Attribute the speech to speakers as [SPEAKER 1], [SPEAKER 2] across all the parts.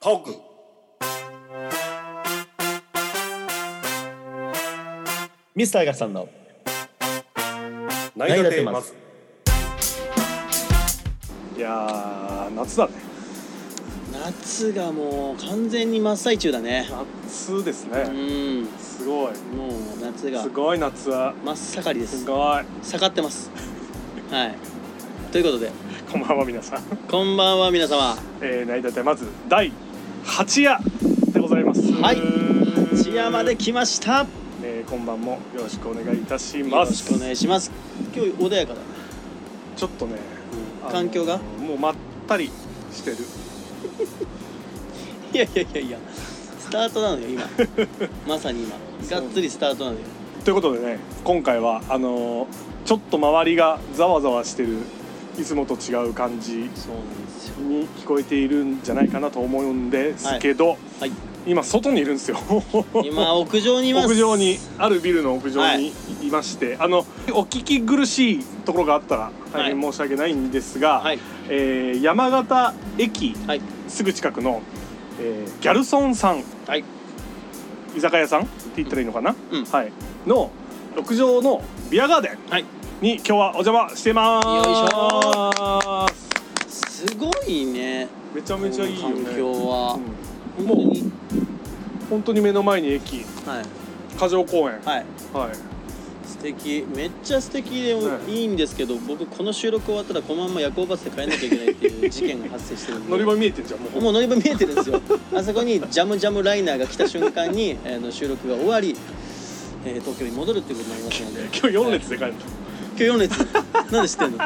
[SPEAKER 1] トーク
[SPEAKER 2] ミスターガさんの
[SPEAKER 1] 何が
[SPEAKER 2] が
[SPEAKER 1] テ
[SPEAKER 2] テ
[SPEAKER 1] ー
[SPEAKER 2] ー
[SPEAKER 1] マ
[SPEAKER 2] マ
[SPEAKER 3] いやー夏だね
[SPEAKER 4] 夏がもう完全に真っ最中だね
[SPEAKER 3] 夏です
[SPEAKER 4] う
[SPEAKER 3] ね
[SPEAKER 4] ん
[SPEAKER 3] すごい
[SPEAKER 4] もう夏が
[SPEAKER 3] すごい夏は
[SPEAKER 4] 真っ盛りですす
[SPEAKER 3] ごい
[SPEAKER 4] 下がってますはいということで
[SPEAKER 3] こんばんは皆さん、
[SPEAKER 4] こんばんは皆様
[SPEAKER 3] えー、成田てまず第8夜でございます
[SPEAKER 4] はい千夜まで、来ましたよ
[SPEAKER 3] えー、今晩もよろしくお願いいたしま
[SPEAKER 4] ろ
[SPEAKER 3] す
[SPEAKER 4] しくお願いします今日穏やかだね、
[SPEAKER 3] ちょっとねあの
[SPEAKER 4] 環境が
[SPEAKER 3] もうまったりしてる
[SPEAKER 4] いやいやいやいやスタートなのよ今まさに今がっつりスタートなのよ
[SPEAKER 3] ということでね今回はあのーちょっと周りがざわざわしてるいつもと違う感じ
[SPEAKER 4] そうなんですよ
[SPEAKER 3] に聞こえているんじゃないかなと思うんですけど、
[SPEAKER 4] はい
[SPEAKER 3] 今外にいるんですよ
[SPEAKER 4] 今屋上にいます
[SPEAKER 3] 屋上にあるビルの屋上
[SPEAKER 4] は
[SPEAKER 3] に
[SPEAKER 4] い
[SPEAKER 3] いまして、あのお聞き苦しいところがあったら大変申し訳ないんですが、
[SPEAKER 4] はい
[SPEAKER 3] えー山形駅
[SPEAKER 4] はい
[SPEAKER 3] すぐ近くの、えーギャルソンさん
[SPEAKER 4] はい
[SPEAKER 3] 居酒屋さんって言ったらいいのかな、
[SPEAKER 4] うん
[SPEAKER 3] はい、の屋上のビアガーデン
[SPEAKER 4] はい
[SPEAKER 3] に今日はお邪魔してます
[SPEAKER 4] よいし
[SPEAKER 3] ょ
[SPEAKER 4] すごいね
[SPEAKER 3] めちゃめちゃいいよ
[SPEAKER 4] この
[SPEAKER 3] ね
[SPEAKER 4] 環境は
[SPEAKER 3] うん、
[SPEAKER 4] 本当に
[SPEAKER 3] 本当に目の前に駅
[SPEAKER 4] はい
[SPEAKER 3] 過剰公園
[SPEAKER 4] はい
[SPEAKER 3] はい
[SPEAKER 4] 素敵めっちゃ素敵で
[SPEAKER 3] ね
[SPEAKER 4] いいんですけど、僕この収録終わったらこのまま夜行バスで帰んなきゃいけないっていう事件が発生してるんで
[SPEAKER 3] 乗り場見えてんじゃんもう
[SPEAKER 4] もう乗り場見えてるんですよあそこにジャムジャムライナーが来た瞬間に、えーの収録が終わり、えー東京に戻るっていうことになりますので
[SPEAKER 3] 今日4列で帰るの
[SPEAKER 4] 今日4列なんで知ってんの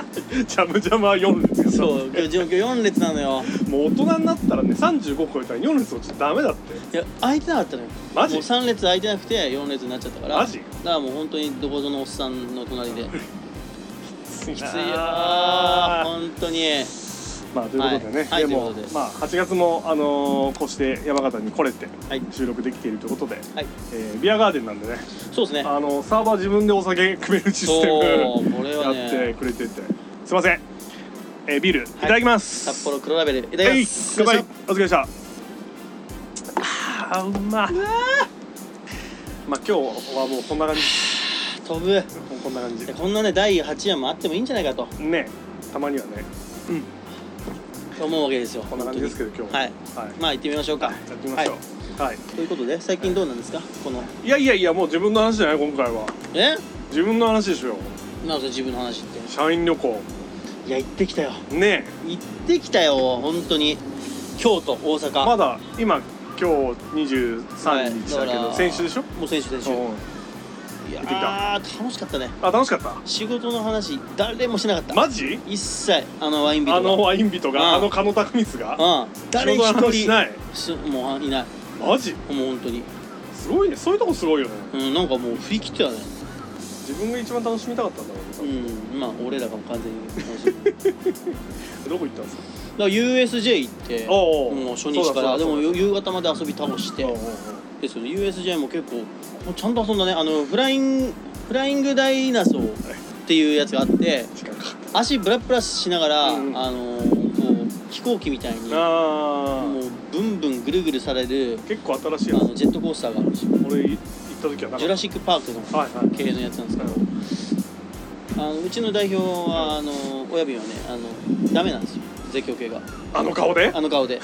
[SPEAKER 3] ジャムジャムは4列よ
[SPEAKER 4] そう今日今日4列なのよ
[SPEAKER 3] もう大人になったらね35超えたら4列落ちちゃダメだって
[SPEAKER 4] いや空いてなかったのよ
[SPEAKER 3] マジ
[SPEAKER 4] もう3列空いてなくて4列になっちゃったから
[SPEAKER 3] マジ
[SPEAKER 4] だからもう本当にどこぞのおっさんの隣でき
[SPEAKER 3] つい
[SPEAKER 4] ついよー本当に
[SPEAKER 3] まあということでね、
[SPEAKER 4] はいはい
[SPEAKER 3] でも
[SPEAKER 4] ということで
[SPEAKER 3] まあ8月もあのーこうして山形に来れて
[SPEAKER 4] はい
[SPEAKER 3] 収録できているということで、
[SPEAKER 4] はい
[SPEAKER 3] えービアガーデンなんでね、
[SPEAKER 4] そうですね
[SPEAKER 3] あのサーバー自分でお酒 組めるシステ
[SPEAKER 4] そう
[SPEAKER 3] ム
[SPEAKER 4] これ
[SPEAKER 3] や
[SPEAKER 4] は
[SPEAKER 3] って
[SPEAKER 4] ね
[SPEAKER 3] くれててすいません、えービール、い、ただきます
[SPEAKER 4] 札幌黒ラベルいただ
[SPEAKER 3] は
[SPEAKER 4] き
[SPEAKER 3] い
[SPEAKER 4] ます
[SPEAKER 3] 乾
[SPEAKER 4] よい
[SPEAKER 3] 杯
[SPEAKER 4] し
[SPEAKER 3] お
[SPEAKER 4] ょ
[SPEAKER 3] 疲れでしたあーうままあ今日はもうこんな感じ
[SPEAKER 4] 飛ぶ
[SPEAKER 3] こんな感じ
[SPEAKER 4] でこんなね第8夜もあってもいいんじゃないかと
[SPEAKER 3] ねたまにはね
[SPEAKER 4] 思うわけですよ
[SPEAKER 3] こんな感じですけど今日
[SPEAKER 4] はいまあ行ってみましょうか
[SPEAKER 3] やってみましょうはい、
[SPEAKER 4] ということで最近どうなんですかこの
[SPEAKER 3] い、やいやいやもう自分の話じゃない今回は
[SPEAKER 4] え
[SPEAKER 3] 自分の話でしょ
[SPEAKER 4] なんか自分の話って
[SPEAKER 3] 社員旅行
[SPEAKER 4] いや行ってきたよ
[SPEAKER 3] ね
[SPEAKER 4] 行ってきたよ本当に京都大阪
[SPEAKER 3] まだ今今日23日だけ
[SPEAKER 4] はいだか
[SPEAKER 3] ど
[SPEAKER 4] ら
[SPEAKER 3] 先週でしょ
[SPEAKER 4] もう選手選手
[SPEAKER 3] うん
[SPEAKER 4] いや
[SPEAKER 3] 行ってきた
[SPEAKER 4] ー楽しかったね
[SPEAKER 3] あ楽しかった
[SPEAKER 4] 仕事の話誰もしなかった
[SPEAKER 3] マジ
[SPEAKER 4] 一切あのワインビー
[SPEAKER 3] あ
[SPEAKER 4] ルは
[SPEAKER 3] のワイン人
[SPEAKER 4] う
[SPEAKER 3] が
[SPEAKER 4] ん
[SPEAKER 3] あの狩野拓光が
[SPEAKER 4] うん誰
[SPEAKER 3] 仕事の
[SPEAKER 4] 一
[SPEAKER 3] 話し
[SPEAKER 4] 人
[SPEAKER 3] ない
[SPEAKER 4] しもういない
[SPEAKER 3] マジ
[SPEAKER 4] もう本当に
[SPEAKER 3] すごいねそういうとこすごいよね
[SPEAKER 4] うんなんかもう振り切ってたね
[SPEAKER 3] 自分が一番楽しみたかったんだろう
[SPEAKER 4] う
[SPEAKER 3] ね、
[SPEAKER 4] んまあ俺らがも完全に楽しいだか
[SPEAKER 3] どこ行ったんですから
[SPEAKER 4] USJ 行っ て
[SPEAKER 3] おうおう
[SPEAKER 4] もう初
[SPEAKER 3] そ
[SPEAKER 4] 日
[SPEAKER 3] うだそ
[SPEAKER 4] か
[SPEAKER 3] うだ
[SPEAKER 4] らでも夕方まで遊び倒して
[SPEAKER 3] おうおうおう
[SPEAKER 4] ですよね USJ も結構もうちゃんと遊んだねあのフラインフライングダイナソーっていうやつがあって
[SPEAKER 3] 時間かかっ
[SPEAKER 4] 足ブラブラしながら、
[SPEAKER 3] うん
[SPEAKER 4] あのーこう飛行機みたいに
[SPEAKER 3] た
[SPEAKER 4] もう
[SPEAKER 3] あ
[SPEAKER 4] ブンブンぐるぐるされる
[SPEAKER 3] ー結構新しい
[SPEAKER 4] あ
[SPEAKER 3] やつ
[SPEAKER 4] のジェットコースターがあるんですよ
[SPEAKER 3] 俺行った時はなか
[SPEAKER 4] ジュ
[SPEAKER 3] っ
[SPEAKER 4] ラシック・パークの
[SPEAKER 3] たはいはい
[SPEAKER 4] 系のやつなんですけど、あのうちの代表はあの親分はねあのダメなんですよ絶叫系が
[SPEAKER 3] あの顔で
[SPEAKER 4] あの顔で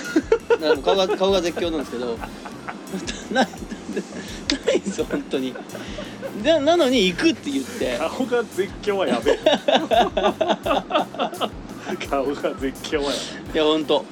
[SPEAKER 4] あの 顔が顔が絶叫なんですけど ないないんですよ本当にでなのに行くって言って
[SPEAKER 3] 顔が絶叫は やべえ顔が絶叫はや
[SPEAKER 4] いや本当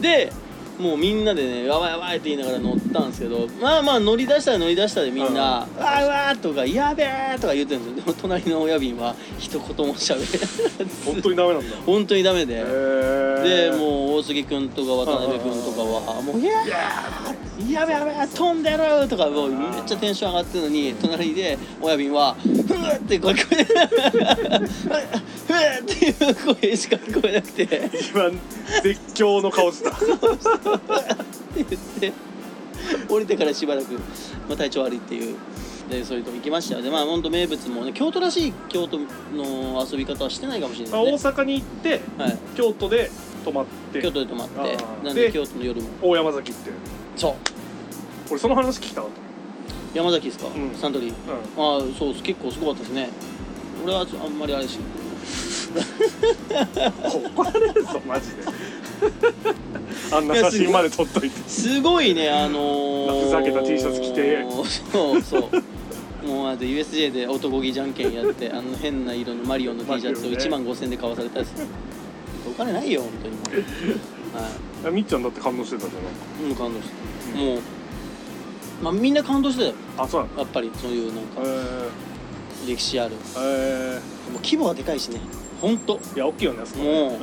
[SPEAKER 4] でもうみんなでね「やばいやばい」って言いながら乗ったんですけどまあまあ乗り出したら乗り出したでみんな「わーわー」とか「やべえ」とか言ってるんですよでも隣の親便は一言も喋れ
[SPEAKER 3] べえ本当にダメなんだ
[SPEAKER 4] 本当にダメで、
[SPEAKER 3] へ
[SPEAKER 4] でもう大杉君とか渡辺君とかは「もういやーやべやべ飛んでる!」とかもうめっちゃテンション上がってるのに隣で親便は「ふー」って声聞こえない「ふー」っていう声しか聞こえなくて。
[SPEAKER 3] 一番絶叫の顔した
[SPEAKER 4] って言って降りてからしばらく、まあ、体調悪いっていうでそういうとこ行きましたよでまあ本当名物もね京都らしい京都の遊び方はしてないかもしれ
[SPEAKER 3] まあ
[SPEAKER 4] ない
[SPEAKER 3] 大
[SPEAKER 4] ですね
[SPEAKER 3] 阪に行って
[SPEAKER 4] はい
[SPEAKER 3] 京都で泊まって
[SPEAKER 4] 京都で泊まって
[SPEAKER 3] あー
[SPEAKER 4] なんで
[SPEAKER 3] で
[SPEAKER 4] 京都の夜も
[SPEAKER 3] 大山崎行って
[SPEAKER 4] そう
[SPEAKER 3] 俺その話聞きたかっ
[SPEAKER 4] 山崎ですか、
[SPEAKER 3] うん
[SPEAKER 4] サントリー
[SPEAKER 3] た、うん、
[SPEAKER 4] ああそうです結構すごかったですね俺はあんまりあれし
[SPEAKER 3] 怒られるぞマジであんな写真まで撮っといて
[SPEAKER 4] すごいねあのー、
[SPEAKER 3] ふざけた T シャツ着て
[SPEAKER 4] そうそうもうあと USJ で男気じゃんけんやってあの変な色のマリオの T シャツを1万5000円で買わされたんですよお金ないよ本当にもうはい
[SPEAKER 3] あみっちゃんだって感動してたじゃな
[SPEAKER 4] もう感動した、もうまあみんな感動してたよ
[SPEAKER 3] いあそうな
[SPEAKER 4] やっぱりそういうなんか
[SPEAKER 3] のえ
[SPEAKER 4] 歴史あるもう
[SPEAKER 3] ー、え
[SPEAKER 4] 規模がでかいしね本当
[SPEAKER 3] ー、いや大きいよねあそこね
[SPEAKER 4] もう
[SPEAKER 3] ん
[SPEAKER 4] ん一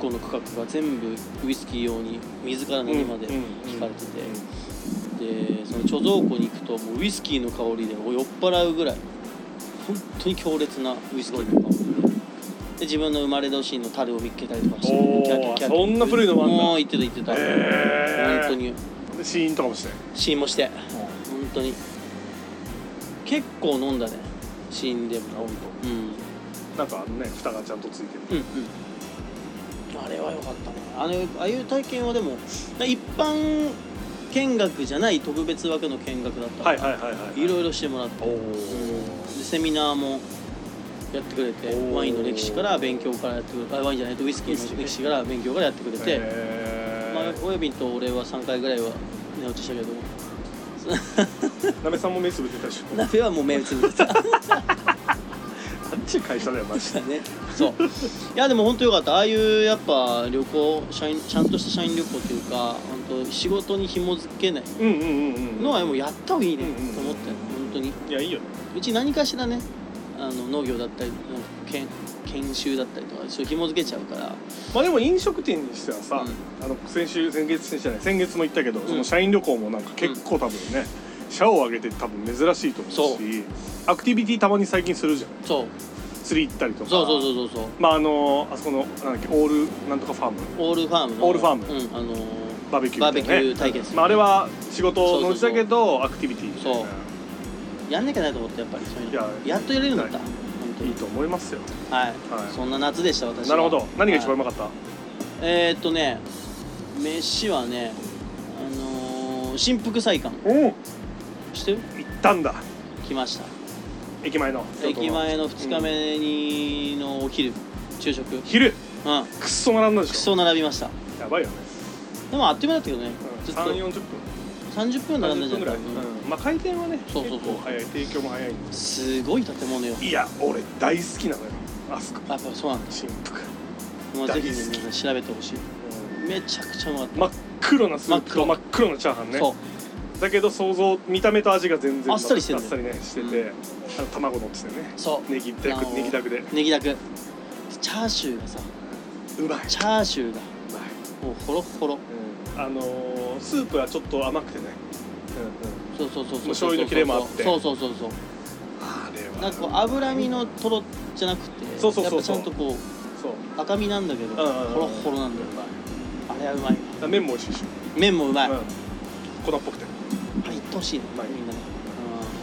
[SPEAKER 4] 個の区画が全部ウイスキー用に水から何まで
[SPEAKER 3] うん
[SPEAKER 4] 引かれてて、でその貯蔵庫に行くともうウイスキーの香りでもう酔っ払うぐらい本当に強烈なウイスキーの香りで自分の生まれ年の樽を見っけたりとかして
[SPEAKER 3] おー
[SPEAKER 4] キャキャキャキャ
[SPEAKER 3] そんな古いのもあんだ
[SPEAKER 4] もう行ってた行ってた、
[SPEAKER 3] えー
[SPEAKER 4] 本当に
[SPEAKER 3] うんでシーンとかもして
[SPEAKER 4] 試飲もして本当に結構飲んだね死んでも
[SPEAKER 3] 本
[SPEAKER 4] うんうん
[SPEAKER 3] 当なんかあのね蓋がちゃんとついてる
[SPEAKER 4] うんあれは良かったねあのああいう体験はでも一般見学じゃない特別枠の見学だった
[SPEAKER 3] はい
[SPEAKER 4] から、
[SPEAKER 3] はいはいはい
[SPEAKER 4] ろいろしてもらって、
[SPEAKER 3] おお、
[SPEAKER 4] うんでセミナーもやってくれて
[SPEAKER 3] おー
[SPEAKER 4] ワインの歴史から勉強からやってくれあワインじゃないとウイスキーの歴史から勉強からやってくれて、まあ
[SPEAKER 3] え、
[SPEAKER 4] 親便と俺は3回ぐらいは寝落ちしたけど
[SPEAKER 3] ー、なべさんも目つぶってたし
[SPEAKER 4] ナフェはもう目つぶってた
[SPEAKER 3] あっちゅう会社だよマジで
[SPEAKER 4] ね、そういやでも本当よかったああいうやっぱ旅行社員ちゃんとした社員旅行というか本当仕事に紐づけない
[SPEAKER 3] うんうんうんうん
[SPEAKER 4] のはもうやった方がいいね
[SPEAKER 3] うんうん
[SPEAKER 4] と思って本当に
[SPEAKER 3] いやいいよね
[SPEAKER 4] うち何かしらねあの農業だったりなんか研研修だったりとかそう紐づけちゃうから
[SPEAKER 3] まあでも飲食店にしてはさ、
[SPEAKER 4] うん
[SPEAKER 3] あの先週先月じゃない先月も言ったけど、
[SPEAKER 4] ん
[SPEAKER 3] その社員旅行もなんか結構多分ね、社を挙げて多分珍しいと思うしアクティビティたまに最近するじゃん
[SPEAKER 4] そう
[SPEAKER 3] 釣り行ったりとか
[SPEAKER 4] そうそうそうそうそう
[SPEAKER 3] まああのあそこのなんだっけオールなんとかファーム
[SPEAKER 4] オールファームの
[SPEAKER 3] オールファーム
[SPEAKER 4] うんあのー
[SPEAKER 3] バーベキュー
[SPEAKER 4] バー
[SPEAKER 3] み
[SPEAKER 4] ベ
[SPEAKER 3] たい
[SPEAKER 4] キ
[SPEAKER 3] なね
[SPEAKER 4] ュー対決、
[SPEAKER 3] まああれは仕事のうちだけどアクティビティみたいな
[SPEAKER 4] そうやんなきゃないと思ってやっぱりそういうの
[SPEAKER 3] いや
[SPEAKER 4] やっとやれるんだった
[SPEAKER 3] は
[SPEAKER 4] 本当
[SPEAKER 3] いい
[SPEAKER 4] に
[SPEAKER 3] と思いますよ
[SPEAKER 4] はい、
[SPEAKER 3] はい
[SPEAKER 4] そんな夏でした私
[SPEAKER 3] な
[SPEAKER 4] は
[SPEAKER 3] るほど何が一
[SPEAKER 4] は
[SPEAKER 3] 番
[SPEAKER 4] いう
[SPEAKER 3] まかった、
[SPEAKER 4] えー、っとね飯はねあのー、新福祭館
[SPEAKER 3] おお
[SPEAKER 4] してる
[SPEAKER 3] 行ったんだ
[SPEAKER 4] 来ました
[SPEAKER 3] 駅前の
[SPEAKER 4] 駅前の2日目にのお昼、昼食うん
[SPEAKER 3] 昼クソ並んだで
[SPEAKER 4] ク
[SPEAKER 3] しょ
[SPEAKER 4] ソ並びました
[SPEAKER 3] やばいよね、
[SPEAKER 4] でもあっという間だったけどね、
[SPEAKER 3] うん、
[SPEAKER 4] ずっと
[SPEAKER 3] 340分
[SPEAKER 4] 30分並んだ
[SPEAKER 3] 30
[SPEAKER 4] じ
[SPEAKER 3] 分
[SPEAKER 4] ゃ
[SPEAKER 3] ぐ
[SPEAKER 4] ん
[SPEAKER 3] らい、うんまあ回転はね
[SPEAKER 4] そうそうそう
[SPEAKER 3] 結構早い提供も早いん
[SPEAKER 4] すごい建物よ
[SPEAKER 3] でいや俺大好きなのよあそこ
[SPEAKER 4] やっぱそうなんだ
[SPEAKER 3] 新福、
[SPEAKER 4] もうぜひね
[SPEAKER 3] 大好き
[SPEAKER 4] 皆さん調べてほしいめちゃくちゃうまかった、
[SPEAKER 3] 真っ黒なスープと
[SPEAKER 4] 真
[SPEAKER 3] 真
[SPEAKER 4] っ
[SPEAKER 3] っ黒なチャーハンね
[SPEAKER 4] そう
[SPEAKER 3] だけど想像見た目と味が全然
[SPEAKER 4] あっさりしてん
[SPEAKER 3] あっ
[SPEAKER 4] だよ
[SPEAKER 3] さりねしてて、
[SPEAKER 4] う
[SPEAKER 3] あの卵乗ってたよね
[SPEAKER 4] そう
[SPEAKER 3] ネギだ
[SPEAKER 4] あの
[SPEAKER 3] くネギだくで
[SPEAKER 4] ネギだくチャーシューがさ
[SPEAKER 3] うまいうまい
[SPEAKER 4] チャーシューがもうホロッホロ
[SPEAKER 3] あのー、スープはちょっと甘くてね、
[SPEAKER 4] そうそうそうそう
[SPEAKER 3] 醤油の切れもあって
[SPEAKER 4] そうそうそうそう
[SPEAKER 3] あれは
[SPEAKER 4] なんかこう脂身のとろじゃなくて
[SPEAKER 3] そうそうそうそう
[SPEAKER 4] やっぱちゃんとこ
[SPEAKER 3] そう
[SPEAKER 4] う赤身なんだけど
[SPEAKER 3] んうんうん
[SPEAKER 4] ホロッホロなんだよあれはうまい
[SPEAKER 3] だから麺も美味しいでし
[SPEAKER 4] 麺もうまい、
[SPEAKER 3] ょ、うん、粉っぽくて
[SPEAKER 4] 入ってほしいね
[SPEAKER 3] うまい
[SPEAKER 4] みんなね、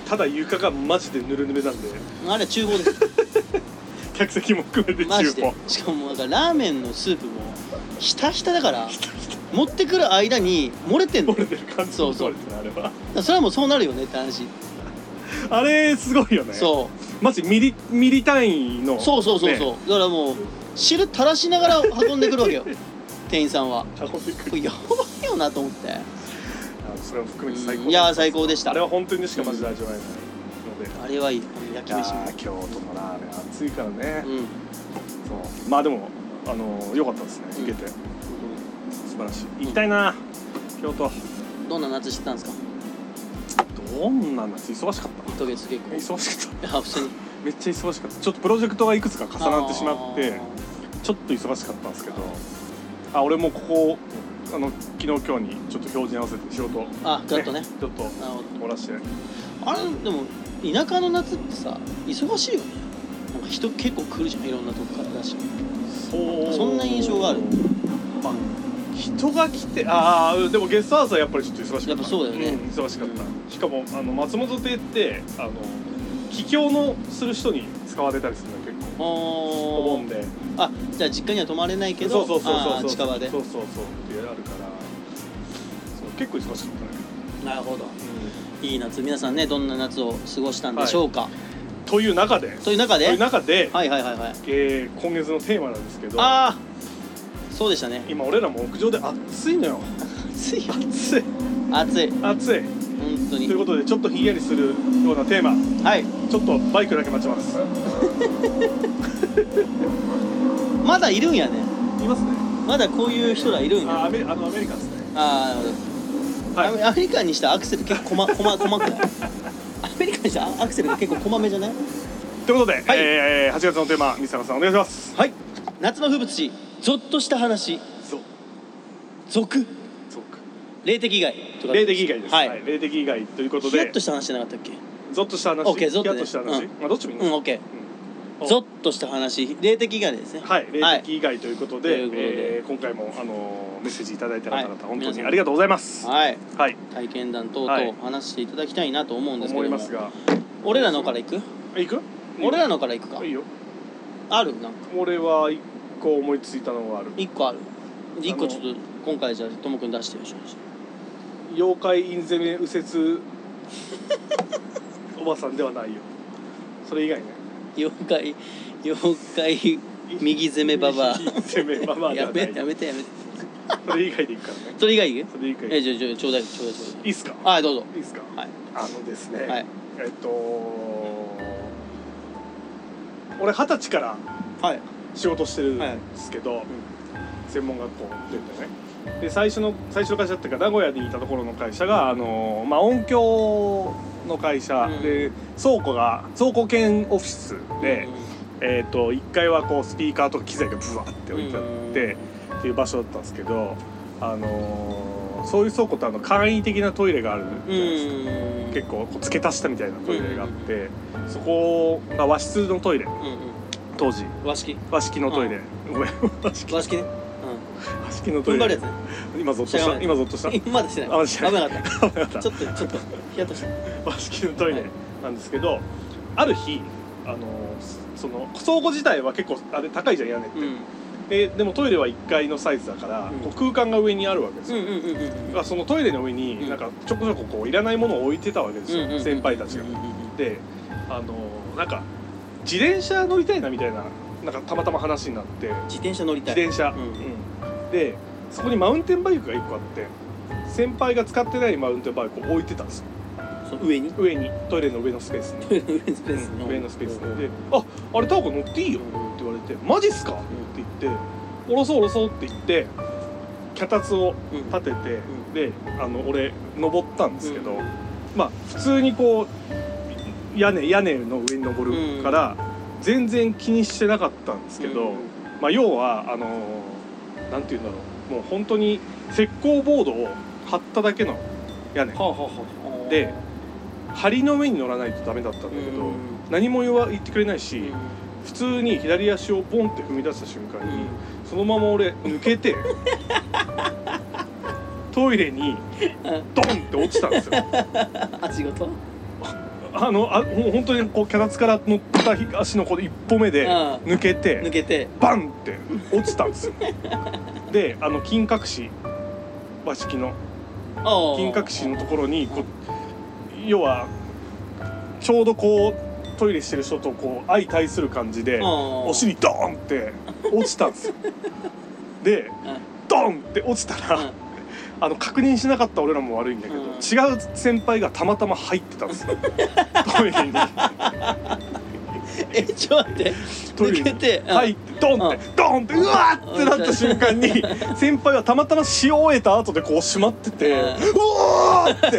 [SPEAKER 3] ただ床がマジでぬるぬるなんで
[SPEAKER 4] うん、あれは厨房 です
[SPEAKER 3] 客席も含めて
[SPEAKER 4] マ
[SPEAKER 3] 中
[SPEAKER 4] ジで
[SPEAKER 3] 古
[SPEAKER 4] しかもなんかラーメンのスープもひたひただから持ってくる間に漏れてんの
[SPEAKER 3] 折れ
[SPEAKER 4] よ
[SPEAKER 3] てる感じ
[SPEAKER 4] そうそう
[SPEAKER 3] 折れてるあれは
[SPEAKER 4] それはもうそうなるよねって話、
[SPEAKER 3] あれすごいよね
[SPEAKER 4] そ
[SPEAKER 3] う
[SPEAKER 4] う
[SPEAKER 3] マジミリミリ単位の
[SPEAKER 4] そうそうそうそう、
[SPEAKER 3] ね
[SPEAKER 4] だからもう汁垂らしながら運んでくるわ けよ店員さんは
[SPEAKER 3] 運んでく
[SPEAKER 4] こ
[SPEAKER 3] る
[SPEAKER 4] れやばいよなと思って
[SPEAKER 3] あのそれも含めて最高
[SPEAKER 4] いやー最高でした
[SPEAKER 3] あれは本当にしかマジで味わえないので、
[SPEAKER 4] あれはいい焼き
[SPEAKER 3] いや
[SPEAKER 4] 飯も
[SPEAKER 3] ー京都のラーメン暑いからね、
[SPEAKER 4] うん
[SPEAKER 3] そうまあでもあのー良かったですね
[SPEAKER 4] うん
[SPEAKER 3] 行けて、素晴らしい行きたいな、京都
[SPEAKER 4] どんな夏してたんですか
[SPEAKER 3] どんな夏忙しかった
[SPEAKER 4] 1ヶ月結構
[SPEAKER 3] 忙しかっ
[SPEAKER 4] いや普通に
[SPEAKER 3] ためっちゃ忙しかったちょっとプロジェクトがいくつか重なってしまってちょっと忙しかったんですけどあ俺もここあの昨日今日にちょっと標準合わせて仕事
[SPEAKER 4] あーあちょっとね
[SPEAKER 3] ちょっと
[SPEAKER 4] なるほ
[SPEAKER 3] 漏らして
[SPEAKER 4] どあれでも田舎の夏ってさ忙しいよねなんか人結構来るじゃんいろんなとこからだし
[SPEAKER 3] そう
[SPEAKER 4] そんな印象がある
[SPEAKER 3] まあ人が来てああでもゲストハウスはやっぱりちょっと忙しかった
[SPEAKER 4] やっぱそうだよね
[SPEAKER 3] ん忙しかったしかもあの松本亭ってあの帰郷のする人に使われたりするのよ結構
[SPEAKER 4] あー
[SPEAKER 3] お盆で
[SPEAKER 4] あじゃあ実家には泊まれないけど
[SPEAKER 3] そうそうそうそう
[SPEAKER 4] あ
[SPEAKER 3] そ
[SPEAKER 4] ー
[SPEAKER 3] う
[SPEAKER 4] 近場で
[SPEAKER 3] そうそうそうってやるからそう結構忙しかったんだけど、
[SPEAKER 4] なるほどいい夏皆さんねどんな夏を過ごしたんでしょうか、
[SPEAKER 3] という中で
[SPEAKER 4] という中
[SPEAKER 3] と
[SPEAKER 4] で
[SPEAKER 3] いう中で、
[SPEAKER 4] はいはいはいはい
[SPEAKER 3] えー今月のテーマなんですけど
[SPEAKER 4] ああそうでしたね
[SPEAKER 3] 今俺らも屋上で暑いのよ
[SPEAKER 4] 暑いよ
[SPEAKER 3] 暑い
[SPEAKER 4] 暑い
[SPEAKER 3] 暑い
[SPEAKER 4] 本当
[SPEAKER 3] という
[SPEAKER 4] に
[SPEAKER 3] ことでちょっとひんやりするようなテーマ
[SPEAKER 4] はい
[SPEAKER 3] ちょっとバイクだけ待ちます
[SPEAKER 4] まだいるんやね
[SPEAKER 3] いますね
[SPEAKER 4] まだこういう人らいるん
[SPEAKER 3] あ
[SPEAKER 4] や
[SPEAKER 3] アメあのアメリカンですね
[SPEAKER 4] ああ
[SPEAKER 3] は
[SPEAKER 4] ないるほどアメアメリカンにしてアクセル結構 こまこまこまくないアメリカンにしてアクセルが結構こまめじゃない
[SPEAKER 3] ということで、
[SPEAKER 4] はい
[SPEAKER 3] えー8月のテーマ三坂さんお願いします
[SPEAKER 4] はい夏の風物詩ゾッとした話
[SPEAKER 3] そう
[SPEAKER 4] 俗
[SPEAKER 3] そうか
[SPEAKER 4] 霊的以外とか
[SPEAKER 3] 霊的以外です、
[SPEAKER 4] はい
[SPEAKER 3] 霊的以外ということ
[SPEAKER 4] ヒヤッ
[SPEAKER 3] で
[SPEAKER 4] とした話じゃなかったっけ
[SPEAKER 3] ゾッとした話
[SPEAKER 4] オッケーゾッ
[SPEAKER 3] ヒ
[SPEAKER 4] と
[SPEAKER 3] ヤッ
[SPEAKER 4] ね
[SPEAKER 3] とした話、
[SPEAKER 4] うん
[SPEAKER 3] まあどっちもいいん
[SPEAKER 4] う
[SPEAKER 3] です
[SPEAKER 4] んオッケ
[SPEAKER 3] う
[SPEAKER 4] ー
[SPEAKER 3] ん
[SPEAKER 4] ゾッとした話霊的以外ですね
[SPEAKER 3] はい、霊的以外ということで、
[SPEAKER 4] ということで
[SPEAKER 3] えー今回もあのーメッセージいただいた方々、
[SPEAKER 4] はい
[SPEAKER 3] 本当
[SPEAKER 4] 皆
[SPEAKER 3] に
[SPEAKER 4] さん
[SPEAKER 3] ありがとうございます。は
[SPEAKER 4] はい
[SPEAKER 3] い、
[SPEAKER 4] 体験談等
[SPEAKER 3] はい
[SPEAKER 4] 々話していただきたいなと思うんですけ
[SPEAKER 3] 思い
[SPEAKER 4] ども、
[SPEAKER 3] ますが、
[SPEAKER 4] 俺らのから行く
[SPEAKER 3] え行く？
[SPEAKER 4] 俺らのから行くか
[SPEAKER 3] いいよ。
[SPEAKER 4] あるなんか
[SPEAKER 3] 俺は一個思いついたのがある。
[SPEAKER 4] 一個ある一
[SPEAKER 3] あの
[SPEAKER 4] 個ちょっと今回じゃあともくん出してよしよし
[SPEAKER 3] 妖怪インゼメ右折 おばさんではないよ。それ以外 ね。
[SPEAKER 4] 妖怪妖怪右攻めババ
[SPEAKER 3] 右攻めババ
[SPEAKER 4] ア
[SPEAKER 3] アで
[SPEAKER 4] や
[SPEAKER 3] はな
[SPEAKER 4] め
[SPEAKER 3] い。
[SPEAKER 4] てやめてやめて
[SPEAKER 3] それ以外で行くからね。
[SPEAKER 4] それ以外行く
[SPEAKER 3] それ以外。
[SPEAKER 4] え
[SPEAKER 3] い
[SPEAKER 4] じゃあじゃあちょうだいちょうだいちょうだい
[SPEAKER 3] いっすか？
[SPEAKER 4] はいどうぞ
[SPEAKER 3] いいっすか？
[SPEAKER 4] はい
[SPEAKER 3] あのですね。
[SPEAKER 4] はい
[SPEAKER 3] えっと俺二十歳から。
[SPEAKER 4] はい
[SPEAKER 3] 仕事してるんですけど、専門学校出てねで最初の最初の会社っていうか名古屋にいたところの会社が、あのーまあ、音響の会社、
[SPEAKER 4] うん
[SPEAKER 3] で倉庫が倉庫兼オフィスで、
[SPEAKER 4] う
[SPEAKER 3] えー、と1階はこうスピーカーとか機材がブワーって置いてあって、っていう場所だったんですけど、あのーそういう倉庫ってあの簡易的なトイレがある
[SPEAKER 4] ん
[SPEAKER 3] じゃないですか。
[SPEAKER 4] うん
[SPEAKER 3] 結構こう付け足したみたいなトイレがあって、そこが和室のトイレ
[SPEAKER 4] うん
[SPEAKER 3] 当時
[SPEAKER 4] うん和式
[SPEAKER 3] 和式のトイレ、ごめん和式
[SPEAKER 4] 和式ね
[SPEAKER 3] 和式の
[SPEAKER 4] う
[SPEAKER 3] ト
[SPEAKER 4] ん踏
[SPEAKER 3] イ
[SPEAKER 4] ん張る
[SPEAKER 3] レ
[SPEAKER 4] やつね
[SPEAKER 3] 今ゾッとし
[SPEAKER 4] 知ら
[SPEAKER 3] た
[SPEAKER 4] ない
[SPEAKER 3] 今ゾッとした
[SPEAKER 4] 今まだしてない
[SPEAKER 3] あまだしてな
[SPEAKER 4] 危
[SPEAKER 3] い
[SPEAKER 4] なかっ
[SPEAKER 3] 危なかったた
[SPEAKER 4] ちょっとちょっとヒヤッとした
[SPEAKER 3] 和式のトイ
[SPEAKER 4] は
[SPEAKER 3] レ
[SPEAKER 4] い
[SPEAKER 3] なんですけど、ある日あのその倉庫自体は結構あれ高いじゃん屋根って、
[SPEAKER 4] うん
[SPEAKER 3] ででもトイレは1階のサイズだから、
[SPEAKER 4] うん
[SPEAKER 3] こう空間が上にあるわけです
[SPEAKER 4] うん
[SPEAKER 3] よ、
[SPEAKER 4] うんうんうん
[SPEAKER 3] だからそのトイレの上
[SPEAKER 4] う
[SPEAKER 3] に
[SPEAKER 4] ん
[SPEAKER 3] なんかちょこちょここういらないものを置いてたわけですよ、
[SPEAKER 4] うんうん
[SPEAKER 3] 先輩たちが。
[SPEAKER 4] うんうんうん
[SPEAKER 3] であのなんか自転車乗りたいなみたいななんかたまたま話になって
[SPEAKER 4] 自転車乗りた
[SPEAKER 3] 自
[SPEAKER 4] い
[SPEAKER 3] 転車、
[SPEAKER 4] うん
[SPEAKER 3] うんでそこにマウンテンバイクが1個あって先輩が使ってないマウンテンバイクを置いてたんですよ
[SPEAKER 4] その上に
[SPEAKER 3] 上にトイレの上のスペースに
[SPEAKER 4] 上のスペース
[SPEAKER 3] うん上のスペース
[SPEAKER 4] うん
[SPEAKER 3] にで「ああれタオコ乗っていいよ」って言われて「マジっすか?」って言って「下ろそう下ろそう」って言って脚立を
[SPEAKER 4] うん
[SPEAKER 3] 立てて
[SPEAKER 4] ん
[SPEAKER 3] であの俺登ったんですけ
[SPEAKER 4] う
[SPEAKER 3] ど
[SPEAKER 4] ん
[SPEAKER 3] まあ普通にこう屋根屋根の上に登るから全然気にしてなかったんですけ
[SPEAKER 4] う
[SPEAKER 3] ど
[SPEAKER 4] ん
[SPEAKER 3] まあ要はあのーなんて言うんだろうもう本当に石膏ボードを貼っただけの屋根
[SPEAKER 4] はあはあはあ
[SPEAKER 3] で梁の上に乗らないとダメだったんだけど、
[SPEAKER 4] うん
[SPEAKER 3] 何も言わ言ってくれないし、
[SPEAKER 4] うん
[SPEAKER 3] 普通に左足をボンって踏み出した瞬間に、そのまま俺抜け てトイレにドンって落ちたん ですよ。
[SPEAKER 4] あ仕事
[SPEAKER 3] あのあもう本当にこう脚立から乗ったひ足のこの一歩目で
[SPEAKER 4] うん
[SPEAKER 3] 抜けて、
[SPEAKER 4] 抜けて
[SPEAKER 3] バンって落ちたんですよ。であの金閣寺和式の金
[SPEAKER 4] 金
[SPEAKER 3] 閣寺のところにこう要はちょうどこうトイレしてる人とこう相対する感じでお
[SPEAKER 4] お
[SPEAKER 3] 尻ドーンって落ちたんですよでドーンって落ちたら、
[SPEAKER 4] うん
[SPEAKER 3] あの確認しなかった俺らも悪いんだけど、
[SPEAKER 4] うん
[SPEAKER 3] 違う先輩がたまたま入ってたんですよトイレに
[SPEAKER 4] えちょっと待って
[SPEAKER 3] トイレ
[SPEAKER 4] 抜
[SPEAKER 3] に
[SPEAKER 4] けてうん
[SPEAKER 3] 入ってドンって、ドンってうわーってなった瞬間に先輩はたまたま塩を終えた後でこう閉まってて、う
[SPEAKER 4] うん
[SPEAKER 3] おーっ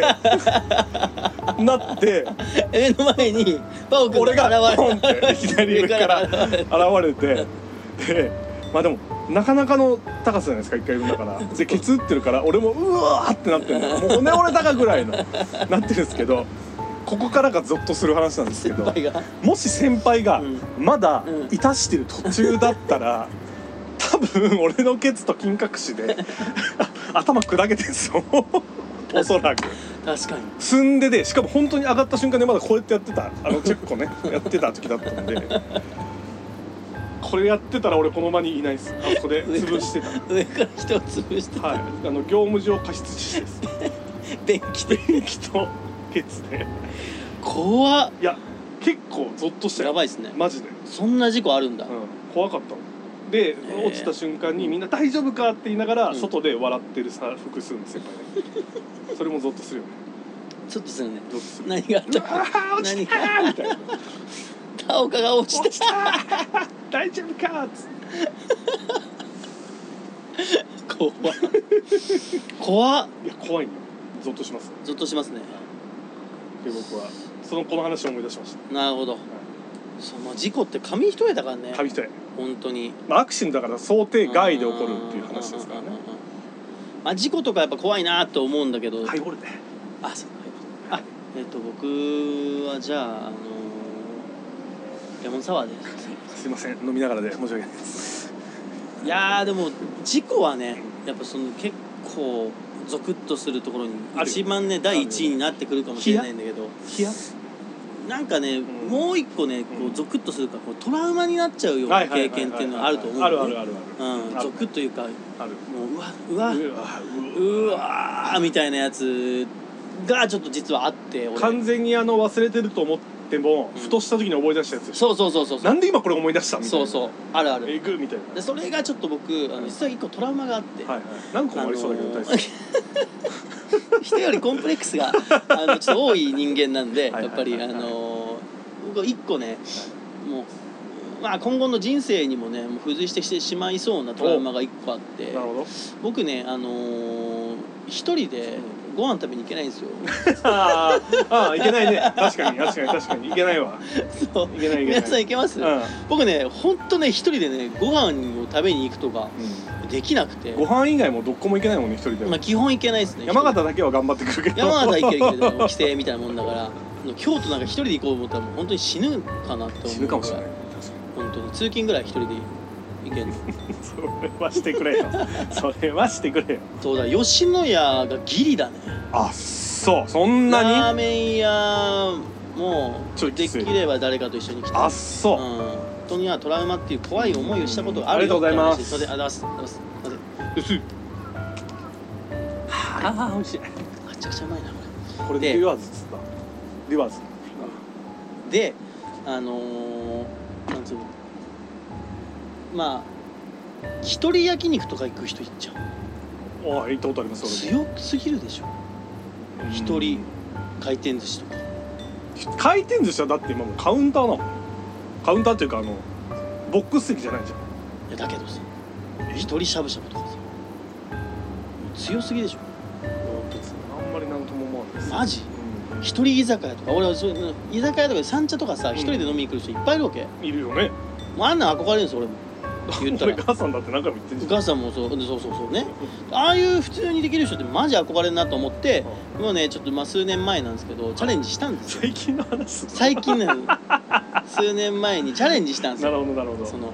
[SPEAKER 3] てな って
[SPEAKER 4] 目の前にパオ君
[SPEAKER 3] 俺が
[SPEAKER 4] 現
[SPEAKER 3] ポ
[SPEAKER 4] れ
[SPEAKER 3] ンって左上から現れてでまあでもなかなかの高さじゃないですか一回分だ からでケツ打ってるから俺もうわーってなってるのもう骨折れたかぐらいのなってるんですけどここからがゾッとする話なんですけ
[SPEAKER 4] 先
[SPEAKER 3] ど
[SPEAKER 4] 輩が
[SPEAKER 3] もし先輩が
[SPEAKER 4] うん
[SPEAKER 3] まだ
[SPEAKER 4] うん
[SPEAKER 3] いたしてる途中だった ら多分俺のケツと金隠しで頭砕けてるぞおそらく。
[SPEAKER 4] 確かに
[SPEAKER 3] 積んででしかも本当に上がった 瞬間でまだこうやってやってたあのチェックをねやってた時だったんでこそれやってたら俺この場にいないですあそこで潰してた
[SPEAKER 4] 上から人を潰して
[SPEAKER 3] はいあの業務上過失致死 です
[SPEAKER 4] 電気で
[SPEAKER 3] 電気とケツで
[SPEAKER 4] 怖っ
[SPEAKER 3] いや結構ゾッとしたよ
[SPEAKER 4] やばいっすね
[SPEAKER 3] マジで、
[SPEAKER 4] そんな事故あるんだ、
[SPEAKER 3] うん、怖かったので
[SPEAKER 4] ー
[SPEAKER 3] 落ちた瞬間にみんな「大丈夫か?」って言いながら
[SPEAKER 4] うん
[SPEAKER 3] 外で笑ってるさ複数の先輩 ねそれもゾッとするよね
[SPEAKER 4] ちょっとするね
[SPEAKER 3] ゾッとする
[SPEAKER 4] 何があった
[SPEAKER 3] うわー落ちたーみたいな
[SPEAKER 4] 田岡が落 ち
[SPEAKER 3] 落
[SPEAKER 4] た
[SPEAKER 3] ちたー大丈夫かーっつって
[SPEAKER 4] 怖っ怖っ
[SPEAKER 3] いや怖いんよゾッとします
[SPEAKER 4] ゾッとしますね
[SPEAKER 3] で僕はそのこの話を思い出しまし
[SPEAKER 4] なるほどその事故って紙一重だからね
[SPEAKER 3] た紙一重、
[SPEAKER 4] 本当に
[SPEAKER 3] まあ、アクシデントだから想定外で起こるっていう話ですからね
[SPEAKER 4] うんうんうんうんうんまあ事故とかやっぱ怖いなと思うんだけど、
[SPEAKER 3] はい折れて
[SPEAKER 4] あそうはいあえっ、と僕はじゃああのーレモンサワーです
[SPEAKER 3] すいません飲みながらで申し訳ないです
[SPEAKER 4] いやーでも事故はねやっぱその結構ゾクッとするところに
[SPEAKER 3] あるよ
[SPEAKER 4] 一番ね第一位になってくるかもしれないんだけど
[SPEAKER 3] 冷や
[SPEAKER 4] なんかね、
[SPEAKER 3] ん
[SPEAKER 4] もう一個ね
[SPEAKER 3] う
[SPEAKER 4] こうんゾクッとするからこうトラウマになっちゃうよう
[SPEAKER 3] は
[SPEAKER 4] ない
[SPEAKER 3] はいは
[SPEAKER 4] 経
[SPEAKER 3] い
[SPEAKER 4] 験っていうのはあると思う、
[SPEAKER 3] あるあるあるある
[SPEAKER 4] うん、
[SPEAKER 3] ある
[SPEAKER 4] ゾクッというかも
[SPEAKER 3] ある
[SPEAKER 4] ううわうわ
[SPEAKER 3] うわ
[SPEAKER 4] うわーみたいなやつがちょっと実はあって俺
[SPEAKER 3] 完全にあの忘れてると思っても、
[SPEAKER 4] うん
[SPEAKER 3] ふとした時に思い出したやつでしょ
[SPEAKER 4] そうそうそうそう
[SPEAKER 3] なんで今これ思い出したみたい
[SPEAKER 4] そう
[SPEAKER 3] な
[SPEAKER 4] そうあるある
[SPEAKER 3] えぐみたい
[SPEAKER 4] でそれがちょっと僕あの実は一個トラウマがあって、
[SPEAKER 3] なはいはい何個もありそうだけど 大好き
[SPEAKER 4] 人よりコンプレックスがあのちょっと多い人間なんで
[SPEAKER 3] はい
[SPEAKER 4] やっぱり
[SPEAKER 3] は
[SPEAKER 4] あ
[SPEAKER 3] いはいはい
[SPEAKER 4] の僕一個ねもう。まあ、今後の人生にもねもう付随してきてしまいそうなトラウマが一個あって
[SPEAKER 3] なるほど
[SPEAKER 4] 僕ね、あのー一人でご飯食べに行けないん ですよ
[SPEAKER 3] あーあーいけないね確かに確かに確かにいけないわ
[SPEAKER 4] そう
[SPEAKER 3] いけないいけ
[SPEAKER 4] 皆さ
[SPEAKER 3] なんい
[SPEAKER 4] 行けます、
[SPEAKER 3] うん
[SPEAKER 4] 僕ね本当ね一人でねご飯を食べに行くとかできなくて
[SPEAKER 3] ご飯以外もどっこもいけないもんね一人で
[SPEAKER 4] まあ、基本行けないですね
[SPEAKER 3] 山形だけは頑張ってくるけど
[SPEAKER 4] 山形行けるけどでも帰省みたいなもんだから京都なんか一人で行こうと思ったらもう本当に死ぬかなって思う
[SPEAKER 3] 死ぬかもしれない
[SPEAKER 4] 本当に通勤ぐらい一人で行ける
[SPEAKER 3] それはしてくれよそれはしてくれよ
[SPEAKER 4] そうだ吉野家がギリだね
[SPEAKER 3] あそうそん
[SPEAKER 4] ラ
[SPEAKER 3] な
[SPEAKER 4] ー
[SPEAKER 3] に
[SPEAKER 4] メン屋も
[SPEAKER 3] ちょい
[SPEAKER 4] で
[SPEAKER 3] きつい
[SPEAKER 4] きれば誰かと一緒に来て
[SPEAKER 3] あそう
[SPEAKER 4] うん本当にはトラウマっていう怖い思いをしたことがあるよ
[SPEAKER 3] うんありがとうございます
[SPEAKER 4] って話ですそれでありがとうござ
[SPEAKER 3] 薄い
[SPEAKER 4] いますすいまああ美味しいめちゃくちゃうまいなこ
[SPEAKER 3] これ
[SPEAKER 4] で
[SPEAKER 3] でリワーズっつったリワーズ
[SPEAKER 4] れであのー、なんつうのまあ一人焼肉とか行く人いっちゃう
[SPEAKER 3] ああ行ったことあります俺も
[SPEAKER 4] 強すぎるでしょ一人回転寿司とか
[SPEAKER 3] うん回転寿司はだって今もうカウンターなのカウンターっていうかあのボックス席じゃないじゃん
[SPEAKER 4] いやだけどさ
[SPEAKER 3] え
[SPEAKER 4] 一人しゃぶしゃぶとかさ強すぎでしょ
[SPEAKER 3] 別にあんまりなんとも思わないです
[SPEAKER 4] マジ一人居酒屋とか俺はそういうの居酒屋とかで三茶とかさ
[SPEAKER 3] ん
[SPEAKER 4] 一人で飲みに来る人いっぱいいるわけ、
[SPEAKER 3] うんいるよね
[SPEAKER 4] もうあんなん憧れるんですよ俺も言ったら
[SPEAKER 3] 俺母さんだって何回も言ってんじゃん
[SPEAKER 4] ガさんもそうでそうそうそうねああいう普通にできる人ってマジ憧れるなと思ってもうねちょっとまあ数年前なんですけどチャレンジしたんですよ
[SPEAKER 3] 最近の話すんの
[SPEAKER 4] 最近なの数年前にチャレンジしたんです
[SPEAKER 3] な
[SPEAKER 4] よ
[SPEAKER 3] るほどなるほど
[SPEAKER 4] その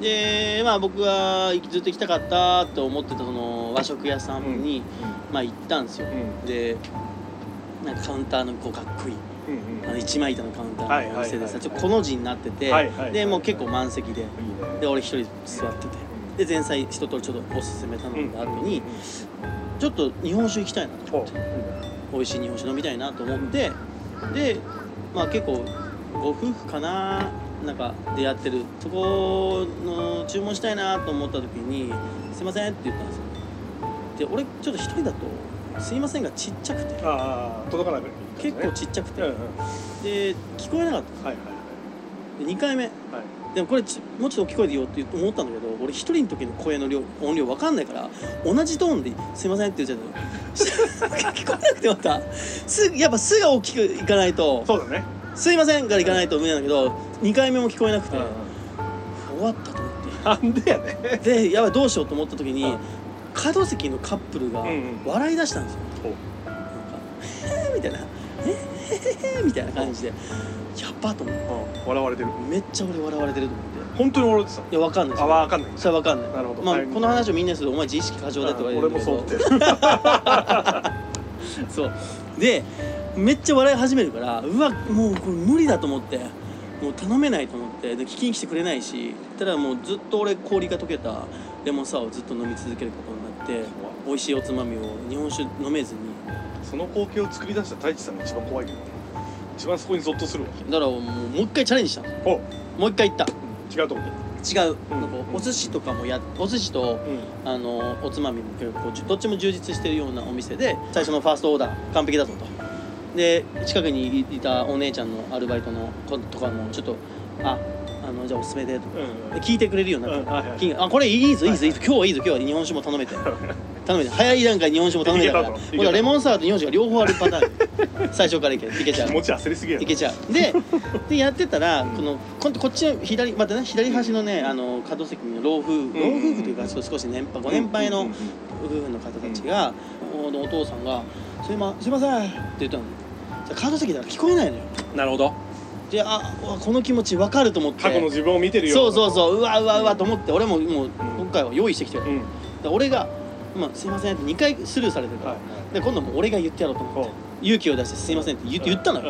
[SPEAKER 4] でまあ僕がずっと行きたかったと思ってたその和食屋さんに、まあ行ったんですよ
[SPEAKER 3] うんうん
[SPEAKER 4] でなんかカウンターのこうかっこいい
[SPEAKER 3] うんうん
[SPEAKER 4] あの一枚板のカウンターのお店で
[SPEAKER 3] はいはいはい
[SPEAKER 4] さ
[SPEAKER 3] はい
[SPEAKER 4] ちょっとこの字になってて、
[SPEAKER 3] はいはいはい
[SPEAKER 4] でもう結構満席で
[SPEAKER 3] いいね
[SPEAKER 4] で俺一人座っててで前菜一通りちょっとおすすめ頼んだ後に、ちょっと日本酒行きたいなと思って美味しい日本酒飲みたいなと思ってでまあ結構ご夫婦かななんかでやってるそこの注文したいなと思った時に「すいません」って言ったんですよで俺ちょっと一人だと「すいません」がちっちゃくて
[SPEAKER 3] ああ届かない
[SPEAKER 4] 結構ちっちゃくて
[SPEAKER 3] うんうんはい
[SPEAKER 4] で聞こえなかっ
[SPEAKER 3] はい
[SPEAKER 4] たで2回目
[SPEAKER 3] はい
[SPEAKER 4] でもこれちもうちょっと大きい声で言おうって思ったんだけど俺一人の時の声の量音量わかんないから同じトーンで「すいません」って言っちゃった聞こえなくてまたすぐやっぱ「す」が大きくいかないと
[SPEAKER 3] そうだね
[SPEAKER 4] 「すいません」からいかないと無理なんだけど2回目も聞こえなくて、終わったと思
[SPEAKER 3] なんでやね
[SPEAKER 4] ってでやばいどうしようと思った時に、
[SPEAKER 3] うん
[SPEAKER 4] 角席のカップルが
[SPEAKER 3] うんうん
[SPEAKER 4] 笑い出したんですよ、
[SPEAKER 3] ほう
[SPEAKER 4] なんか「へーみたいな「えーみたいな感じでやっばと思って
[SPEAKER 3] 笑われてる
[SPEAKER 4] めっちゃ俺笑われてると思って
[SPEAKER 3] 本当に笑ってた
[SPEAKER 4] いやわかんないです
[SPEAKER 3] あ
[SPEAKER 4] よ
[SPEAKER 3] わかんない
[SPEAKER 4] それはわかんない
[SPEAKER 3] なるほど
[SPEAKER 4] まあ、
[SPEAKER 3] はい
[SPEAKER 4] この話をみんなにするとお前自意識過剰だとか言わ
[SPEAKER 3] 俺
[SPEAKER 4] れる
[SPEAKER 3] も
[SPEAKER 4] け
[SPEAKER 3] そう
[SPEAKER 4] ど
[SPEAKER 3] 思って
[SPEAKER 4] そうでめっちゃ笑い始めるからうわもうこれ無理だと思ってもう頼めないと思ってで聞きに来てくれないしただもうずっと俺氷が溶けたレモンサワーをずっと飲み続けることになって美味しいおつまみを日本酒飲めずに
[SPEAKER 3] その光景を作り出した太一さんが一番怖いけどね一番そこにゾッとするわ
[SPEAKER 4] だからもうもう一回チャレンジしたの
[SPEAKER 3] お
[SPEAKER 4] もう一回行った
[SPEAKER 3] 違うとこに
[SPEAKER 4] 違う、
[SPEAKER 3] うん
[SPEAKER 4] なんかお寿司とかもやお寿司と
[SPEAKER 3] うん
[SPEAKER 4] あのおつまみも結構どっちも充実してるようなお店で最初のファーストオーダー完璧だぞとで近くにいたお姉ちゃんのアルバイトの子とかもちょっと「ああのじゃあおすすめで」とかで聞いてくれるようになった、
[SPEAKER 3] うんはいはい
[SPEAKER 4] 聞いあこれいいぞいいぞいいぞ今日はいいぞ今日は日本酒も 頼めて頼めて早い段階に日本酒も頼めたから
[SPEAKER 3] いけたぞいけた
[SPEAKER 4] ほらレモンサワーと日本酒が両方あるパターン最初からいけいけちゃう
[SPEAKER 3] 気持ち焦りすぎやろ
[SPEAKER 4] いけちゃうででやってたら
[SPEAKER 3] ん
[SPEAKER 4] このここっちの左またね左端のねあの角席の老夫婦老夫婦というか少し年配ご年配
[SPEAKER 3] うん
[SPEAKER 4] の
[SPEAKER 3] うんうん
[SPEAKER 4] 夫婦の方たちが、おお父さんが「すいま、すいません」って言ったのじゃ角席だから聞こえないのよ
[SPEAKER 3] なるほど
[SPEAKER 4] であうわこの気持ち分かると思って
[SPEAKER 3] 過去の自分を見てるよ
[SPEAKER 4] そうそう
[SPEAKER 3] う
[SPEAKER 4] そううわうわうわと思って俺ももう今回は用意してきてる、
[SPEAKER 3] うん
[SPEAKER 4] で俺が「まあ、すいません」って2回スルーされてた、
[SPEAKER 3] はい
[SPEAKER 4] で今度もう俺が言ってやろうと思って
[SPEAKER 3] ほ
[SPEAKER 4] 勇気を出して「すいません」って言言ったのよ、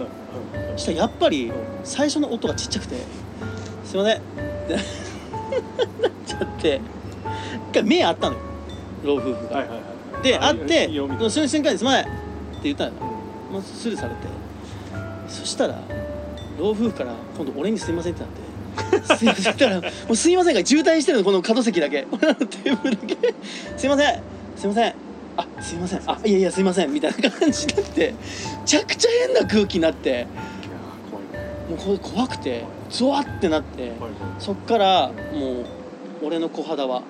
[SPEAKER 3] うんうん
[SPEAKER 4] そしたらやっぱり最初の音がちっちゃくて「すいません」ってなっちゃって一回目あったのよ老夫婦が。
[SPEAKER 3] はいはいはい
[SPEAKER 4] で
[SPEAKER 3] あ
[SPEAKER 4] 会って
[SPEAKER 3] いいよみたいな
[SPEAKER 4] その瞬間に「すいません」って言ったのよ、まあ、スルーされてそしたら老夫婦から今度俺に「すいません」ってなって。すいませんだからもうすいませんが渋滞してるのこの角席だけ俺らのテーブルだけすいませんすいませんあすいませんあいやいやすいませんみたいな感じになってめちゃくちゃ変な空気になって
[SPEAKER 3] いやー怖いね
[SPEAKER 4] もうこれ怖くてゾワってなって
[SPEAKER 3] 怖い怖い
[SPEAKER 4] そっからもう俺の小肌はも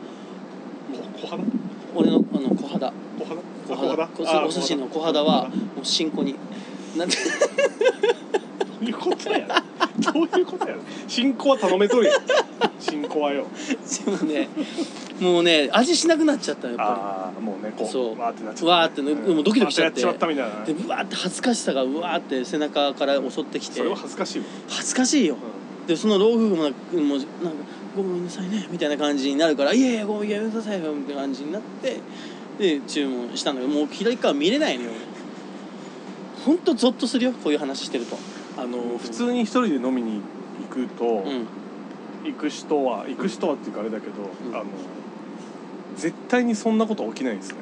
[SPEAKER 3] 小肌
[SPEAKER 4] う俺のあの小肌
[SPEAKER 3] 小肌
[SPEAKER 4] 小
[SPEAKER 3] あ
[SPEAKER 4] 肌
[SPEAKER 3] 小肌
[SPEAKER 4] お寿司の小肌はもう新子になん て
[SPEAKER 3] どういうことやどういうことや進行は頼めとるよ進行はよ
[SPEAKER 4] でもねもうね味しなくなっちゃったのやっぱ
[SPEAKER 3] ああもうねこう
[SPEAKER 4] そう
[SPEAKER 3] わーってなっちゃ
[SPEAKER 4] りわーってね
[SPEAKER 3] うん
[SPEAKER 4] もうドキドキしちゃ
[SPEAKER 3] ま
[SPEAKER 4] っ
[SPEAKER 3] た
[SPEAKER 4] て
[SPEAKER 3] やっちまったみたいな
[SPEAKER 4] でうわーって恥ずかしさがうわーって背中から襲ってきて
[SPEAKER 3] それは恥ずかしいわ
[SPEAKER 4] 恥ずかしいよでその老夫婦もなんかもうなんかごめんなさいねみたいな感じになるから「いやいやごめんやめなさいよ」みたいな感じになってで注文したんだけどもう左側見れないのよほんとゾッとするよこういう話してると
[SPEAKER 3] あの普通に一人で飲みに行くと
[SPEAKER 4] うん
[SPEAKER 3] 行く人は行く人はっていうかあれだけど
[SPEAKER 4] ん
[SPEAKER 3] あの絶対にそんなこと起きないですね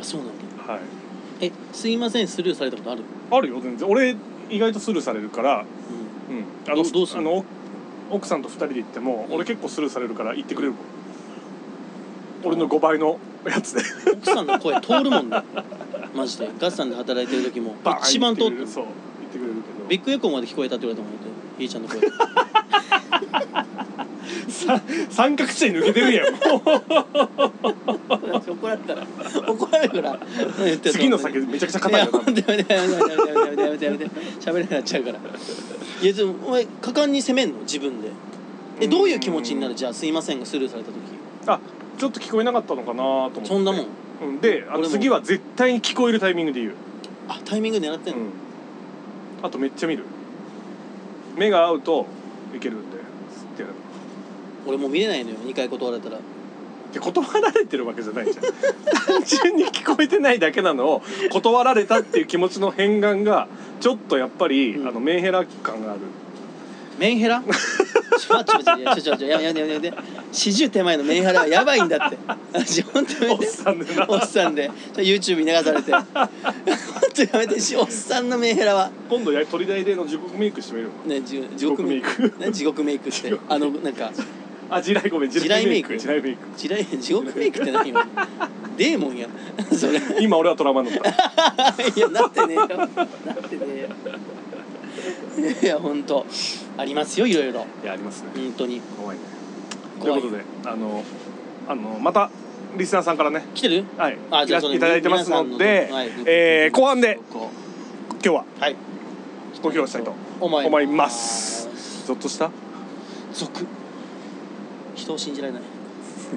[SPEAKER 4] あそうなんだ
[SPEAKER 3] はい
[SPEAKER 4] えすいませんスルーされたことある、
[SPEAKER 3] あるよ全然俺意外とスルーされるからう
[SPEAKER 4] う
[SPEAKER 3] んあの
[SPEAKER 4] どどうする
[SPEAKER 3] あの奥さんと二人で行っても
[SPEAKER 4] うん
[SPEAKER 3] 俺結構スルーされるから行ってくれるもん俺の5倍のや つで
[SPEAKER 4] ん、奥さんの声通るも んねマジでガスさんで働いてる時も
[SPEAKER 3] バーン
[SPEAKER 4] 一番通って
[SPEAKER 3] 行てくれ
[SPEAKER 4] る
[SPEAKER 3] るそう言ってくれるけど
[SPEAKER 4] ビッグエコーまで聞こえたって言われたもんねひーちゃんの声
[SPEAKER 3] さ 三角地帯抜けてる やんもう
[SPEAKER 4] 怒られたら怒られるから言ってた
[SPEAKER 3] 次の酒めちゃくちゃ
[SPEAKER 4] い
[SPEAKER 3] 硬い
[SPEAKER 4] や
[SPEAKER 3] よ多
[SPEAKER 4] ほん
[SPEAKER 3] 分
[SPEAKER 4] とやめてやめてやめてやめてやめてやめてやめて喋れなくなっちゃうからいやでもお前果敢に責めんの自分でえどういう気持ちになるじゃあ「すいません」がスルーされた時
[SPEAKER 3] あちょっと聞こえなかったのかなと思って
[SPEAKER 4] そんなもん
[SPEAKER 3] うんであ
[SPEAKER 4] 俺
[SPEAKER 3] の
[SPEAKER 4] も
[SPEAKER 3] 次は絶対に聞こえるタイミングで言う、
[SPEAKER 4] あタイミング狙ってん
[SPEAKER 3] う
[SPEAKER 4] の、
[SPEAKER 3] ん、あとめっちゃ見る目が合うといけるんでつってやる
[SPEAKER 4] 俺もう見れないのよ2回断られたら
[SPEAKER 3] で断られてるわけじゃないじゃん単純に聞こえてないだけなのを断られたっていう気持ちの変換がちょっとやっぱり、
[SPEAKER 4] うん
[SPEAKER 3] あのメンヘラ感がある
[SPEAKER 4] メンヘラちょ待って待ってちょちょちょやめてやめてやめて四十手前のメンヘラはやばいんだって私本当や
[SPEAKER 3] お
[SPEAKER 4] め
[SPEAKER 3] ってさんでな
[SPEAKER 4] おっさんでそれ YouTube に流されて 本当やめてしおっさんのメンヘラは
[SPEAKER 3] 今度や鳥大での地獄メイクしてみる
[SPEAKER 4] ね地獄地
[SPEAKER 3] 獄
[SPEAKER 4] 獄メ
[SPEAKER 3] メ
[SPEAKER 4] イ
[SPEAKER 3] イク
[SPEAKER 4] クね地獄メイクってあのなんか
[SPEAKER 3] あ地雷ごめん地雷メイク
[SPEAKER 4] 地
[SPEAKER 3] 地雷メイク
[SPEAKER 4] 地雷地獄メイクって何よデーモンや それい
[SPEAKER 3] 今俺はトラウマになった
[SPEAKER 4] やなってねえよなってねえよいや本当ありますよいろいろ
[SPEAKER 3] いやありますね
[SPEAKER 4] 本当に
[SPEAKER 3] 怖いねと
[SPEAKER 4] 怖
[SPEAKER 3] い
[SPEAKER 4] いう
[SPEAKER 3] ことであのあのまたリスナーさんからね
[SPEAKER 4] 来てる
[SPEAKER 3] はい
[SPEAKER 4] あ
[SPEAKER 3] いらしていただいてますので
[SPEAKER 4] 皆さんはい
[SPEAKER 3] えー後半で今日は
[SPEAKER 4] はい
[SPEAKER 3] ご披露したいと
[SPEAKER 4] 思
[SPEAKER 3] 思いますゾッとした
[SPEAKER 4] 続人を信じられない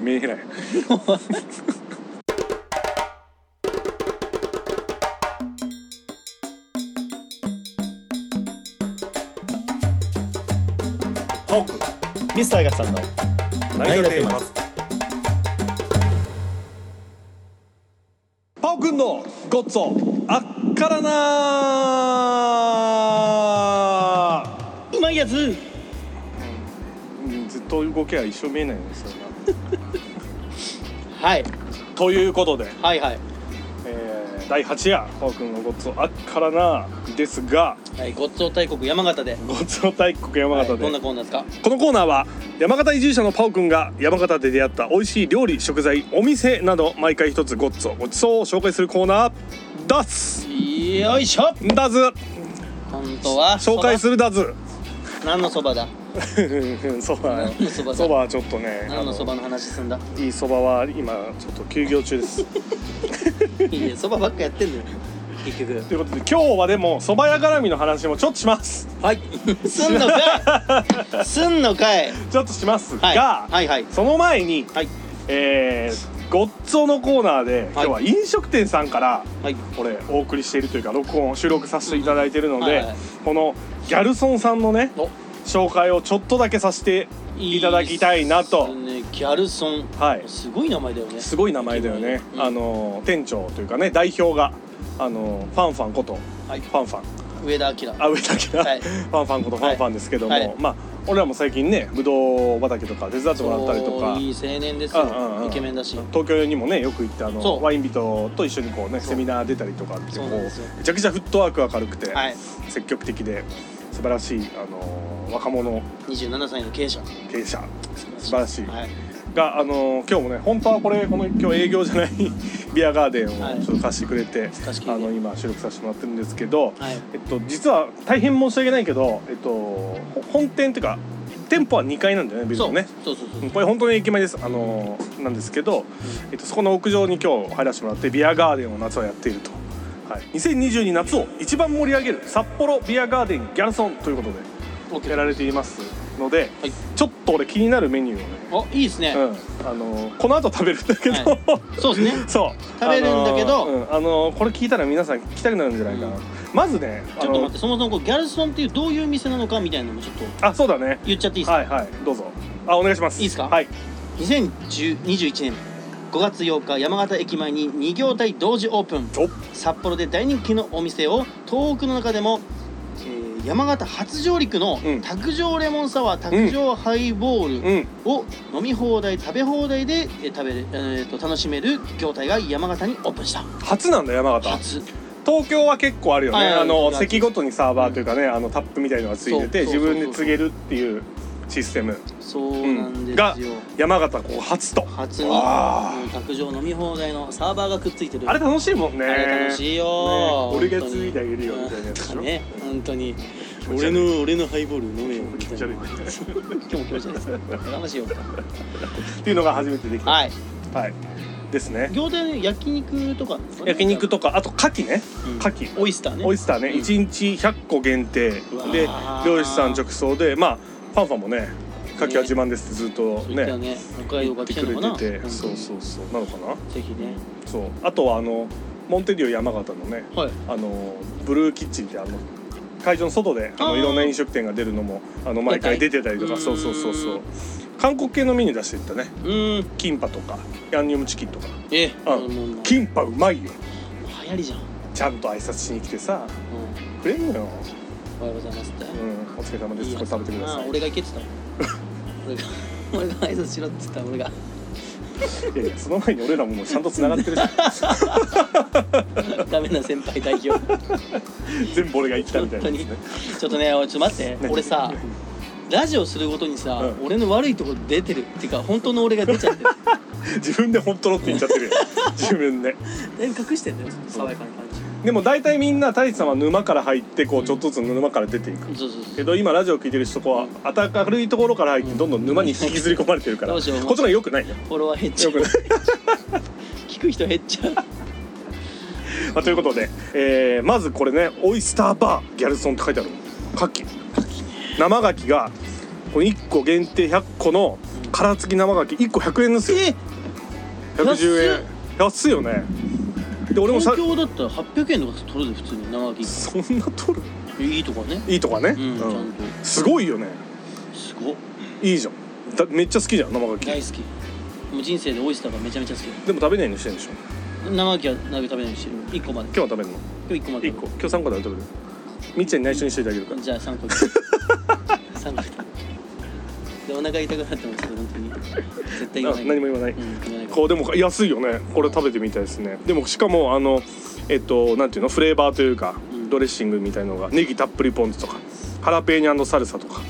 [SPEAKER 3] メンヘラや
[SPEAKER 2] トークミスターガスさんの
[SPEAKER 3] 何が出ますパオくんのごっそあっからな
[SPEAKER 4] うまいややつ
[SPEAKER 3] うんずっと動けば一生見えないんですよね
[SPEAKER 4] はい
[SPEAKER 3] ということで、
[SPEAKER 4] はいはい
[SPEAKER 3] えー第8夜ホー君のごっつおあっからなですが
[SPEAKER 4] はいごっつお大国山形で
[SPEAKER 3] ごっつお大国山
[SPEAKER 4] はい
[SPEAKER 3] 形で、
[SPEAKER 4] どんなコーナーですか
[SPEAKER 3] このコーナーは山形移住者のパオくんが山形で出会った美味しい料理食材お店など毎回一つごっつおごちそうを紹介するコーナーだす
[SPEAKER 4] よいしょ
[SPEAKER 3] だず
[SPEAKER 4] 本当は
[SPEAKER 3] 紹介す
[SPEAKER 4] る
[SPEAKER 3] るだず
[SPEAKER 4] 何のそばだ
[SPEAKER 3] そば
[SPEAKER 4] 何のそばだ
[SPEAKER 3] そばはちょっとね
[SPEAKER 4] 何のそばの話す んだ
[SPEAKER 3] あのいいそばは今ちょっと休業中です
[SPEAKER 4] いやそばばっかやってんのよ結局
[SPEAKER 3] ということで今日はでもそば屋絡みの話もちょっとします
[SPEAKER 4] はいすんのかいすんのかい
[SPEAKER 3] ちょっとしますが、
[SPEAKER 4] はいはいはい
[SPEAKER 3] その前に
[SPEAKER 4] はい
[SPEAKER 3] えー、ごっつおのコーナーで今日は飲食店さんから
[SPEAKER 4] はい
[SPEAKER 3] これお送りしているというか録音収録させていただいているので、
[SPEAKER 4] はいはい
[SPEAKER 3] このギャルソンさんのね
[SPEAKER 4] お
[SPEAKER 3] 紹介をちょっとだけさせていただきたいなと
[SPEAKER 4] いいっすねギャルソン
[SPEAKER 3] はい
[SPEAKER 4] すごい名前だよね
[SPEAKER 3] すごい名前だよね、
[SPEAKER 4] うん
[SPEAKER 3] あの店長というかね代表があのファンファンこと
[SPEAKER 4] はい
[SPEAKER 3] ファンファン
[SPEAKER 4] 上田明
[SPEAKER 3] あ上田家だ、
[SPEAKER 4] はい
[SPEAKER 3] ファンファンことファンファンですけども、
[SPEAKER 4] はいはい
[SPEAKER 3] まあ俺らも最近ねぶどう畑とか手伝ってもらったりとか
[SPEAKER 4] そういい青年です
[SPEAKER 3] うんうんうん
[SPEAKER 4] よイケメンだし
[SPEAKER 3] 東京にもねよく行ってあ
[SPEAKER 4] そ
[SPEAKER 3] の
[SPEAKER 4] う
[SPEAKER 3] ワイン人と一緒にこうね
[SPEAKER 4] そう
[SPEAKER 3] セミナー出たりとかってこ
[SPEAKER 4] そううなんですよ
[SPEAKER 3] めちゃくちゃフットワーク明るくて、
[SPEAKER 4] はい
[SPEAKER 3] 積極的で素晴らしい、あのー若者
[SPEAKER 4] 27歳の経営者
[SPEAKER 3] 経営者素晴らしい
[SPEAKER 4] はい
[SPEAKER 3] が、あのー今日もね本当はこれこの今日営業じゃない ビアガーデン
[SPEAKER 4] は
[SPEAKER 3] を
[SPEAKER 4] い
[SPEAKER 3] ちょっと貸してくれて、
[SPEAKER 4] 貸し切
[SPEAKER 3] あ
[SPEAKER 4] りで
[SPEAKER 3] の今収録させてもらってるんですけど、
[SPEAKER 4] はい
[SPEAKER 3] えっと、実は大変申し訳ないけど、えっと、ほ本店っていうか店舗は2階なんだよねビル
[SPEAKER 4] そ
[SPEAKER 3] の
[SPEAKER 4] う
[SPEAKER 3] ね。
[SPEAKER 4] そうそうそう
[SPEAKER 3] これ本当に駅前です、あのーなんですけど、えっと、そこの屋上に今日入らせてもらってビアガーデンを夏はやっていると、はい、2022夏を一番盛り上げる札幌ビアガーデンギャルソンということ
[SPEAKER 4] オッ
[SPEAKER 3] で
[SPEAKER 4] ケー
[SPEAKER 3] やられていますので、
[SPEAKER 4] はい
[SPEAKER 3] ちょっと俺気になるメニューをね、
[SPEAKER 4] おいいですね
[SPEAKER 3] うんあのーこの後食べるんだけど、
[SPEAKER 4] はそうですね
[SPEAKER 3] そう
[SPEAKER 4] 食べるんだけど
[SPEAKER 3] あのーうんあのーこれ聞いたら皆さん聞きたくなるんじゃないかな、
[SPEAKER 4] うん
[SPEAKER 3] まずねあ
[SPEAKER 4] ちょっと
[SPEAKER 3] の
[SPEAKER 4] 待ってそもそもこうギャルソンっていうどういう店なのかみたいなのもちょっと
[SPEAKER 3] あそうだね
[SPEAKER 4] 言っちゃっていいですか
[SPEAKER 3] はいはいどうぞあお願いします
[SPEAKER 4] いいっすか
[SPEAKER 3] はい
[SPEAKER 4] 2021年5月8日山形駅前に2業態同時オープン
[SPEAKER 3] お
[SPEAKER 4] 札幌で大人気のお店を東北の中でも、えー山形初上陸の
[SPEAKER 3] うん
[SPEAKER 4] 卓上レモンサワー卓上ハイボール
[SPEAKER 3] うん
[SPEAKER 4] を飲み放題食べ放題でえー食べる、えーと楽しめる業態が山形にオープンした
[SPEAKER 3] 初なんだ山形
[SPEAKER 4] 初
[SPEAKER 3] 東京は結構あるよね、
[SPEAKER 4] はいはい
[SPEAKER 3] あの
[SPEAKER 4] そう
[SPEAKER 3] 席ごとにサーバーというかね、あのタップみたいのがついてて
[SPEAKER 4] そ
[SPEAKER 3] 自
[SPEAKER 4] うそうそうそう
[SPEAKER 3] 分で告げるっていうシステム
[SPEAKER 4] そうなんです
[SPEAKER 3] が
[SPEAKER 4] よ、
[SPEAKER 3] 山形ここ初と
[SPEAKER 4] 初に
[SPEAKER 3] わあ
[SPEAKER 4] もう卓上飲み放題のサーバーがくっついてる
[SPEAKER 3] あれ楽しいもんね
[SPEAKER 4] あれ楽しいよー、
[SPEAKER 3] ね俺がついてあげるよみたいなやつでしょ
[SPEAKER 4] うんね本当に
[SPEAKER 3] 気持ち
[SPEAKER 4] 俺
[SPEAKER 3] 悪い
[SPEAKER 4] の俺のハイボール飲めよみ
[SPEAKER 3] 気
[SPEAKER 4] た
[SPEAKER 3] 持
[SPEAKER 4] い
[SPEAKER 3] ち
[SPEAKER 4] な
[SPEAKER 3] 悪い
[SPEAKER 4] 今日も気持ち悪いですやかましいよ
[SPEAKER 3] っていうのが初めてできたは
[SPEAKER 4] はい
[SPEAKER 3] い、ですね
[SPEAKER 4] 餃子で焼肉とか
[SPEAKER 3] 焼肉とかあと牡蠣ね
[SPEAKER 4] うん
[SPEAKER 3] 牡蠣、
[SPEAKER 4] オイスターね
[SPEAKER 3] オイスターね、
[SPEAKER 4] うん
[SPEAKER 3] 一1日100個限定
[SPEAKER 4] うわー
[SPEAKER 3] で漁師さん直送でまあファンファンもね牡蠣は自慢ですってずっと
[SPEAKER 4] そう言
[SPEAKER 3] ね
[SPEAKER 4] ってたね北海
[SPEAKER 3] 言
[SPEAKER 4] 道が
[SPEAKER 3] って
[SPEAKER 4] 来て
[SPEAKER 3] く
[SPEAKER 4] る
[SPEAKER 3] れ
[SPEAKER 4] のかな
[SPEAKER 3] てて
[SPEAKER 4] ん
[SPEAKER 3] そうそうそうなのかな
[SPEAKER 4] ぜひね
[SPEAKER 3] そうあとはあのモンテディオ山形のね
[SPEAKER 4] はい
[SPEAKER 3] あのブルーキッチンってあの会場の外であ
[SPEAKER 4] あ
[SPEAKER 3] の
[SPEAKER 4] ー
[SPEAKER 3] いろんな飲食店が出るのもあの毎回
[SPEAKER 4] 出
[SPEAKER 3] 出て
[SPEAKER 4] た
[SPEAKER 3] たりと
[SPEAKER 4] う
[SPEAKER 3] か
[SPEAKER 4] ーん
[SPEAKER 3] そうそうそうそう韓国系のメニュー出していったね
[SPEAKER 4] うーん
[SPEAKER 3] キンパとかヤンニョムチキンとか
[SPEAKER 4] え
[SPEAKER 3] あ
[SPEAKER 4] もうもうもう
[SPEAKER 3] キンパうまいよ
[SPEAKER 4] 流行りじゃん、うん、
[SPEAKER 3] ちゃんと挨拶しに来てさくれんのよ、
[SPEAKER 4] おはようございますって
[SPEAKER 3] うん、お疲れ様です
[SPEAKER 4] いい
[SPEAKER 3] こ
[SPEAKER 4] や
[SPEAKER 3] れ食べてくださ
[SPEAKER 4] あ
[SPEAKER 3] い
[SPEAKER 4] 俺が行けって言ったの俺が俺が挨拶しろって言った俺が
[SPEAKER 3] いやいやその前に俺らももうちゃんと繋がってる し
[SPEAKER 4] ダメな先輩代表
[SPEAKER 3] 全部俺が行ったみ
[SPEAKER 4] 本
[SPEAKER 3] たい
[SPEAKER 4] 当
[SPEAKER 3] な
[SPEAKER 4] に
[SPEAKER 3] ね
[SPEAKER 4] ちょっとねおいちょっと待って俺さラジオするごとにさ、
[SPEAKER 3] うん
[SPEAKER 4] 俺の悪いとこ出てるっていうか本当の俺が出ち ゃってる
[SPEAKER 3] 自分で本当のって言っちゃって るよ自分で
[SPEAKER 4] だいぶ隠してんだよ爽やかな感
[SPEAKER 3] でも大体みんな太一さんは沼から入ってこうちょっとずつ沼から出ていく
[SPEAKER 4] じそうそうそう
[SPEAKER 3] けど今ラジオ聞いてる人こうあたかるいところから入ってどんどん沼に引きずり込まれてるから
[SPEAKER 4] ど
[SPEAKER 3] こ
[SPEAKER 4] う
[SPEAKER 3] っ
[SPEAKER 4] し
[SPEAKER 3] ち
[SPEAKER 4] よう
[SPEAKER 3] の方が良くないね。
[SPEAKER 4] フォロワー減っちゃ
[SPEAKER 3] 良く
[SPEAKER 4] う
[SPEAKER 3] ない
[SPEAKER 4] 聞く人減っちゃう
[SPEAKER 3] まあということで、えーまずこれねオイスターバーギャルソンって書いてある牡蠣生牡蠣がこの1個限定100個の殻付き生牡蠣1個100円ですよ
[SPEAKER 4] え
[SPEAKER 3] 110円安いよねで俺もさ
[SPEAKER 4] 東京だったら800円とか取るで普通に長き
[SPEAKER 3] そんな取る
[SPEAKER 4] いいとこね
[SPEAKER 3] いいとかね、
[SPEAKER 4] うん、ちゃ
[SPEAKER 3] うん
[SPEAKER 4] んと
[SPEAKER 3] すごいよね
[SPEAKER 4] すごっ
[SPEAKER 3] いいじゃんだめっちゃ好きじゃん生牡
[SPEAKER 4] 大
[SPEAKER 3] 蠣
[SPEAKER 4] 好きもう人生でオイスターがめちゃめちゃ好き
[SPEAKER 3] でも食べないようにしてるんでしょ
[SPEAKER 4] 生牡蠣は鍋食べないようにしてる1個まで
[SPEAKER 3] 今日は食べるの
[SPEAKER 4] 今日1個まで
[SPEAKER 3] 1個今日3個食べてくれるみっちゃんに内緒にしといてあげるから
[SPEAKER 4] じゃあ3個寒くてでお腹痛くなってました本当に絶対言わない
[SPEAKER 3] あ何も言わない
[SPEAKER 4] うん、言わない
[SPEAKER 3] こうでも安いよねこれ食べてみたいですねでもしかもあのえっとなんていうのフレーバーというか
[SPEAKER 4] うん
[SPEAKER 3] ドレッシングみたいのがネギたっぷりポン酢とかハラペーニャサルサとか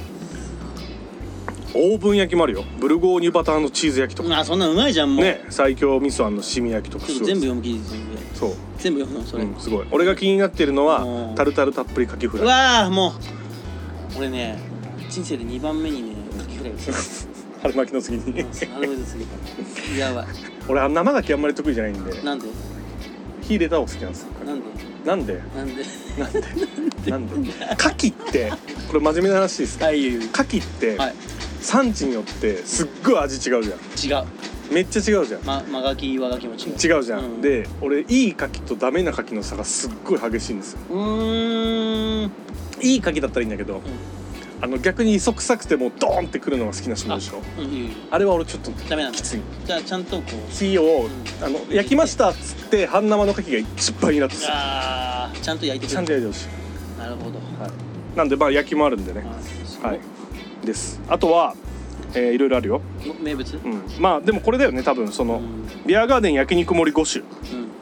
[SPEAKER 3] オーブン焼きもあるよブルゴーニュバターのチーズ焼きとか
[SPEAKER 4] まあそんなのうまいじゃんもう、
[SPEAKER 3] ね最強味噌あんのシミ焼きとか
[SPEAKER 4] ちょっ
[SPEAKER 3] す
[SPEAKER 4] と
[SPEAKER 3] ごい
[SPEAKER 4] 全部読む気全部
[SPEAKER 3] そう、
[SPEAKER 4] 全部読むのそれ、
[SPEAKER 3] うん、すごい俺が気になってるの
[SPEAKER 4] う
[SPEAKER 3] は
[SPEAKER 4] ん
[SPEAKER 3] タルタルたっぷりかきフラ
[SPEAKER 4] う
[SPEAKER 3] イ
[SPEAKER 4] わあもう俺ね人生で2番目にねカキフライを食
[SPEAKER 3] 春巻きの次
[SPEAKER 4] べ
[SPEAKER 3] に
[SPEAKER 4] たなるほどすぎたやばい
[SPEAKER 3] 俺あ生牡蠣あんまり得意じゃないんで
[SPEAKER 4] なんで
[SPEAKER 3] 火入れた方が好きなんですよ
[SPEAKER 4] なんで
[SPEAKER 3] なん で
[SPEAKER 4] なんで
[SPEAKER 3] なんでなんで牡蠣ってこれ真面目な話ですか
[SPEAKER 4] はい
[SPEAKER 3] 牡蠣って、
[SPEAKER 4] はい
[SPEAKER 3] 産地によってすっごい味違うじゃん
[SPEAKER 4] 違う
[SPEAKER 3] めっちゃ違うじゃん
[SPEAKER 4] ま間ガキ和ガキも違う
[SPEAKER 3] 違うじゃん、
[SPEAKER 4] うん
[SPEAKER 3] で俺いい牡蠣とダメな牡蠣の差がすっごい激しいんですよ
[SPEAKER 4] うーん
[SPEAKER 3] いい牡蠣だったらいいんだけど、あの逆に磯臭くてもうドーンってくるのが好きな人でしょ
[SPEAKER 4] うんいいよいいよ
[SPEAKER 3] あれは俺ちょっと
[SPEAKER 4] ダメなんだ
[SPEAKER 3] きつい
[SPEAKER 4] じゃあちゃんとこう
[SPEAKER 3] 火を、
[SPEAKER 4] ん
[SPEAKER 3] あの焼きましたっつって半生の牡蠣が一番いいなってち
[SPEAKER 4] あーちゃんと焼いて
[SPEAKER 3] ゃん
[SPEAKER 4] く
[SPEAKER 3] と
[SPEAKER 4] る
[SPEAKER 3] 焼いてほし
[SPEAKER 4] なるほど
[SPEAKER 3] い、はい、なんでまあ焼きもあるんでね
[SPEAKER 4] あ
[SPEAKER 3] はいですあとは、えーいろいろあるよ、
[SPEAKER 4] も名物
[SPEAKER 3] うん、まあでもこれだよね多分そうの、
[SPEAKER 4] ん
[SPEAKER 3] ビアガーデン焼肉盛り5種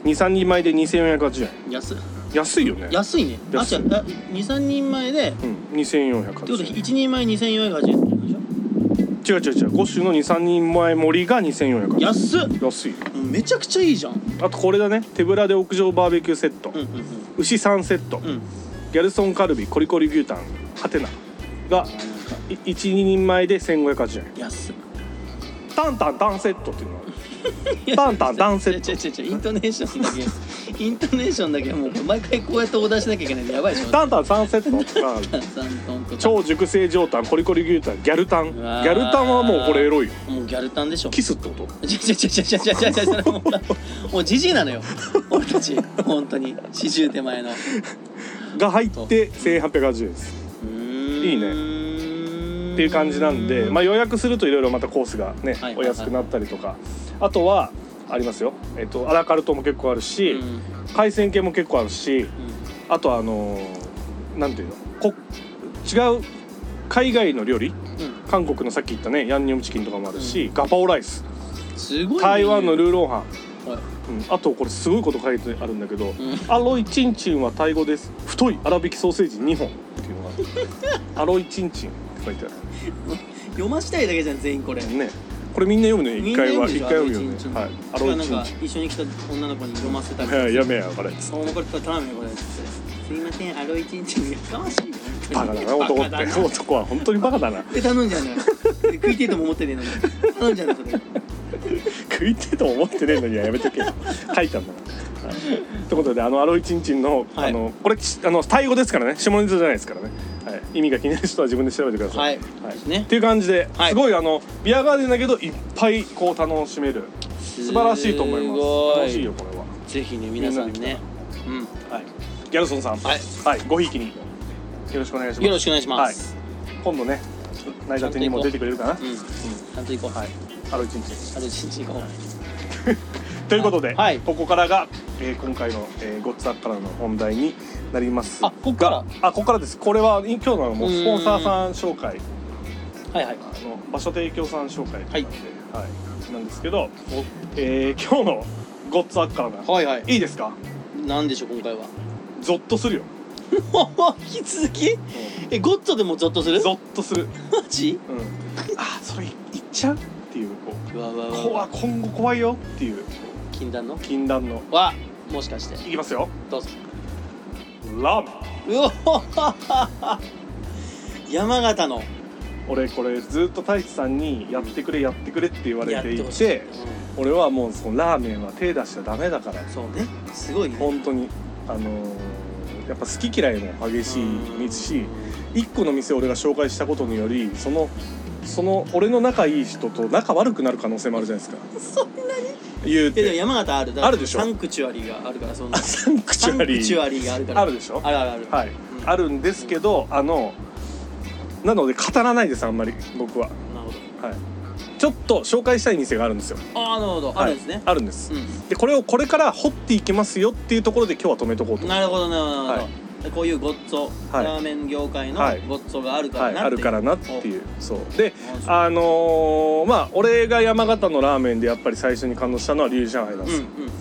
[SPEAKER 3] 23人前で2480円
[SPEAKER 4] うん安っ
[SPEAKER 3] 安いよね
[SPEAKER 4] 安いねあ
[SPEAKER 3] 安
[SPEAKER 4] じ
[SPEAKER 3] い
[SPEAKER 4] ゃあ23人前でって
[SPEAKER 3] うん2480
[SPEAKER 4] こと
[SPEAKER 3] 円
[SPEAKER 4] 1人前2480円ってことでしょ
[SPEAKER 3] 違う違う違う5種の23人前盛りが2480円
[SPEAKER 4] 安っ
[SPEAKER 3] 安いよ
[SPEAKER 4] うんめちゃくちゃいいじゃん
[SPEAKER 3] あとこれだね手ぶらで屋上バーベキューセット、
[SPEAKER 4] うんうん
[SPEAKER 3] 牛3セット、
[SPEAKER 4] うんうん
[SPEAKER 3] ギャルソンカルビコリコリ牛タンハテナが
[SPEAKER 4] あなんか
[SPEAKER 3] 12人前で1580円
[SPEAKER 4] 安っ
[SPEAKER 3] タンタンタンセットっていうのがあるタンタンタン セット
[SPEAKER 4] ちょちょちょイントネーションだけイントネーションだけもう毎回こうやってオーダーしなきゃいけないんでやばいでしょ
[SPEAKER 3] タンタン3セットってのがある
[SPEAKER 4] さんとんとか
[SPEAKER 3] 超熟成上タンコリコリ牛タンギャルタンギ
[SPEAKER 4] うわー
[SPEAKER 3] ャルタンはもうこれエロいよ
[SPEAKER 4] もうギャルタンでしょ
[SPEAKER 3] キスってこと
[SPEAKER 4] ちょちょちょちょちょちょちょちょそれもうもうじじいなのよ俺たち本当に四十手前のう
[SPEAKER 3] が入って1880円です
[SPEAKER 4] ーん
[SPEAKER 3] いいねっていう感じなんで、まあ、予約するといろいろまたコースがね、
[SPEAKER 4] はいはいはい
[SPEAKER 3] お安くなったりとかあとはありますよ、えっとアラカルトも結構あるし、
[SPEAKER 4] うんうん
[SPEAKER 3] 海鮮系も結構あるしあとあのーなんていうのこ違う海外の料理
[SPEAKER 4] うん
[SPEAKER 3] 韓国のさっき言ったねヤンニョムチキンとかもあるし、ガパオライス
[SPEAKER 4] すごいね
[SPEAKER 3] 台湾のルーローハン、
[SPEAKER 4] はい
[SPEAKER 3] うん、あとこれすごいこと書いてあるんだけど、
[SPEAKER 4] ん
[SPEAKER 3] アロイチンチンはタイ語です太い粗挽きソーセージ2本っていうのがあるアロイチンチンって書いてある
[SPEAKER 4] 読ましたいだけじゃん全員これ
[SPEAKER 3] ねこれみんな読むね
[SPEAKER 4] み
[SPEAKER 3] 一
[SPEAKER 4] んな
[SPEAKER 3] 回は
[SPEAKER 4] で
[SPEAKER 3] 一
[SPEAKER 4] しょ
[SPEAKER 3] 回読むよねはい
[SPEAKER 4] ア
[SPEAKER 3] ア
[SPEAKER 4] ロ
[SPEAKER 3] ロ
[SPEAKER 4] イ
[SPEAKER 3] イ
[SPEAKER 4] チンチン
[SPEAKER 3] チン
[SPEAKER 4] しかもなん
[SPEAKER 3] チ
[SPEAKER 4] か一緒に来た女の子に読ませた
[SPEAKER 3] ンはいやめやこれ
[SPEAKER 4] おもこれ頼むよこれすいませんアロイチンチンやかましいよ
[SPEAKER 3] バカだな男って 男は本当にバカだな
[SPEAKER 4] で頼んじゃうのよで食いてえとも思ってねえのに頼んじゃうのそれ
[SPEAKER 3] 食いてえと思ってねえのにはやめとけよ書いたんだからはいということであのアロイチンチンの
[SPEAKER 4] はい
[SPEAKER 3] あのこれきあのタイ語ですからね下ネタじゃないですからねはい意味が気になる人は自分で調べてくださ
[SPEAKER 4] はいいね
[SPEAKER 3] っていう感じで
[SPEAKER 4] はい
[SPEAKER 3] すごいあのビアガーデンだけどいっぱいこう楽しめる素晴らしいと思います
[SPEAKER 4] すごい
[SPEAKER 3] 楽しいよこれは
[SPEAKER 4] ぜひね皆さんねうん
[SPEAKER 3] はいギャルソンさん
[SPEAKER 4] はい
[SPEAKER 3] はいごひいきによろしくお願いします
[SPEAKER 4] よろしくお願いします。
[SPEAKER 3] 今度ね内田店にも出てくれるかな
[SPEAKER 4] うん、ちゃんと行こう。はい。
[SPEAKER 3] ある一日
[SPEAKER 4] あと一日行こう。
[SPEAKER 3] ということで、
[SPEAKER 4] はい
[SPEAKER 3] ここからが、えー今回の、えー、ごっつあっからの本題になります
[SPEAKER 4] あこっから
[SPEAKER 3] があここからですこれは今日のはもう
[SPEAKER 4] うーん
[SPEAKER 3] スポンサーさん紹介
[SPEAKER 4] はいはい。
[SPEAKER 3] あの場所提供さん紹介なんで、
[SPEAKER 4] はい
[SPEAKER 3] はいなんですけど、えー、今日のごっつあっからが
[SPEAKER 4] はいはい。
[SPEAKER 3] いいですか
[SPEAKER 4] なんでしょう今回は。
[SPEAKER 3] ゾッとするよ
[SPEAKER 4] 引き続き？えゴッドでもゾッとする？
[SPEAKER 3] ゾッとする、
[SPEAKER 4] マジ？
[SPEAKER 3] うん、あそれいっちゃうっていうこう
[SPEAKER 4] うわうわうわ。
[SPEAKER 3] 怖今後怖いよっていう
[SPEAKER 4] 禁断の？
[SPEAKER 3] 禁断の
[SPEAKER 4] はもしかして
[SPEAKER 3] いきますよ
[SPEAKER 4] どうぞ。
[SPEAKER 3] ラーメン
[SPEAKER 4] うおほははは山形の
[SPEAKER 3] 俺これずっと太一さんに「やってくれやってくれ」って言われ
[SPEAKER 4] やって
[SPEAKER 3] い
[SPEAKER 4] て
[SPEAKER 3] て
[SPEAKER 4] ほしい。うん
[SPEAKER 3] 俺はもうそのラーメンは手出しちゃダメだから
[SPEAKER 4] そうね。すごいね。
[SPEAKER 3] 本当にあのーやっぱ好き嫌いも激しいですし一個の店を俺が紹介したことによりそのその俺の仲いい人と仲悪くなる可能性もあるじゃないですか
[SPEAKER 4] そんなに？
[SPEAKER 3] 言う
[SPEAKER 4] いやでも
[SPEAKER 3] て
[SPEAKER 4] 山形ある。だから
[SPEAKER 3] あるでしょ
[SPEAKER 4] サンクチュアリがあるからそんな。
[SPEAKER 3] あサンクチ
[SPEAKER 4] サン
[SPEAKER 3] ュア
[SPEAKER 4] ク
[SPEAKER 3] リ
[SPEAKER 4] チュ
[SPEAKER 3] ー
[SPEAKER 4] アリがあるから。
[SPEAKER 3] あるでしょ
[SPEAKER 4] あるあるある。
[SPEAKER 3] はい
[SPEAKER 4] うん
[SPEAKER 3] あるんですけどあのなので語らないですあんまり僕は
[SPEAKER 4] なるほど。
[SPEAKER 3] はいちょっと紹介したい店があるんですよ
[SPEAKER 4] ああなるほど、あるんですね
[SPEAKER 3] あるんです
[SPEAKER 4] う
[SPEAKER 3] でこれをこれから掘っていきますよっていうところで今日は止めとこうと
[SPEAKER 4] んなるほどなるほど、
[SPEAKER 3] はい
[SPEAKER 4] こういうごっつお
[SPEAKER 3] はい
[SPEAKER 4] ラーメン業界の
[SPEAKER 3] はい
[SPEAKER 4] ごっつおがあるか
[SPEAKER 3] は
[SPEAKER 4] ら
[SPEAKER 3] い、
[SPEAKER 4] な
[SPEAKER 3] あるからなって
[SPEAKER 4] お
[SPEAKER 3] いうそうで
[SPEAKER 4] あ
[SPEAKER 3] あのーまあ俺が山形のラーメンでやっぱり最初に感動したのは龍上海なん
[SPEAKER 4] うん
[SPEAKER 3] で
[SPEAKER 4] う
[SPEAKER 3] す
[SPEAKER 4] んう
[SPEAKER 3] よ、
[SPEAKER 4] ん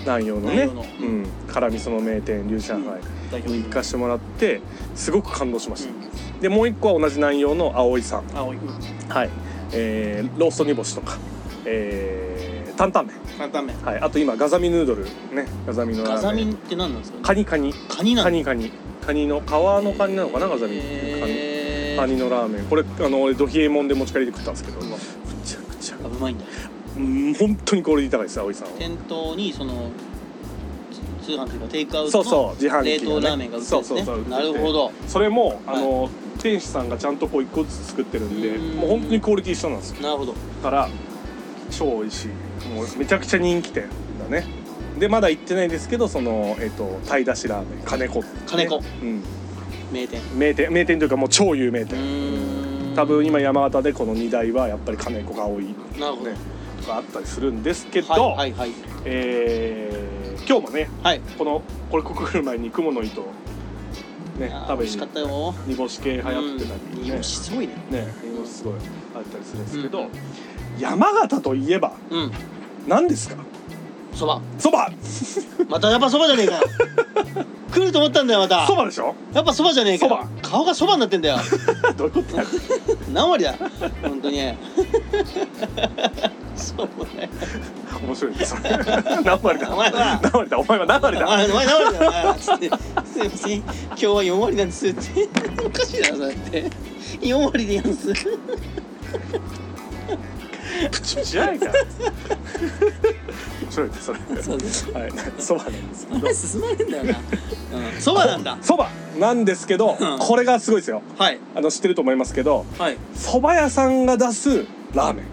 [SPEAKER 3] 南陽のね
[SPEAKER 4] 南陽の
[SPEAKER 3] うん、辛味噌の名店龍上海
[SPEAKER 4] 代表
[SPEAKER 3] に行かしてもらってすごく感動しました、
[SPEAKER 4] う
[SPEAKER 3] でもう一個は同じ南陽の葵さん
[SPEAKER 4] ん青いうん
[SPEAKER 3] はい、えー、ロースト煮干しとか、えー、担々麺、
[SPEAKER 4] 担々麺
[SPEAKER 3] はい、あと今ガザミヌードルねガザミの
[SPEAKER 4] ガ
[SPEAKER 3] ラ
[SPEAKER 4] ザ
[SPEAKER 3] ーメ
[SPEAKER 4] ミン
[SPEAKER 3] ン
[SPEAKER 4] って何なんですか
[SPEAKER 3] カニカニ
[SPEAKER 4] カニな
[SPEAKER 3] カ
[SPEAKER 4] の
[SPEAKER 3] ニカニカニの皮のカニなのかなガザミカニ
[SPEAKER 4] へー
[SPEAKER 3] カニのラーメンこれあの俺ドヒエモンで持ち帰りで食ったんですけどめちゃくちゃ
[SPEAKER 4] あうまいんだ
[SPEAKER 3] うん本当にクオリティ高いです葵さんは
[SPEAKER 4] 店頭にそのつ通販というかテイクアウ
[SPEAKER 3] そ
[SPEAKER 4] ト
[SPEAKER 3] うそう
[SPEAKER 4] の
[SPEAKER 3] 自販機がね
[SPEAKER 4] 冷凍ラーメンが売ってるんです
[SPEAKER 3] そうそ
[SPEAKER 4] ね
[SPEAKER 3] うそう
[SPEAKER 4] なるほど
[SPEAKER 3] それもあ
[SPEAKER 4] はい
[SPEAKER 3] の、店主さんがちゃんとこう一個ずつ作ってるんで
[SPEAKER 4] うん
[SPEAKER 3] もう本当にクオリティ一緒なんですよ
[SPEAKER 4] なるほど
[SPEAKER 3] だから超美味しいもうめちゃくちゃ人気店だねでまだ行ってないですけどそのえっ、と鯛だしラーメン金子
[SPEAKER 4] 金子
[SPEAKER 3] ねうん
[SPEAKER 4] 名店
[SPEAKER 3] 名店名店というかもう超有名
[SPEAKER 4] う
[SPEAKER 3] 店
[SPEAKER 4] ーん
[SPEAKER 3] 多分今山形でこの2台はやっぱり金子が多い
[SPEAKER 4] なるほど
[SPEAKER 3] ねとかあったりするんですけど、
[SPEAKER 4] はいはいはい
[SPEAKER 3] えー今日もね
[SPEAKER 4] はい
[SPEAKER 3] このこれここ来る前に雲の糸をね
[SPEAKER 4] あー
[SPEAKER 3] 食
[SPEAKER 4] 美
[SPEAKER 3] べ
[SPEAKER 4] 味し
[SPEAKER 3] に
[SPEAKER 4] かったよ
[SPEAKER 3] 煮干し系流行ってたり
[SPEAKER 4] うん
[SPEAKER 3] ね、
[SPEAKER 4] 煮干しすごいね
[SPEAKER 3] ね煮干しすごいあったりするんですけど、山形といえば
[SPEAKER 4] うん
[SPEAKER 3] 何ですか
[SPEAKER 4] そば
[SPEAKER 3] そば
[SPEAKER 4] またやっぱそばじゃねえか よ来ると思ったんだよまた
[SPEAKER 3] そばでしょ
[SPEAKER 4] やっぱそばじゃねえかよ
[SPEAKER 3] そ
[SPEAKER 4] 顔がそばになってんだよ
[SPEAKER 3] どういうことだよ
[SPEAKER 4] 何割だ本 当にそうね
[SPEAKER 3] 面白いねそ れ何割だ
[SPEAKER 4] お前は
[SPEAKER 3] 何割だお前は何割
[SPEAKER 4] お
[SPEAKER 3] だ
[SPEAKER 4] 前お前何割だよお前はつってすいません今日は4割なんですっておかしいだろだって4割でやんす
[SPEAKER 3] プチプチじゃないか面白いねそれ
[SPEAKER 4] そうです
[SPEAKER 3] はいそばなんですけど
[SPEAKER 4] 前進まねえんだよなうんそばなんだ
[SPEAKER 3] そばなんですけど、
[SPEAKER 4] うん
[SPEAKER 3] これがすごいですよ
[SPEAKER 4] はい
[SPEAKER 3] あの知ってると思いますけど
[SPEAKER 4] はい
[SPEAKER 3] そば屋さんが出すラーメン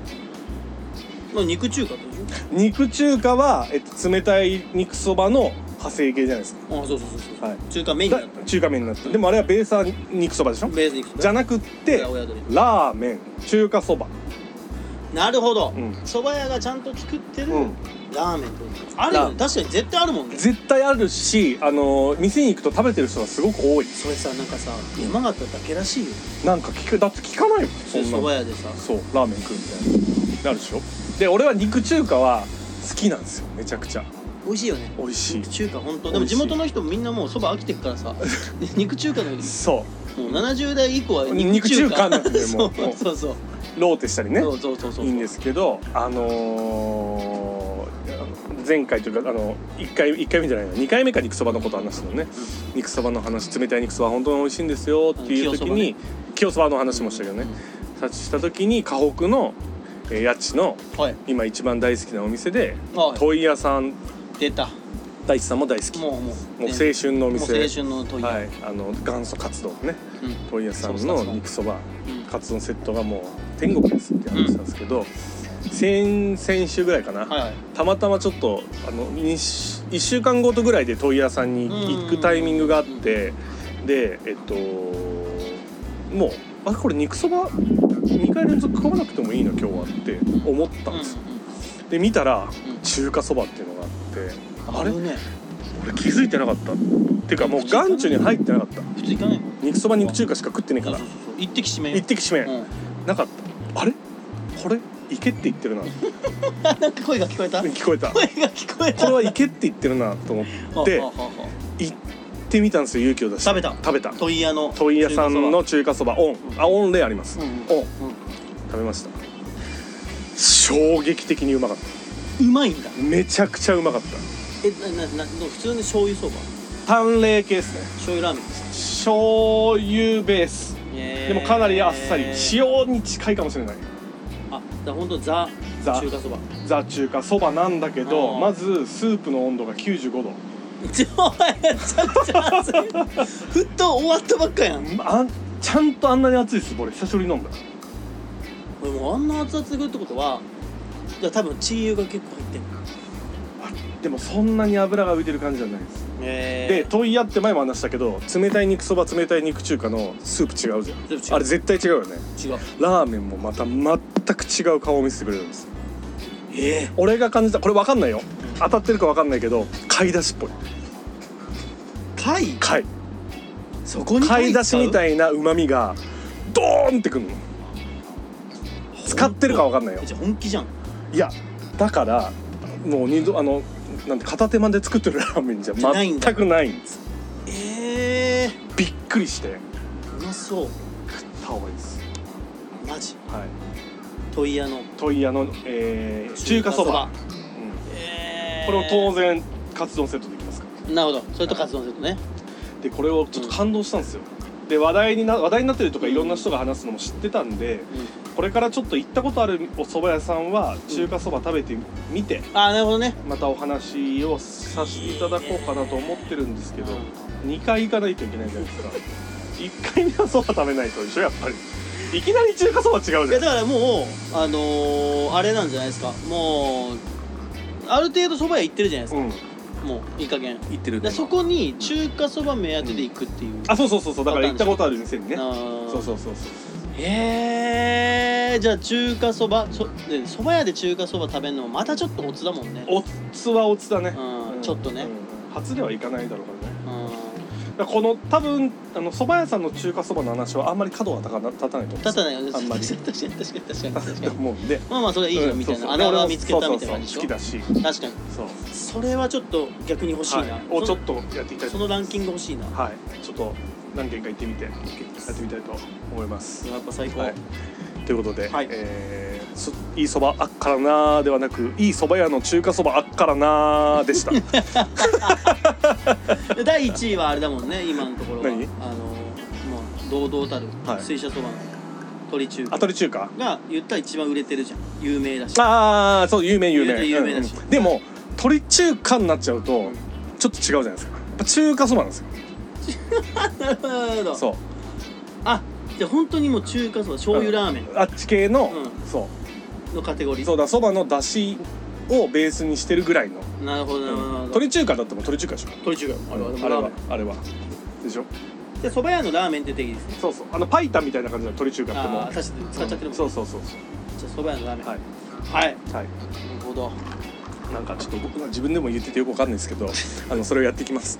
[SPEAKER 4] まあ肉中華ってこ
[SPEAKER 3] 肉中華は、えっと、冷たい肉そばの派生系じゃないですか
[SPEAKER 4] とあそうそうそうそう、
[SPEAKER 3] はい
[SPEAKER 4] 中華メインだっ
[SPEAKER 3] だ中華麺になってるでもあれはベースは肉そばでしょ
[SPEAKER 4] たベース肉
[SPEAKER 3] じゃ
[SPEAKER 4] な
[SPEAKER 3] なくって
[SPEAKER 4] 親鳥
[SPEAKER 3] ラーメン中華そば
[SPEAKER 4] なるほど
[SPEAKER 3] うん
[SPEAKER 4] そば、屋がちゃんと作ってる、
[SPEAKER 3] うん
[SPEAKER 4] ラーメンってことあるよね確かに絶対あるもんね
[SPEAKER 3] 絶対あるしあの店に行くと食べてる人がすごく多い
[SPEAKER 4] それさなんかさ山形だけらしいよ
[SPEAKER 3] なんか聞くだって聞かないもん
[SPEAKER 4] そ
[SPEAKER 3] そ
[SPEAKER 4] うんいう
[SPEAKER 3] な
[SPEAKER 4] そば
[SPEAKER 3] の
[SPEAKER 4] 屋でさ
[SPEAKER 3] そうラーメン食うみたいななるでしょで俺は肉中華は好きなんですよめちゃくちゃ
[SPEAKER 4] 美味しいよね
[SPEAKER 3] 美味しい
[SPEAKER 4] 肉中華本当でも
[SPEAKER 3] 美味
[SPEAKER 4] 地
[SPEAKER 3] しい
[SPEAKER 4] 元の人みんなもうそば飽きてっか らさ肉中華のもう
[SPEAKER 3] そ
[SPEAKER 4] 70代以降は
[SPEAKER 3] 肉
[SPEAKER 4] 肉
[SPEAKER 3] 中
[SPEAKER 4] 中
[SPEAKER 3] 華
[SPEAKER 4] 華
[SPEAKER 3] になってる
[SPEAKER 4] そ
[SPEAKER 3] もう
[SPEAKER 4] う そうそう
[SPEAKER 3] うローテしたりね
[SPEAKER 4] そうそうそうそう
[SPEAKER 3] いいんですけどあのー前回というかあの1回1回目じゃないな2回目か肉そばのこと話したのね、肉そばの話冷たい肉そば本当に美味しいんですよっていう時に清そば、の話もしたけどね、さした時に河北のえー八千の
[SPEAKER 4] はい
[SPEAKER 3] 今一番大好きなお店で
[SPEAKER 4] は
[SPEAKER 3] 問屋さん
[SPEAKER 4] い出た
[SPEAKER 3] 大地さんも大好きも
[SPEAKER 4] もうもう
[SPEAKER 3] う青春のお
[SPEAKER 4] もう青
[SPEAKER 3] 店
[SPEAKER 4] 春の問い合い
[SPEAKER 3] はいあの元祖カツ丼ね
[SPEAKER 4] うん
[SPEAKER 3] 問屋さん
[SPEAKER 4] そうそう
[SPEAKER 3] の
[SPEAKER 4] そう
[SPEAKER 3] 肉そば
[SPEAKER 4] うん
[SPEAKER 3] カツ丼セットがもう天国ですって話なんですけど、先先週ぐらいかな、
[SPEAKER 4] はいはい
[SPEAKER 3] たまたまちょっとあのにし1週間ごとぐらいで問屋さんに行くタイミングがあってでえっともうあこれ肉そば2回連続買わなくてもいいの今日はって思ったんですよで見たら
[SPEAKER 4] ん
[SPEAKER 3] 中華そばっていうのがあって
[SPEAKER 4] あ
[SPEAKER 3] あ
[SPEAKER 4] れ
[SPEAKER 3] れ
[SPEAKER 4] ね
[SPEAKER 3] 俺気づいてなかったっていうかもう眼中に入ってなかった
[SPEAKER 4] 普通行かないもん
[SPEAKER 3] 肉そば肉中華しか食ってねえ
[SPEAKER 4] そ
[SPEAKER 3] から
[SPEAKER 4] うそうそう一滴しめよ
[SPEAKER 3] 一滴しめ
[SPEAKER 4] うん
[SPEAKER 3] なかったあれこれ行けって言ってるな
[SPEAKER 4] あなんか声が聞こえた声
[SPEAKER 3] 聞こえたこ
[SPEAKER 4] が聞こえた
[SPEAKER 3] れは行けって言ってるなと思って
[SPEAKER 4] はあはあはあはあ
[SPEAKER 3] 行ってみたんですよ勇気を出して
[SPEAKER 4] 食べた
[SPEAKER 3] 食べた
[SPEAKER 4] 問屋の
[SPEAKER 3] 問屋さんの中華そばオン
[SPEAKER 4] ん
[SPEAKER 3] あオンレあります、
[SPEAKER 4] うんうん
[SPEAKER 3] オン食べました衝撃的にうまかっ
[SPEAKER 4] うんうまいんだ
[SPEAKER 3] ためちゃくちゃうまかった
[SPEAKER 4] えななな普通の醤油そば
[SPEAKER 3] 淡麗系ですね
[SPEAKER 4] 醤油ラーメンですか
[SPEAKER 3] 醤油ベースでもかなりあっさり
[SPEAKER 4] 塩
[SPEAKER 3] 塩に近いかもしれない
[SPEAKER 4] あだ本当ザ
[SPEAKER 3] ザ
[SPEAKER 4] 中華そば
[SPEAKER 3] ザ中華そばなんだけど
[SPEAKER 4] あー
[SPEAKER 3] まずスープの温度が95度
[SPEAKER 4] ちょめちゃくちゃ熱い沸騰終わったばっかやん
[SPEAKER 3] あんちゃんとあんなに熱いスープ俺久しぶりに飲んだ
[SPEAKER 4] 俺もうあんな熱々食うってことはじゃあ多分チー油が結構入ってる
[SPEAKER 3] でもそんなに油が浮いてる感じじゃないですで
[SPEAKER 4] へ
[SPEAKER 3] 問い合って前も話したけど冷たい肉そば冷たい肉中華のスープ違うじゃん
[SPEAKER 4] スープ違う
[SPEAKER 3] あれ絶対違うよね
[SPEAKER 4] 違う
[SPEAKER 3] ラーメンもまた全く違う顔を見せてくれるんです
[SPEAKER 4] ええ
[SPEAKER 3] 俺が感じたこれ分かんないよ当たってるか分かんないけど買い出しっぽい
[SPEAKER 4] 貝
[SPEAKER 3] 貝
[SPEAKER 4] そこに
[SPEAKER 3] 買い出しみ
[SPEAKER 4] い
[SPEAKER 3] たいな旨味がドーンってくんの使ってるかわかんないよ
[SPEAKER 4] じゃあ本気じゃん
[SPEAKER 3] いやだからもう二度あのなんて片手間で作ってるラーメンじゃ
[SPEAKER 4] ないんだ
[SPEAKER 3] 全くないんです
[SPEAKER 4] ええ
[SPEAKER 3] びっくりして
[SPEAKER 4] うまそう
[SPEAKER 3] 食った方がいいです
[SPEAKER 4] マジ
[SPEAKER 3] はい
[SPEAKER 4] 問屋の
[SPEAKER 3] 問屋の、えー中華そば、うん
[SPEAKER 4] ええ
[SPEAKER 3] これを当然カツ丼セットできますから
[SPEAKER 4] なるほどそれとカツ丼セットね
[SPEAKER 3] でこれをちょっと感動したんですよ、で話題にな話題になってるとかいろんな人が話すのも知ってたんで
[SPEAKER 4] うん
[SPEAKER 3] これからちょっと行ったことあるお蕎麦屋さんは中華そば食べてみて、
[SPEAKER 4] あーなるほどね
[SPEAKER 3] またお話をさせていただこうかなと思ってるんですけど、2回行かないといけないじゃないですか1回目はそば食べないとでしょやっぱりいきなり中華そば違うじゃ
[SPEAKER 4] いや
[SPEAKER 3] ん
[SPEAKER 4] だからもうあのー、あれなんじゃないですかもうある程度蕎麦屋行ってるじゃないです
[SPEAKER 3] うん
[SPEAKER 4] か、もういい加減
[SPEAKER 1] 言ってる
[SPEAKER 4] でそこに中華そば目当てで行くっていう、
[SPEAKER 3] あそうそうそうそうだから行ったことある店にね
[SPEAKER 4] あー
[SPEAKER 3] そうそうそうそう
[SPEAKER 4] えー、じゃあ中華そばそで蕎麦屋で中華そば食べるのもまたちょっとおつだもんね
[SPEAKER 3] おつはおつだね
[SPEAKER 4] うん
[SPEAKER 3] うん
[SPEAKER 4] ちょっとね
[SPEAKER 3] うん初では行かないだろうからね
[SPEAKER 4] うん
[SPEAKER 3] だからこの多分あの蕎麦屋さんの中華そばの話はあんまり角が立たないと思うんで
[SPEAKER 4] 立
[SPEAKER 3] すよ
[SPEAKER 4] たないよね
[SPEAKER 3] あんまり
[SPEAKER 4] 確かに確かに確かに確かに
[SPEAKER 3] と
[SPEAKER 4] 確かに
[SPEAKER 3] 思うんで
[SPEAKER 4] まあまあそれはいいじゃんみたいな穴は見つけたみたいな感じ
[SPEAKER 3] 好
[SPEAKER 4] で
[SPEAKER 3] き
[SPEAKER 4] しょ
[SPEAKER 3] だし
[SPEAKER 4] 確かに
[SPEAKER 3] そう
[SPEAKER 4] それはちょっと逆に欲しいな、
[SPEAKER 3] はいをちょっとやっていきたいと思います
[SPEAKER 4] そのランキング欲しいなや
[SPEAKER 3] はい、ちょっと何軒か行ってみてやってみたいと思います。
[SPEAKER 4] っぱ最高、
[SPEAKER 3] はい、ということで、
[SPEAKER 4] はい
[SPEAKER 3] えーそいいそばあっからなーではなくいいそば屋の中華そばあっからなーで した。
[SPEAKER 4] で第1位はあれだもんね今のところは
[SPEAKER 3] 何
[SPEAKER 4] あのもう堂々たる
[SPEAKER 3] はい
[SPEAKER 4] 水車そばの鳥中華
[SPEAKER 3] あとり中華
[SPEAKER 4] が言ったら一番売れてるじゃん有名だし
[SPEAKER 3] ああそう有名有名
[SPEAKER 4] 有名有名だし
[SPEAKER 3] うんうんでも鳥中華になっちゃうとちょっと違うじゃないですか。やっぱ中華そばなんですよ。
[SPEAKER 4] なるほどなるほど
[SPEAKER 3] そう
[SPEAKER 4] あじゃあ本当にもう中華そば醤油ラーメン
[SPEAKER 3] あっち系の、
[SPEAKER 4] うん
[SPEAKER 3] そ
[SPEAKER 4] のカテゴリ
[SPEAKER 3] う
[SPEAKER 4] ー
[SPEAKER 3] そうだそばの出汁をベースにしてるぐらいの。
[SPEAKER 4] なるほどなるほどなるほど
[SPEAKER 3] 鳥中華だってもう鳥中華でしょ。
[SPEAKER 4] 鳥中華あれはでも
[SPEAKER 3] あれ
[SPEAKER 4] ラーメ
[SPEAKER 3] はあれはでしょ。
[SPEAKER 4] ンでそば屋のラーメンって定義ですね
[SPEAKER 3] そうそうあのパイタンみたいな感じの鳥中華ってもう
[SPEAKER 4] ああ確かに使っちゃってるもんね
[SPEAKER 3] そうそうそうそう
[SPEAKER 4] じゃあそば屋のラーメン
[SPEAKER 3] はいい
[SPEAKER 4] はい
[SPEAKER 3] はい
[SPEAKER 4] なるほど
[SPEAKER 3] なんかちょっと僕は自分でも言っててよくわかんないですけど あのそれをやっていき ます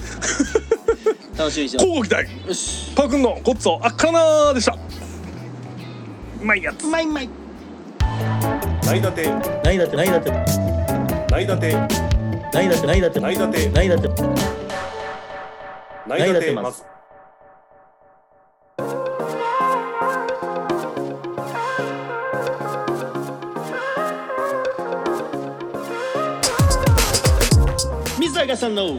[SPEAKER 4] 楽しみにしてま
[SPEAKER 3] 交互期待
[SPEAKER 4] すよし
[SPEAKER 3] パー君のごっつおあっからなーでしたうまいやつ
[SPEAKER 4] うまいうまい
[SPEAKER 1] ないだて
[SPEAKER 2] ないだってないだって
[SPEAKER 1] ないだて
[SPEAKER 2] ないだってないだって
[SPEAKER 1] ないだて
[SPEAKER 2] ないだって
[SPEAKER 1] ないだ
[SPEAKER 2] ないだて
[SPEAKER 1] て
[SPEAKER 2] ま
[SPEAKER 1] ますす
[SPEAKER 4] 水坂さんの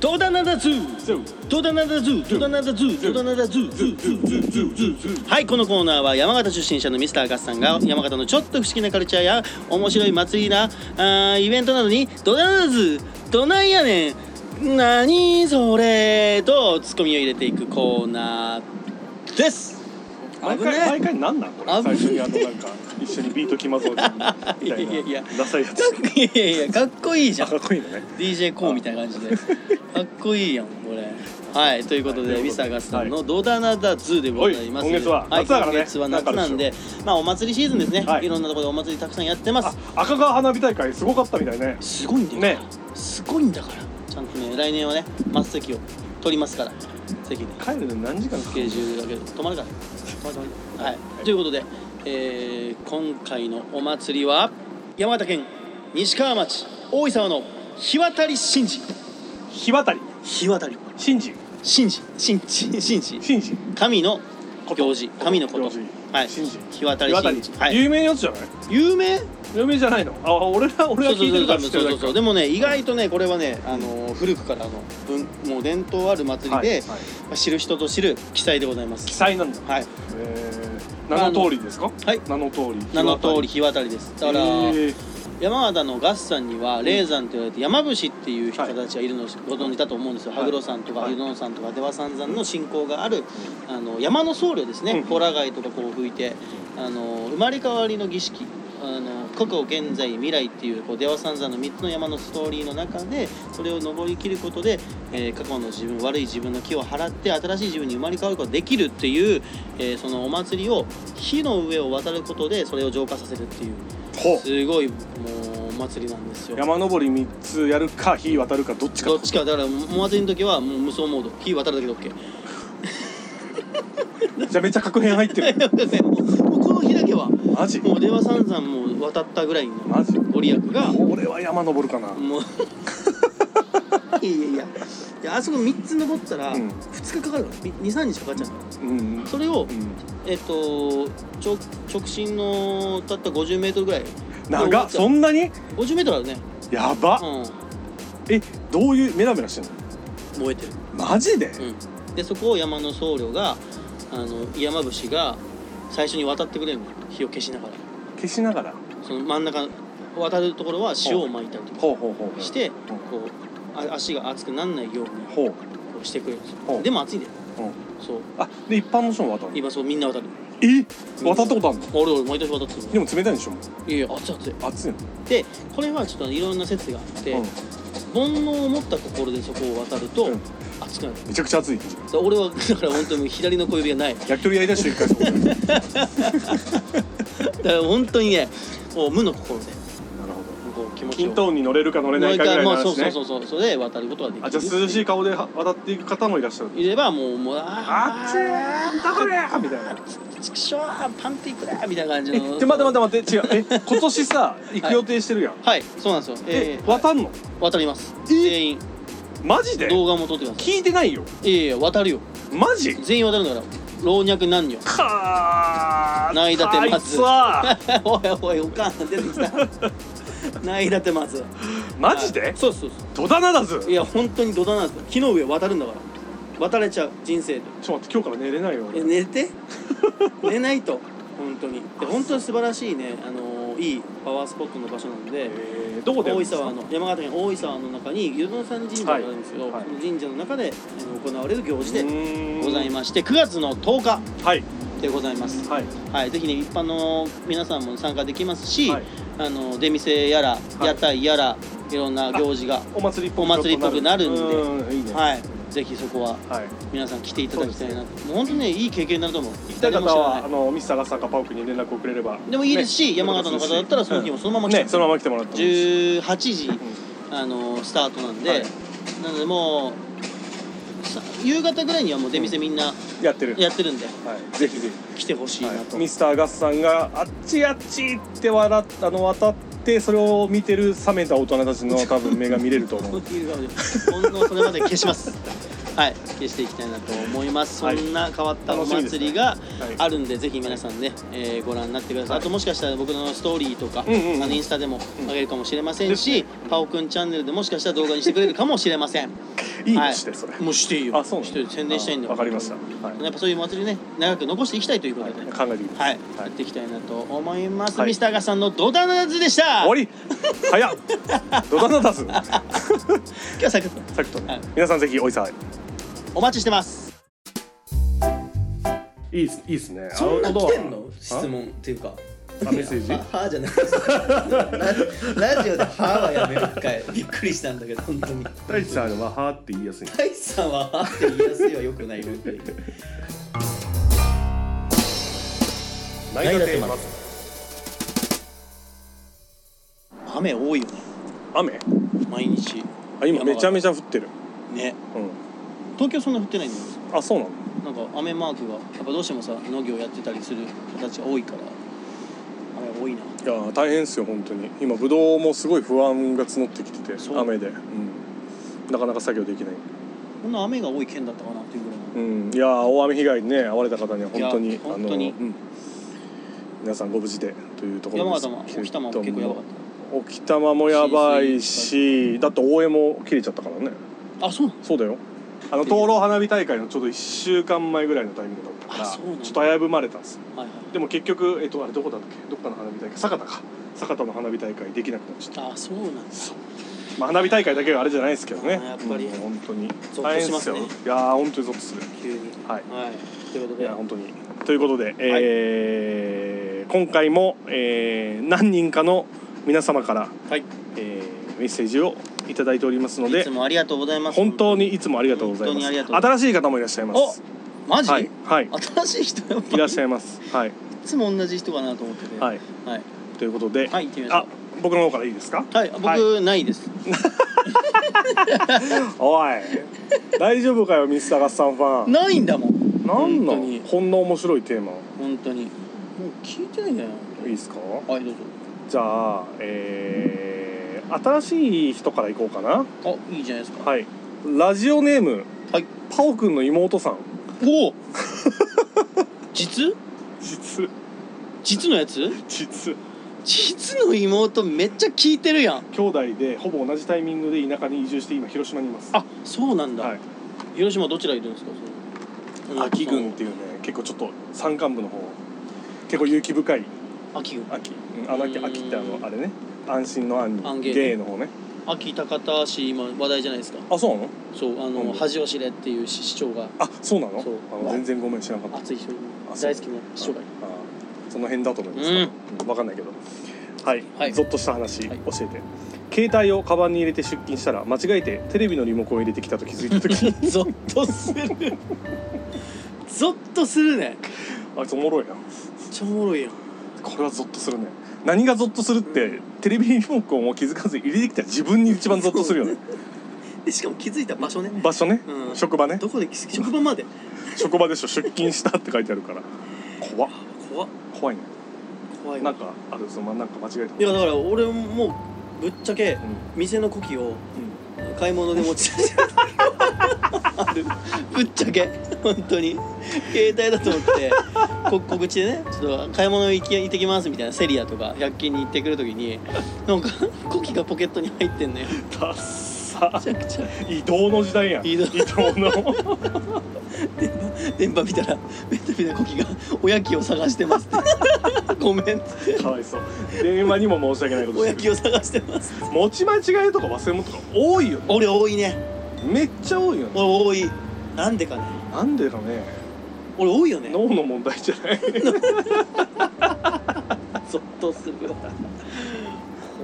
[SPEAKER 4] ドダナダズードダナダズードダナダズードダナダズーズーズーズーズーズーズーはいこのコーナーは山形出身者のミスターガスさんが山形のちょっと不思議なカルチャーや面白い祭りなあーイベントなどにドダナダズーどないやねん何それとツッコミを入れていくコーナーです
[SPEAKER 3] 毎
[SPEAKER 4] 危ねえ
[SPEAKER 3] 回毎回なんなんこれ
[SPEAKER 4] 危
[SPEAKER 3] 最
[SPEAKER 4] ねえ
[SPEAKER 3] 初にあのなんか一緒にビートきまそうにみたい
[SPEAKER 4] いやいやいや
[SPEAKER 3] なダサいやつ
[SPEAKER 4] いやいやいやかっこいいじゃ
[SPEAKER 3] あ
[SPEAKER 4] ん
[SPEAKER 3] かっこいいのね
[SPEAKER 4] DJ コーみたいな感じ でかっこいいやんこれはいということ
[SPEAKER 3] はいということ
[SPEAKER 4] で
[SPEAKER 3] で
[SPEAKER 4] ミスターガスさんの「ドダナダズー」でございます
[SPEAKER 3] おい今月はい夏だからね
[SPEAKER 4] 今月は夏なんでまあお祭りシーズンですね
[SPEAKER 3] はい
[SPEAKER 4] いろんなところでお祭りたくさんやってま
[SPEAKER 3] あ
[SPEAKER 4] す
[SPEAKER 3] 赤川花火大会すごかったみたいね
[SPEAKER 4] すごいんだよ
[SPEAKER 3] ね
[SPEAKER 4] すごいんだからちゃんとね来年はね末席を取りますから席で
[SPEAKER 3] 帰るのに何時間
[SPEAKER 4] ス
[SPEAKER 3] かか
[SPEAKER 4] ケ
[SPEAKER 3] る
[SPEAKER 4] ジュールだけど止まるから止まる止まるはいということでえー今回のお祭りは山形県西川町大井沢の日渡り神事
[SPEAKER 3] 日渡り
[SPEAKER 4] 日渡り
[SPEAKER 3] 神事
[SPEAKER 4] 神事神事神事
[SPEAKER 3] 神事
[SPEAKER 4] 神の
[SPEAKER 3] こと
[SPEAKER 4] 行事神のこと
[SPEAKER 3] 行事
[SPEAKER 4] はい
[SPEAKER 3] 神事
[SPEAKER 4] 日渡
[SPEAKER 3] 日
[SPEAKER 4] り
[SPEAKER 3] 渡
[SPEAKER 4] 神
[SPEAKER 3] り
[SPEAKER 4] 事はい
[SPEAKER 3] 有名なやつじゃない
[SPEAKER 4] 有名
[SPEAKER 3] 有名じゃないのあ俺ら俺
[SPEAKER 4] そ
[SPEAKER 3] は
[SPEAKER 4] うそ
[SPEAKER 3] 聞
[SPEAKER 4] う
[SPEAKER 3] いてる
[SPEAKER 4] そうそ
[SPEAKER 3] か
[SPEAKER 4] う
[SPEAKER 3] ら知って
[SPEAKER 4] そ
[SPEAKER 3] る
[SPEAKER 4] う
[SPEAKER 3] だ
[SPEAKER 4] そう
[SPEAKER 3] けか
[SPEAKER 4] でもね意外とねこれはねあのー古くからの文もう伝統ある祭り
[SPEAKER 3] はい
[SPEAKER 4] で
[SPEAKER 3] はい
[SPEAKER 4] まあ知る人と知る記載でございま
[SPEAKER 3] 記
[SPEAKER 4] す
[SPEAKER 3] 載なんだ
[SPEAKER 4] はい
[SPEAKER 3] えー名の通りですか
[SPEAKER 4] はい
[SPEAKER 3] 名の通り
[SPEAKER 4] 名の通り日渡りですだから
[SPEAKER 3] えー
[SPEAKER 4] 山形のガスさんには霊山と言われて山伏っていう人たちがいるのをご存知だと思うんですよ、
[SPEAKER 3] はい
[SPEAKER 4] 羽黒山とか
[SPEAKER 3] はい
[SPEAKER 4] 湯野山とか出羽三山の信仰があるあの山の僧侶です
[SPEAKER 3] う
[SPEAKER 4] ね
[SPEAKER 3] ん
[SPEAKER 4] ホラ貝とかこう吹いてあの生まれ変わりの儀式あの過去現在未来っていうこう出羽三山の3つの山のストーリーの中でそれを登りきることで、えー過去の自分悪い自分の気を払って新しい自分に生まれ変わることができるっていう、えーそのお祭りを火の上を渡ることでそれを浄化させるっていう。
[SPEAKER 3] ほう
[SPEAKER 4] すごいもうお祭りなんですよ
[SPEAKER 3] 山登り三つやるか火渡るかどっちか
[SPEAKER 4] どっちかだからお祭りの時はもう無双モード火渡るだけで OK
[SPEAKER 3] じゃあめっちゃ確変入って る
[SPEAKER 4] や ばいやばいもうこの日だけはも
[SPEAKER 3] マジ
[SPEAKER 4] う俺は散々もう渡ったぐらいの
[SPEAKER 3] マジ
[SPEAKER 4] ご利益が
[SPEAKER 3] 俺は山登るかな
[SPEAKER 4] もういやいやいやいやあそこ3つ登ったら
[SPEAKER 3] うん
[SPEAKER 4] 2日かかる23日かかっちゃうの
[SPEAKER 3] うん
[SPEAKER 4] それを
[SPEAKER 3] うん
[SPEAKER 4] えっと直直進のたった50メートルぐらい
[SPEAKER 3] 長っそんなに
[SPEAKER 4] 50メートルあるね
[SPEAKER 3] やば
[SPEAKER 4] う
[SPEAKER 3] えどういうメラメラしてんの
[SPEAKER 4] ん燃えてる
[SPEAKER 3] マジで
[SPEAKER 4] うんでそこを山の僧侶があの山伏が最初に渡ってくれるの火を消しながら
[SPEAKER 3] 消しながら
[SPEAKER 4] その真ん中渡るところは塩を撒いたりとか
[SPEAKER 3] ほうほうほうほう
[SPEAKER 4] して
[SPEAKER 3] うん
[SPEAKER 4] こうあ足が熱くならないように
[SPEAKER 3] ほう
[SPEAKER 4] こうしてくれるんです
[SPEAKER 3] ほ
[SPEAKER 4] よ
[SPEAKER 3] う
[SPEAKER 4] でも熱いんだよ
[SPEAKER 3] うん
[SPEAKER 4] そう
[SPEAKER 3] あで一般の人も渡る
[SPEAKER 4] 今そうみんな渡る
[SPEAKER 3] え渡ったことあるの
[SPEAKER 4] 俺俺毎年渡ってく
[SPEAKER 3] で
[SPEAKER 4] る
[SPEAKER 3] も冷たいんでしょも
[SPEAKER 4] いやいや熱い熱いう
[SPEAKER 3] 熱いの
[SPEAKER 4] でこれはちょっといろんな説があって、
[SPEAKER 3] うん
[SPEAKER 4] 煩悩を持った心でそこを渡ると
[SPEAKER 3] うん
[SPEAKER 4] 熱くなる、
[SPEAKER 3] めちゃくちゃ熱い
[SPEAKER 4] だ俺はだから本当に左の小指がない
[SPEAKER 3] 焼き鳥焼いた瞬 間そこなる
[SPEAKER 4] だから本当にねもう無の心で
[SPEAKER 3] ほど
[SPEAKER 4] こう気持ちを
[SPEAKER 3] 均等に乗れるか乗れないかぐらい
[SPEAKER 4] もう
[SPEAKER 3] の
[SPEAKER 4] 一回もう
[SPEAKER 3] 話
[SPEAKER 4] そう
[SPEAKER 3] ね
[SPEAKER 4] そうそうそうそれで渡ることができる
[SPEAKER 3] あじゃあ涼しい顔で渡っていく方もいらっしゃる
[SPEAKER 4] いればもうもうあ
[SPEAKER 3] あっちーんだこれーみたいな
[SPEAKER 4] ーちくしょうパンティーくれみたいな感じ
[SPEAKER 3] え
[SPEAKER 4] の
[SPEAKER 3] ちょ待って待って待って違う え今年さ行く予定してるやん
[SPEAKER 4] はいそうなんですよ
[SPEAKER 3] え
[SPEAKER 4] えー
[SPEAKER 3] 渡んの
[SPEAKER 4] 渡ります
[SPEAKER 3] え
[SPEAKER 4] 全員
[SPEAKER 3] マジで
[SPEAKER 4] 動画も撮ってくださ
[SPEAKER 3] 聞いてないよ
[SPEAKER 4] いいやいや渡るよ
[SPEAKER 3] マジ
[SPEAKER 4] 全員渡るんだから老若男女
[SPEAKER 3] かー
[SPEAKER 4] ないだってまず
[SPEAKER 3] あいつは
[SPEAKER 4] おいおいおかん出てきた ないだってまず
[SPEAKER 3] マジ
[SPEAKER 4] はい
[SPEAKER 3] で
[SPEAKER 4] そうそうそ
[SPEAKER 3] 戸棚だぞ
[SPEAKER 4] ういや本当に土壇なんですよ木の上渡るんだから渡れちゃう人生で
[SPEAKER 3] ちょっと待って今日から寝れないよ
[SPEAKER 4] え
[SPEAKER 3] 俺
[SPEAKER 4] 寝て 寝ないと本当にで本当に素晴らしいねあのーいいパワースポットの場所なの
[SPEAKER 3] え
[SPEAKER 4] で
[SPEAKER 3] ーどこでや
[SPEAKER 4] 大
[SPEAKER 3] るん
[SPEAKER 4] 井
[SPEAKER 3] ですか
[SPEAKER 4] 沢の山形県大井沢の中に湯殿山神社があるんですけど、
[SPEAKER 3] はいはい
[SPEAKER 4] その神社の中であの行われる行事
[SPEAKER 3] う
[SPEAKER 4] で
[SPEAKER 3] ーん
[SPEAKER 4] ございまして9月の10日
[SPEAKER 3] はい
[SPEAKER 4] でございます
[SPEAKER 3] はい
[SPEAKER 4] はいぜひね一般の皆さんも参加できますし、
[SPEAKER 3] はい
[SPEAKER 4] あの出店やら
[SPEAKER 3] い
[SPEAKER 4] 屋台やらいろんな行事が
[SPEAKER 3] お祭りっぽく
[SPEAKER 4] お祭りっぽくなるんで
[SPEAKER 3] うーんいいね
[SPEAKER 4] はいぜひそこは
[SPEAKER 3] はい
[SPEAKER 4] 皆さん来ていただきたいなと、もう本当にねいい経験になると思う行
[SPEAKER 3] 来た方はあのミスサガサカパークに連絡をくれれば
[SPEAKER 4] でもいいですし、
[SPEAKER 3] ね
[SPEAKER 4] 山形の方だったらその日もそのまま来
[SPEAKER 3] ね
[SPEAKER 4] て、
[SPEAKER 3] そのまま来てもらってもいいし
[SPEAKER 4] 18時、あのスタートなんで、
[SPEAKER 3] はい
[SPEAKER 4] なのでもうさ夕方ぐらいにはもう出店みんな
[SPEAKER 3] やってる
[SPEAKER 4] やってるんで
[SPEAKER 3] はいぜひぜひ
[SPEAKER 4] 来てほしいなと、
[SPEAKER 3] ミスターガスさんがあっちあっちって笑っあの渡ってそれを見てる冷めた大人たちの多分目が見れると思
[SPEAKER 4] 本
[SPEAKER 3] う
[SPEAKER 4] 当それまで消 しますはい消していきたいなと思いますそ
[SPEAKER 3] はい
[SPEAKER 4] んな変わったお
[SPEAKER 3] 楽しみですね
[SPEAKER 4] 祭りが
[SPEAKER 3] はい
[SPEAKER 4] あるんでぜひ皆さんね、えーご覧になってくださ
[SPEAKER 3] は
[SPEAKER 4] い、
[SPEAKER 3] い
[SPEAKER 4] あともしかしたら僕のストーリーとか、
[SPEAKER 3] うんうんうん
[SPEAKER 4] あのインスタでも上げるかもしれません
[SPEAKER 3] で
[SPEAKER 4] し、
[SPEAKER 3] すね
[SPEAKER 4] パオくんチャンネルでもしかしたら動画にしてくれるかもしれません
[SPEAKER 3] いい
[SPEAKER 4] は
[SPEAKER 3] ね
[SPEAKER 4] い
[SPEAKER 3] してそれ
[SPEAKER 4] もうしていいよ
[SPEAKER 3] あそうな
[SPEAKER 4] 一
[SPEAKER 3] の
[SPEAKER 4] 人で宣伝したいんだ
[SPEAKER 3] あわかりましたはい
[SPEAKER 4] やっぱそういう祭りね長く残していきたいということでね
[SPEAKER 3] 考えてみて
[SPEAKER 4] はい、やっていきたいなと思います、
[SPEAKER 3] はい
[SPEAKER 4] ミスターガスさんのドダナズでした
[SPEAKER 3] 終わり早 っドタナダス
[SPEAKER 4] 今日はサクッと
[SPEAKER 3] さっきとね
[SPEAKER 4] はい
[SPEAKER 3] 皆さんぜひおいさ
[SPEAKER 4] お待ちしてます
[SPEAKER 3] いいいっすいいっすね
[SPEAKER 2] そんな
[SPEAKER 3] アウト
[SPEAKER 2] 来
[SPEAKER 3] ドア
[SPEAKER 2] てんの質問っていうか
[SPEAKER 3] あメッセージ
[SPEAKER 2] ははじゃなくてララ ジオで「は」はやめる一回 びっくりしたんだけど本当に
[SPEAKER 1] 大地さんははーって言いやすい
[SPEAKER 2] 大地さんは「は」って言いやすいはよくないよっていう
[SPEAKER 1] 内田テーマ
[SPEAKER 4] 雨多いよね
[SPEAKER 3] 雨
[SPEAKER 4] 毎日
[SPEAKER 3] あ今めちゃめ
[SPEAKER 4] ち
[SPEAKER 3] ちゃ降ってる
[SPEAKER 4] ゃね
[SPEAKER 3] うん
[SPEAKER 4] 東京そんな降ってないんです
[SPEAKER 3] あそうなの
[SPEAKER 4] なんか雨マークがやっぱどうしてもさ農業やってたりする人たちが多いから雨多いない
[SPEAKER 3] やー大変ですよ本当に今ブドウもすごい不安が募ってきてて
[SPEAKER 4] そう
[SPEAKER 3] 雨で、うん、なかなか作業できない、
[SPEAKER 4] こんな雨が多い県だったかなっていうぐらいの
[SPEAKER 3] うん、いやー大雨被害にね遭われた方には本当
[SPEAKER 4] い
[SPEAKER 3] に
[SPEAKER 4] や本当に
[SPEAKER 3] あの、うん、皆さんご無事でというところ
[SPEAKER 4] 山
[SPEAKER 3] です
[SPEAKER 4] 形も沖玉も結構やばかっ
[SPEAKER 3] 沖玉もやばいしだって大江も切れちゃったからね
[SPEAKER 4] たあそうなの
[SPEAKER 3] そうだよあの
[SPEAKER 4] で
[SPEAKER 3] 灯籠花火大会のちょうど1週間前ぐらいのタイミングだったから
[SPEAKER 4] あ
[SPEAKER 3] ち
[SPEAKER 4] そうなん
[SPEAKER 3] ょ
[SPEAKER 4] だ
[SPEAKER 3] っと危ぶまれたんです
[SPEAKER 4] はいはい
[SPEAKER 3] でも結局、えっと、あれどこだっけどっかの花火大会酒田か酒田の花火大会できなくなっちゃった
[SPEAKER 4] あそうなんだ
[SPEAKER 3] まあ、花火大会だけがあれじゃないですけどね。
[SPEAKER 4] あーやっぱり
[SPEAKER 3] うん本当に。
[SPEAKER 4] ゾッと
[SPEAKER 3] 大変ですよ。
[SPEAKER 4] し
[SPEAKER 3] い
[SPEAKER 4] ます
[SPEAKER 3] やー、本当にゾッとする。
[SPEAKER 4] 急に
[SPEAKER 3] はい。
[SPEAKER 4] はいということ
[SPEAKER 3] い
[SPEAKER 4] で
[SPEAKER 3] や、本当に。ということで、えー今回も、えー何人かの皆様から、
[SPEAKER 4] はい
[SPEAKER 3] えーメッセージをいただいておりますの
[SPEAKER 4] い
[SPEAKER 3] で
[SPEAKER 4] つ。もありがとうございます
[SPEAKER 3] 本当にいつもありがとうござい
[SPEAKER 4] 本当にありが
[SPEAKER 3] ま
[SPEAKER 4] とう
[SPEAKER 3] す。
[SPEAKER 4] ござい
[SPEAKER 3] 新しい方もいらっしゃいます。
[SPEAKER 4] マジ、
[SPEAKER 3] はい。はい。
[SPEAKER 4] 新しい人やっぱ
[SPEAKER 3] いらっしゃいます。はい。
[SPEAKER 4] いつも同じ人かなと思ってて
[SPEAKER 3] はいい。
[SPEAKER 4] はい、
[SPEAKER 3] ということで。
[SPEAKER 4] はい、行ってみましょ
[SPEAKER 3] あ、僕の方からいいですか。
[SPEAKER 4] うはい僕ないです
[SPEAKER 3] おい。大丈夫かよ、ミスターガッサンファン。
[SPEAKER 4] ないんだもん
[SPEAKER 3] なんな
[SPEAKER 4] 本当に
[SPEAKER 3] んこんな面白いテーマ
[SPEAKER 4] 本当にもう聞いてないんじゃない
[SPEAKER 3] いいですか
[SPEAKER 4] はいどうぞ
[SPEAKER 3] じゃあえー、新しい人からいこうかな
[SPEAKER 4] あいいじゃないですか
[SPEAKER 3] はいラジオネーム、
[SPEAKER 4] はい、
[SPEAKER 3] パオくんの妹さん
[SPEAKER 4] おお実
[SPEAKER 3] 実
[SPEAKER 4] 実のやつ
[SPEAKER 3] 実
[SPEAKER 4] 実の妹めっちゃ聞いてるやん
[SPEAKER 3] 兄弟でほぼ同じタイミングで田舎に移住して今広島にいます
[SPEAKER 4] あそうなんだ、
[SPEAKER 3] はい
[SPEAKER 4] 広島どちらいるんですかその
[SPEAKER 3] 秋軍っていうね結構ちょっと山間部の方結構勇気深い
[SPEAKER 4] 秋軍
[SPEAKER 3] 秋うんあの秋
[SPEAKER 4] うん
[SPEAKER 3] 秋ってあのあれね安心の安
[SPEAKER 4] 安
[SPEAKER 3] に
[SPEAKER 4] 芸
[SPEAKER 3] 芸の方ね
[SPEAKER 4] 秋高田市今話題じゃないですか
[SPEAKER 3] あそうなの
[SPEAKER 4] そうあの、
[SPEAKER 3] うん
[SPEAKER 4] 恥を知れっていう市市長が
[SPEAKER 3] あそうなの
[SPEAKER 4] そう
[SPEAKER 3] あの全然ごめん知らなかった
[SPEAKER 4] 熱い人
[SPEAKER 3] あそう
[SPEAKER 4] 大好きな市長がいる
[SPEAKER 3] ああその辺だと思います
[SPEAKER 4] うん
[SPEAKER 3] うんわかんないけどはい、
[SPEAKER 4] はい
[SPEAKER 3] ゾッとした話教
[SPEAKER 4] はい
[SPEAKER 3] えて、携帯をカバンに入れて出勤したら間違えてテレビのリモコンを入れてきたと気づいた 時
[SPEAKER 4] ゾッとするゾッとするね
[SPEAKER 3] あいつおもろいな
[SPEAKER 4] めっちゃおもろいやん
[SPEAKER 3] これはゾッとするね何がゾッとするって、テレビリモコンを気づかず入れてきた自分に一番ゾッとするよね
[SPEAKER 4] でしかも気づいた場所ね
[SPEAKER 3] 場所ね、
[SPEAKER 4] うん
[SPEAKER 3] 職場ね
[SPEAKER 4] どこで職場まで
[SPEAKER 3] 職場でしょ出勤したって書いてあるから怖っ
[SPEAKER 4] 怖っ
[SPEAKER 3] 怖いね
[SPEAKER 4] 怖い
[SPEAKER 3] な
[SPEAKER 4] わ
[SPEAKER 3] んかあるそのなんか間違えた
[SPEAKER 4] いやだから俺もうぶっちゃけ
[SPEAKER 3] う
[SPEAKER 4] 店のコキを買い物で持ち出しあるぶっちゃけ本当に携帯だと思ってこ小口でねちょっと買い物行き行ってきますみたいなセリアとか100均に行ってくるときになんかコキがポケットに入ってんのよ
[SPEAKER 3] んダッサ
[SPEAKER 4] めちゃくちゃ
[SPEAKER 3] 移動の時代やん
[SPEAKER 4] 移動
[SPEAKER 3] の
[SPEAKER 4] 電波見たらベッドみたいなコキがおやきを探してますってごめんっつって
[SPEAKER 3] かわいそう電話にも申し訳ないこと
[SPEAKER 4] おや
[SPEAKER 3] して
[SPEAKER 4] き
[SPEAKER 3] る
[SPEAKER 4] を探してますって
[SPEAKER 3] 持ち間違えとか忘れ物とか多いよね
[SPEAKER 4] 俺多いね
[SPEAKER 3] めっちゃ多いよね
[SPEAKER 4] 俺多いなんでかね
[SPEAKER 3] なんでだね
[SPEAKER 4] 俺多いよね
[SPEAKER 3] 脳の問題じゃない
[SPEAKER 4] ゾッとする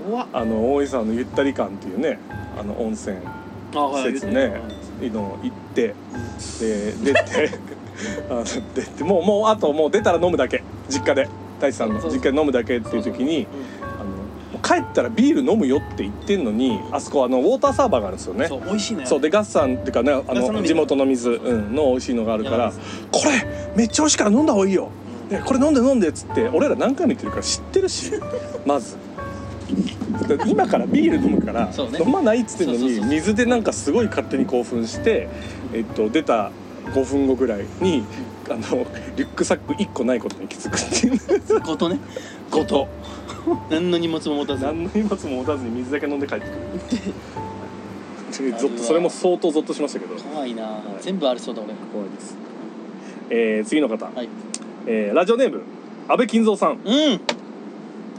[SPEAKER 4] 怖っ
[SPEAKER 3] あの大井さんのゆったり感っていうねあの温泉
[SPEAKER 4] あは
[SPEAKER 3] 施設ねの行ってで出て あの出てもうもうあともう出たら飲むだけ実家で大地さんの
[SPEAKER 4] そうそう
[SPEAKER 3] 実家で飲むだけっていう時にあのもう帰ったらビール飲むよって言ってんのにあそこあのウォーターサーバーがあるんですよね
[SPEAKER 4] そう美味しいね
[SPEAKER 3] そうでガッサンっていうかねあ
[SPEAKER 4] ガッサン
[SPEAKER 3] の
[SPEAKER 4] の
[SPEAKER 3] 地
[SPEAKER 4] 水
[SPEAKER 3] 元の水、うん、の美味しいのがあるから
[SPEAKER 4] 山
[SPEAKER 3] 「これめっちゃ美味しいから飲んだ方がいいよ」で「これ飲んで飲んで」っつって俺ら何回も言ってるから知ってる しまず。だから今からビール飲むから、
[SPEAKER 4] そうね
[SPEAKER 3] 飲まないっつってんの
[SPEAKER 4] そうそう
[SPEAKER 3] に
[SPEAKER 4] そうそう
[SPEAKER 3] 水でなんかすごい勝手に興奮して、えっと、出た5分後ぐらいにあのリュックサック1個ないことに気づくっていう
[SPEAKER 4] ごとねごと何の荷物も持たず
[SPEAKER 3] 何の荷物も持たずに水だけ飲んで帰 ってくるでゾッとそれも相当ゾッとしましたけど
[SPEAKER 4] 怖いな
[SPEAKER 3] はい
[SPEAKER 4] 全部ありそうだ俺
[SPEAKER 3] 怖いです、えー、次の方、
[SPEAKER 4] はい
[SPEAKER 3] えー、ラジオネーム安倍金蔵さん
[SPEAKER 4] うん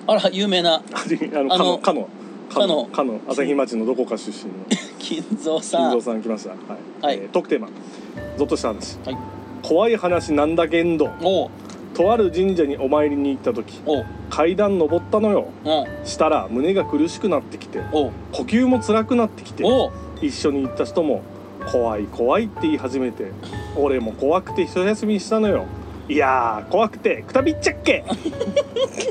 [SPEAKER 4] あら有名な
[SPEAKER 3] あの
[SPEAKER 4] あ
[SPEAKER 3] か
[SPEAKER 4] の
[SPEAKER 3] のかの
[SPEAKER 4] かの
[SPEAKER 3] かの朝日町のどこか出身の
[SPEAKER 4] 金蔵
[SPEAKER 3] 金
[SPEAKER 4] さん
[SPEAKER 3] 蔵さん来ましたはい、
[SPEAKER 4] はい
[SPEAKER 3] えートークテーマゾッとした話、
[SPEAKER 4] はい
[SPEAKER 3] 怖い話なんだけんど
[SPEAKER 4] おう
[SPEAKER 3] とある神社にお参りに行った時
[SPEAKER 4] おう
[SPEAKER 3] 階段登ったのよ
[SPEAKER 4] おう
[SPEAKER 3] したら胸が苦しくなってきて
[SPEAKER 4] おう
[SPEAKER 3] 呼吸も辛くなってきて
[SPEAKER 4] おう
[SPEAKER 3] 一緒に行った人も怖い怖いって言い始めて俺も怖くて一休みしたのよいやー怖くてくたびっちゃっけ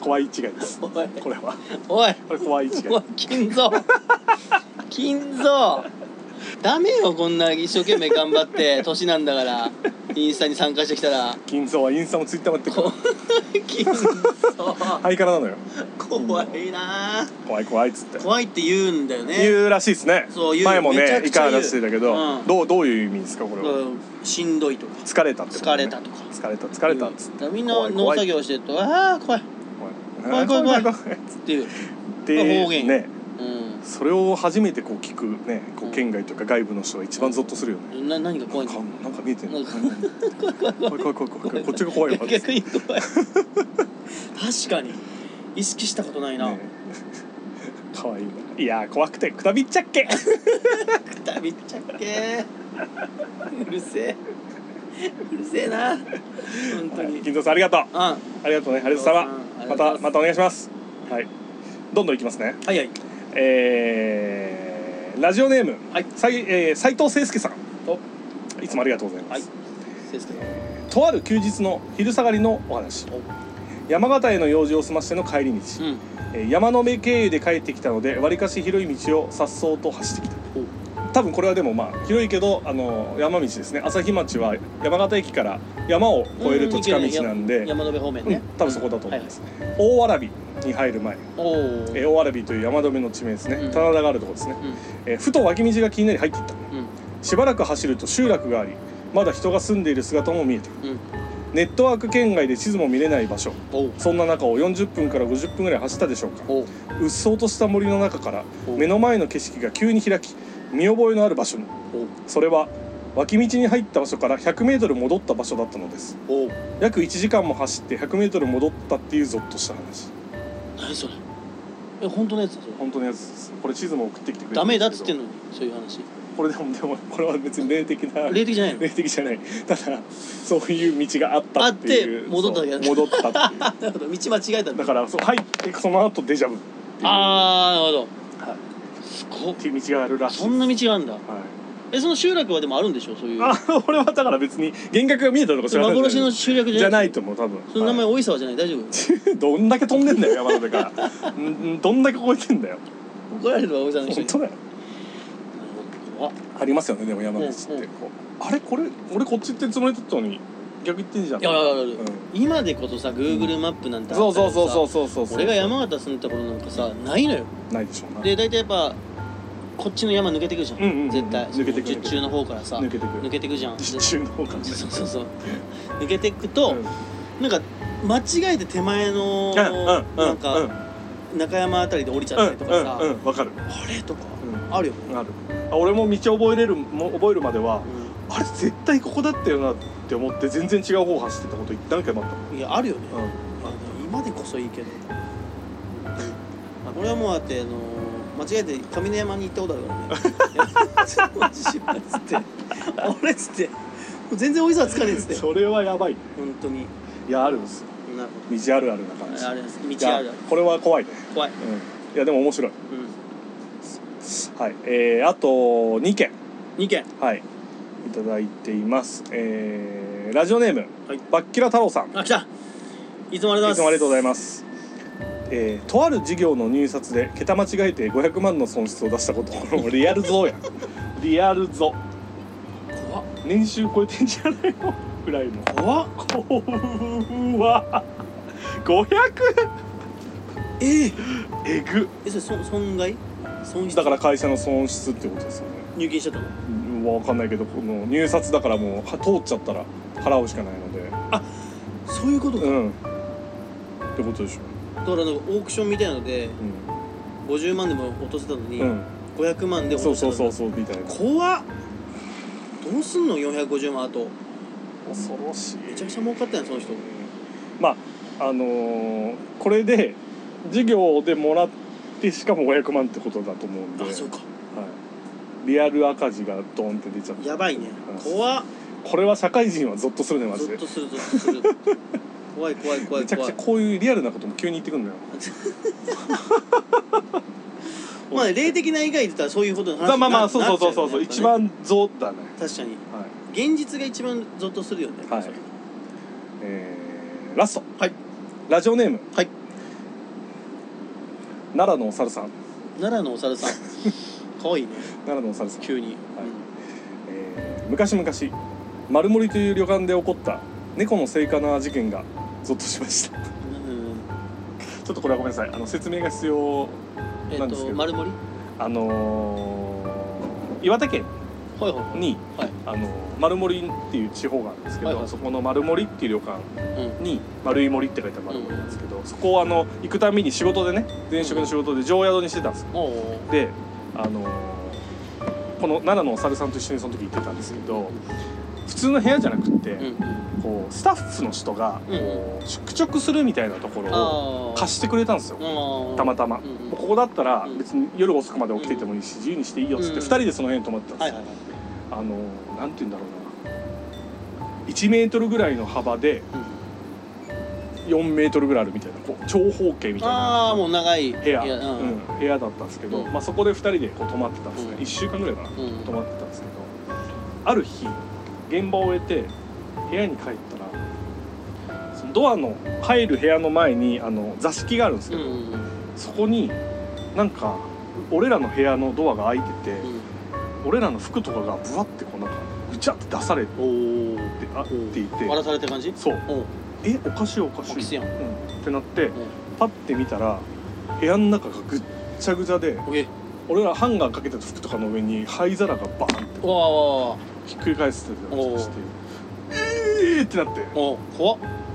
[SPEAKER 3] 怖い違いです
[SPEAKER 4] おい
[SPEAKER 3] これは
[SPEAKER 4] おい
[SPEAKER 3] これ怖い違い
[SPEAKER 4] おい 金蔵金蔵ダメよこんな一生懸命頑張って年なんだからインスタに参加してきたら
[SPEAKER 3] 金蔵はインスタもツイッターもやってるから
[SPEAKER 4] 金蔵
[SPEAKER 3] ハイカラなのよ
[SPEAKER 4] 怖いなぁ
[SPEAKER 3] 怖い怖いっつって
[SPEAKER 4] 怖いって言うんだよね
[SPEAKER 3] 言うらしいですね
[SPEAKER 4] そう言う
[SPEAKER 3] 前も
[SPEAKER 4] めちゃ
[SPEAKER 3] ね
[SPEAKER 4] く
[SPEAKER 3] い
[SPEAKER 4] ちゃ
[SPEAKER 3] か
[SPEAKER 4] 言
[SPEAKER 3] が
[SPEAKER 4] う
[SPEAKER 3] 出してたけど、
[SPEAKER 4] うん
[SPEAKER 3] どうどういう意味ですかこれは
[SPEAKER 4] うんしんどいとか
[SPEAKER 3] 疲れたってこと
[SPEAKER 4] 疲
[SPEAKER 3] ね
[SPEAKER 4] れたとか
[SPEAKER 3] 疲れた疲れたっつって
[SPEAKER 4] みんな
[SPEAKER 3] 怖い
[SPEAKER 4] 農
[SPEAKER 3] 怖い
[SPEAKER 4] 作業してると「ああ怖い」
[SPEAKER 3] 怖い
[SPEAKER 4] 怖い怖い
[SPEAKER 3] 怖い怖いっつ
[SPEAKER 4] っていう、
[SPEAKER 3] って
[SPEAKER 4] まあ方言
[SPEAKER 3] ね
[SPEAKER 4] う
[SPEAKER 3] それを初めてこう聞くねこ
[SPEAKER 4] うん
[SPEAKER 3] う県外というか外部の人が一番ゾッとするよね、
[SPEAKER 4] ん、な何が怖い
[SPEAKER 3] なん
[SPEAKER 4] の
[SPEAKER 3] かなんか見えてる
[SPEAKER 4] なんか
[SPEAKER 3] 怖い怖い怖い怖い怖いこっちが怖いわ
[SPEAKER 4] 逆に怖い確かに意識したことないな、
[SPEAKER 3] ね可愛いないやー怖くてくたびっちゃっけ
[SPEAKER 4] くたびっちゃっけーうるせえうるせえな本当
[SPEAKER 3] はい
[SPEAKER 4] に、
[SPEAKER 3] 金蔵さんありがとう
[SPEAKER 4] あん
[SPEAKER 3] ありがとうねありがとうさままたまたお願いしますはいどんどんいきますね
[SPEAKER 4] はいはい
[SPEAKER 3] えーラジオネーム
[SPEAKER 4] はい
[SPEAKER 3] 斎、えー斉藤誠介さ
[SPEAKER 4] お
[SPEAKER 3] んいつもありがとうございます、
[SPEAKER 4] はい先生
[SPEAKER 3] とある休日の昼下がりのお話
[SPEAKER 4] お
[SPEAKER 3] 山形への用事を済ましての帰り道、
[SPEAKER 4] うん
[SPEAKER 3] えー山の目経由で帰ってきたのでわりかし広い道を颯爽と走ってきた多分これはでもまあ広いけどあの山道ですね朝日町は山形駅から山を越えると近道なんで、
[SPEAKER 4] 山辺方面
[SPEAKER 3] うん
[SPEAKER 4] ね、
[SPEAKER 3] 多分そこだと思います、
[SPEAKER 4] す、はい
[SPEAKER 3] 大蕨に入る前
[SPEAKER 4] はいおお
[SPEAKER 3] えー大蕨という山止めの地名ですね、
[SPEAKER 4] うん
[SPEAKER 3] 棚田があるところですね、えーふと脇道が気になり入っていった
[SPEAKER 4] うんうん
[SPEAKER 3] しばらく走ると集落がありまだ人が住んでいる姿も見えてくる
[SPEAKER 4] うん
[SPEAKER 3] ネットワーク圏外で地図も見れない場所
[SPEAKER 4] おう
[SPEAKER 3] そんな中を40分から50分ぐらい走ったでしょうか
[SPEAKER 4] おう
[SPEAKER 3] うっそうとした森の中から
[SPEAKER 4] おう
[SPEAKER 3] 目の前の景色が急に開き見覚えのある場所に
[SPEAKER 4] おう
[SPEAKER 3] それは脇道に入った場所から 100m 戻った場所だったのです
[SPEAKER 4] おう
[SPEAKER 3] 約1時間も走って 100m 戻ったっていうゾッとした話
[SPEAKER 4] 何それえ本当のやつだそれ
[SPEAKER 3] 本当のやつですこれ地図も送ってきてくれて
[SPEAKER 4] ダメだっつってん
[SPEAKER 3] の
[SPEAKER 4] のにそういう話
[SPEAKER 3] これでもでもこれは別に霊的な
[SPEAKER 4] 霊的じゃないの
[SPEAKER 3] 霊的じゃないただそういう道があったっていう
[SPEAKER 4] あって戻っただけだ
[SPEAKER 3] そう戻ったっていう
[SPEAKER 4] なるほど道間違えたん
[SPEAKER 3] だ
[SPEAKER 4] だ
[SPEAKER 3] からそう入ってその後デジャブっていう
[SPEAKER 4] あーなるほ
[SPEAKER 3] はい
[SPEAKER 4] どすごっ
[SPEAKER 3] っていう道があるらしいです
[SPEAKER 4] そんな道があるんだ
[SPEAKER 3] はい
[SPEAKER 4] えその集落はでもあるんでしょそういう
[SPEAKER 3] あ俺はだから別に幻覚が見えたのか知らない
[SPEAKER 4] 幻の集落
[SPEAKER 3] じ
[SPEAKER 4] じ
[SPEAKER 3] ゃ
[SPEAKER 4] ゃな
[SPEAKER 3] ないいと思う多分
[SPEAKER 4] その名前
[SPEAKER 3] は
[SPEAKER 4] 大沢じゃない大丈夫
[SPEAKER 3] い どんだけ飛んでんだよ山の上からんんどんだけ超えてんだよ
[SPEAKER 4] 怒られるわ大沢の人
[SPEAKER 3] 本
[SPEAKER 4] に
[SPEAKER 3] 当だよ
[SPEAKER 4] あ
[SPEAKER 3] ありますよねでも山道って
[SPEAKER 4] うんうん
[SPEAKER 3] こうあれこれ俺こっち行ってつもりだったのに逆行ってんじゃん
[SPEAKER 4] いやいやいやいや
[SPEAKER 3] うん
[SPEAKER 4] 今でこそさ Google マップなんてあっ
[SPEAKER 3] そ
[SPEAKER 4] たけ
[SPEAKER 3] うそ
[SPEAKER 4] ど
[SPEAKER 3] う
[SPEAKER 4] さ
[SPEAKER 3] そうそうそうそうそう
[SPEAKER 4] 俺が山形住んでた頃なんかさないのよ
[SPEAKER 3] ないでしょうな
[SPEAKER 4] で大体やっぱこっちの山抜けてくじゃん、
[SPEAKER 3] うんうんうん
[SPEAKER 4] 絶対
[SPEAKER 3] 抜けてく
[SPEAKER 4] その十中の方からさ
[SPEAKER 3] 抜けてく
[SPEAKER 4] 抜けてくじゃんで
[SPEAKER 3] 実中の方からね
[SPEAKER 4] そうそうそう抜けてく
[SPEAKER 3] う
[SPEAKER 4] と、
[SPEAKER 3] ん
[SPEAKER 4] なんか間違えて手前の、
[SPEAKER 3] うん
[SPEAKER 4] なんか、
[SPEAKER 3] うん
[SPEAKER 4] 中山あたりで降りちゃ
[SPEAKER 3] う
[SPEAKER 4] った
[SPEAKER 3] ん
[SPEAKER 4] りとかさ、
[SPEAKER 3] うんうんわかる
[SPEAKER 4] あれとか、
[SPEAKER 3] うん
[SPEAKER 4] あるよね、
[SPEAKER 3] あるあ俺も道覚えれるも覚えるまでは
[SPEAKER 4] う
[SPEAKER 3] あれ絶対ここだったよなって思って全然違う方を走ってたこと何回もあった
[SPEAKER 4] んいやあるよね、
[SPEAKER 3] もんうん
[SPEAKER 4] あの今でこそいいけど俺はもうだってあの間違えて上山に行ったことあ るからねちょっとマジ失敗っつってあれっつってもう全然おいさつかねえっつって
[SPEAKER 3] それはやばいね
[SPEAKER 4] 本当に
[SPEAKER 3] いやあるんですよ
[SPEAKER 4] な
[SPEAKER 3] 道あるあるな感じ
[SPEAKER 4] あれです道ある
[SPEAKER 3] いやこれは怖いね、
[SPEAKER 4] 怖い、
[SPEAKER 3] うん、いやでも面白いはいえー、あと2件
[SPEAKER 4] うん、2件
[SPEAKER 3] はいいただいていますえー、ラジオネーム、
[SPEAKER 4] はい
[SPEAKER 3] バッキラ太郎さん
[SPEAKER 4] あ来たいつもありが
[SPEAKER 3] いつもありがとうござい
[SPEAKER 4] ま
[SPEAKER 3] ます。えー、とある事業の入札で桁間違えて500万の損失を出したこと これリアルゾやリアルゾ
[SPEAKER 4] す怖っ
[SPEAKER 3] 年収超えてんじゃないのぐらいの
[SPEAKER 4] 怖っ
[SPEAKER 3] こうわ500
[SPEAKER 4] ええ
[SPEAKER 3] えぐ
[SPEAKER 4] えそれ損損害損失
[SPEAKER 3] だから会社の損失ってことですよね
[SPEAKER 4] 入金しちゃったの
[SPEAKER 3] うんわかんないけどこの入札だからもうは通っちゃったら払うしかないので
[SPEAKER 4] そういうことか、
[SPEAKER 3] うんってことでしょ
[SPEAKER 4] だからなんかオークションみたいなので
[SPEAKER 3] う
[SPEAKER 4] 50万でも落とせたのに、
[SPEAKER 3] ん、うん、
[SPEAKER 4] 500万で
[SPEAKER 3] そ
[SPEAKER 4] 落と
[SPEAKER 3] う
[SPEAKER 4] せた
[SPEAKER 3] そ
[SPEAKER 4] の
[SPEAKER 3] う
[SPEAKER 4] に
[SPEAKER 3] そうそうみたいな
[SPEAKER 4] 怖っどうすんの450万あと
[SPEAKER 3] 恐ろしい
[SPEAKER 4] めちゃくちゃ儲かったやんその人
[SPEAKER 3] まああのーこれで授業でもらってしかも500万ってことだと思うんで、はい
[SPEAKER 4] あ、そうか
[SPEAKER 3] リアル赤字がドンって出ちゃった
[SPEAKER 4] やばいね
[SPEAKER 3] うん
[SPEAKER 4] 怖っ
[SPEAKER 3] これは社会人はゾッとするねマジ
[SPEAKER 4] ゾ
[SPEAKER 3] で
[SPEAKER 4] ッとするゾッとする怖い怖い 怖
[SPEAKER 3] め
[SPEAKER 4] い
[SPEAKER 3] ちゃく
[SPEAKER 4] 怖
[SPEAKER 3] ちゃ
[SPEAKER 4] い
[SPEAKER 3] こういうリアルなことも急に言ってくんだよ
[SPEAKER 4] まあね霊的な以外で言ったらそういうことの話
[SPEAKER 3] まあまあまあ
[SPEAKER 4] に
[SPEAKER 3] そう
[SPEAKER 4] な
[SPEAKER 3] そうそうそう
[SPEAKER 4] なっち
[SPEAKER 3] 一
[SPEAKER 4] ゃよね
[SPEAKER 3] 番ゾッだね
[SPEAKER 4] 確かに
[SPEAKER 3] はい、
[SPEAKER 4] 現実が一番ゾッとするよね
[SPEAKER 3] はいえー、ラスト、
[SPEAKER 4] はい、
[SPEAKER 3] ラジオネーム、
[SPEAKER 4] はい、
[SPEAKER 3] 奈良のお猿さん
[SPEAKER 4] 奈良のお猿さん可愛いね
[SPEAKER 3] 奈良のお猿さん
[SPEAKER 4] 急に
[SPEAKER 3] はいえー昔々丸森という旅館で起こった猫の聖火な事件がゾッとしました ち
[SPEAKER 4] うん
[SPEAKER 3] ょっとこれはごめんなさいあの説明が必要
[SPEAKER 4] え
[SPEAKER 3] な
[SPEAKER 4] っ
[SPEAKER 3] んですけ
[SPEAKER 4] と
[SPEAKER 3] ど
[SPEAKER 4] 丸森
[SPEAKER 3] あのー岩手県
[SPEAKER 4] ほいほいほい
[SPEAKER 3] に、
[SPEAKER 4] はい
[SPEAKER 3] あのー丸森っていう地方があるんですけど、
[SPEAKER 4] はいはい
[SPEAKER 3] そこの丸森っていう旅館
[SPEAKER 4] うん
[SPEAKER 3] に丸い森って書いてある丸森なんですけど、そこをあの行くたびに仕事でね前職の仕事で常宿にしてたんですよ
[SPEAKER 4] おお
[SPEAKER 3] であのーこの奈良のお猿さんと一緒にその時行ってたんですけど普通の部屋じゃなくって、
[SPEAKER 4] うんうん
[SPEAKER 3] こうスタッフの人が
[SPEAKER 4] うん
[SPEAKER 3] こう宿直するみたいなところを
[SPEAKER 4] ああ
[SPEAKER 3] 貸してくれたんですよた
[SPEAKER 4] た
[SPEAKER 3] またま、
[SPEAKER 4] うんうん
[SPEAKER 3] もうここだったら
[SPEAKER 4] うん
[SPEAKER 3] 別に夜遅くまで起きててもいいし自由にしていいよっつっ
[SPEAKER 4] うん
[SPEAKER 3] て2人でその辺に泊まってたんで
[SPEAKER 4] は
[SPEAKER 3] す
[SPEAKER 4] い
[SPEAKER 3] よ、
[SPEAKER 4] はいはい
[SPEAKER 3] あのーなんて言うんだろうな1メートルぐらいの幅で
[SPEAKER 4] うん
[SPEAKER 3] 4メートルぐらいあるみたいなこう長方形みたいな
[SPEAKER 4] ああもう長い
[SPEAKER 3] 部屋
[SPEAKER 4] いやうんうん
[SPEAKER 3] うん部屋だったんですけど、
[SPEAKER 4] うん
[SPEAKER 3] まあ、そこで2人でこう泊まってたんですね、
[SPEAKER 4] うん
[SPEAKER 3] 1週間ぐらいかな
[SPEAKER 4] うん
[SPEAKER 3] 泊まってたんですけどある日現場を終えて部屋に帰ったらそのドアの入る部屋の前にあの座敷があるんですけど、
[SPEAKER 4] うん
[SPEAKER 3] そこになんか俺らの部屋のドアが開いてて、
[SPEAKER 4] うん
[SPEAKER 3] 俺らの服とかがブワってこうなんかぐちゃって出されて
[SPEAKER 4] おお
[SPEAKER 3] あっていて
[SPEAKER 4] 笑された感じ
[SPEAKER 3] そう
[SPEAKER 4] おう
[SPEAKER 3] えおかしいおかし
[SPEAKER 4] おき
[SPEAKER 3] い、
[SPEAKER 4] すやん
[SPEAKER 3] うん、ってなって
[SPEAKER 4] ん
[SPEAKER 3] パッて見たら部屋の中がぐっちゃぐちゃで
[SPEAKER 4] おげ
[SPEAKER 3] 俺らハンガーかけてた服とかの上に灰皿がバーンって
[SPEAKER 4] わあわあわあ
[SPEAKER 3] ひっくり返してたりとかしてえーってなって
[SPEAKER 4] おう怖っ
[SPEAKER 3] ちょっ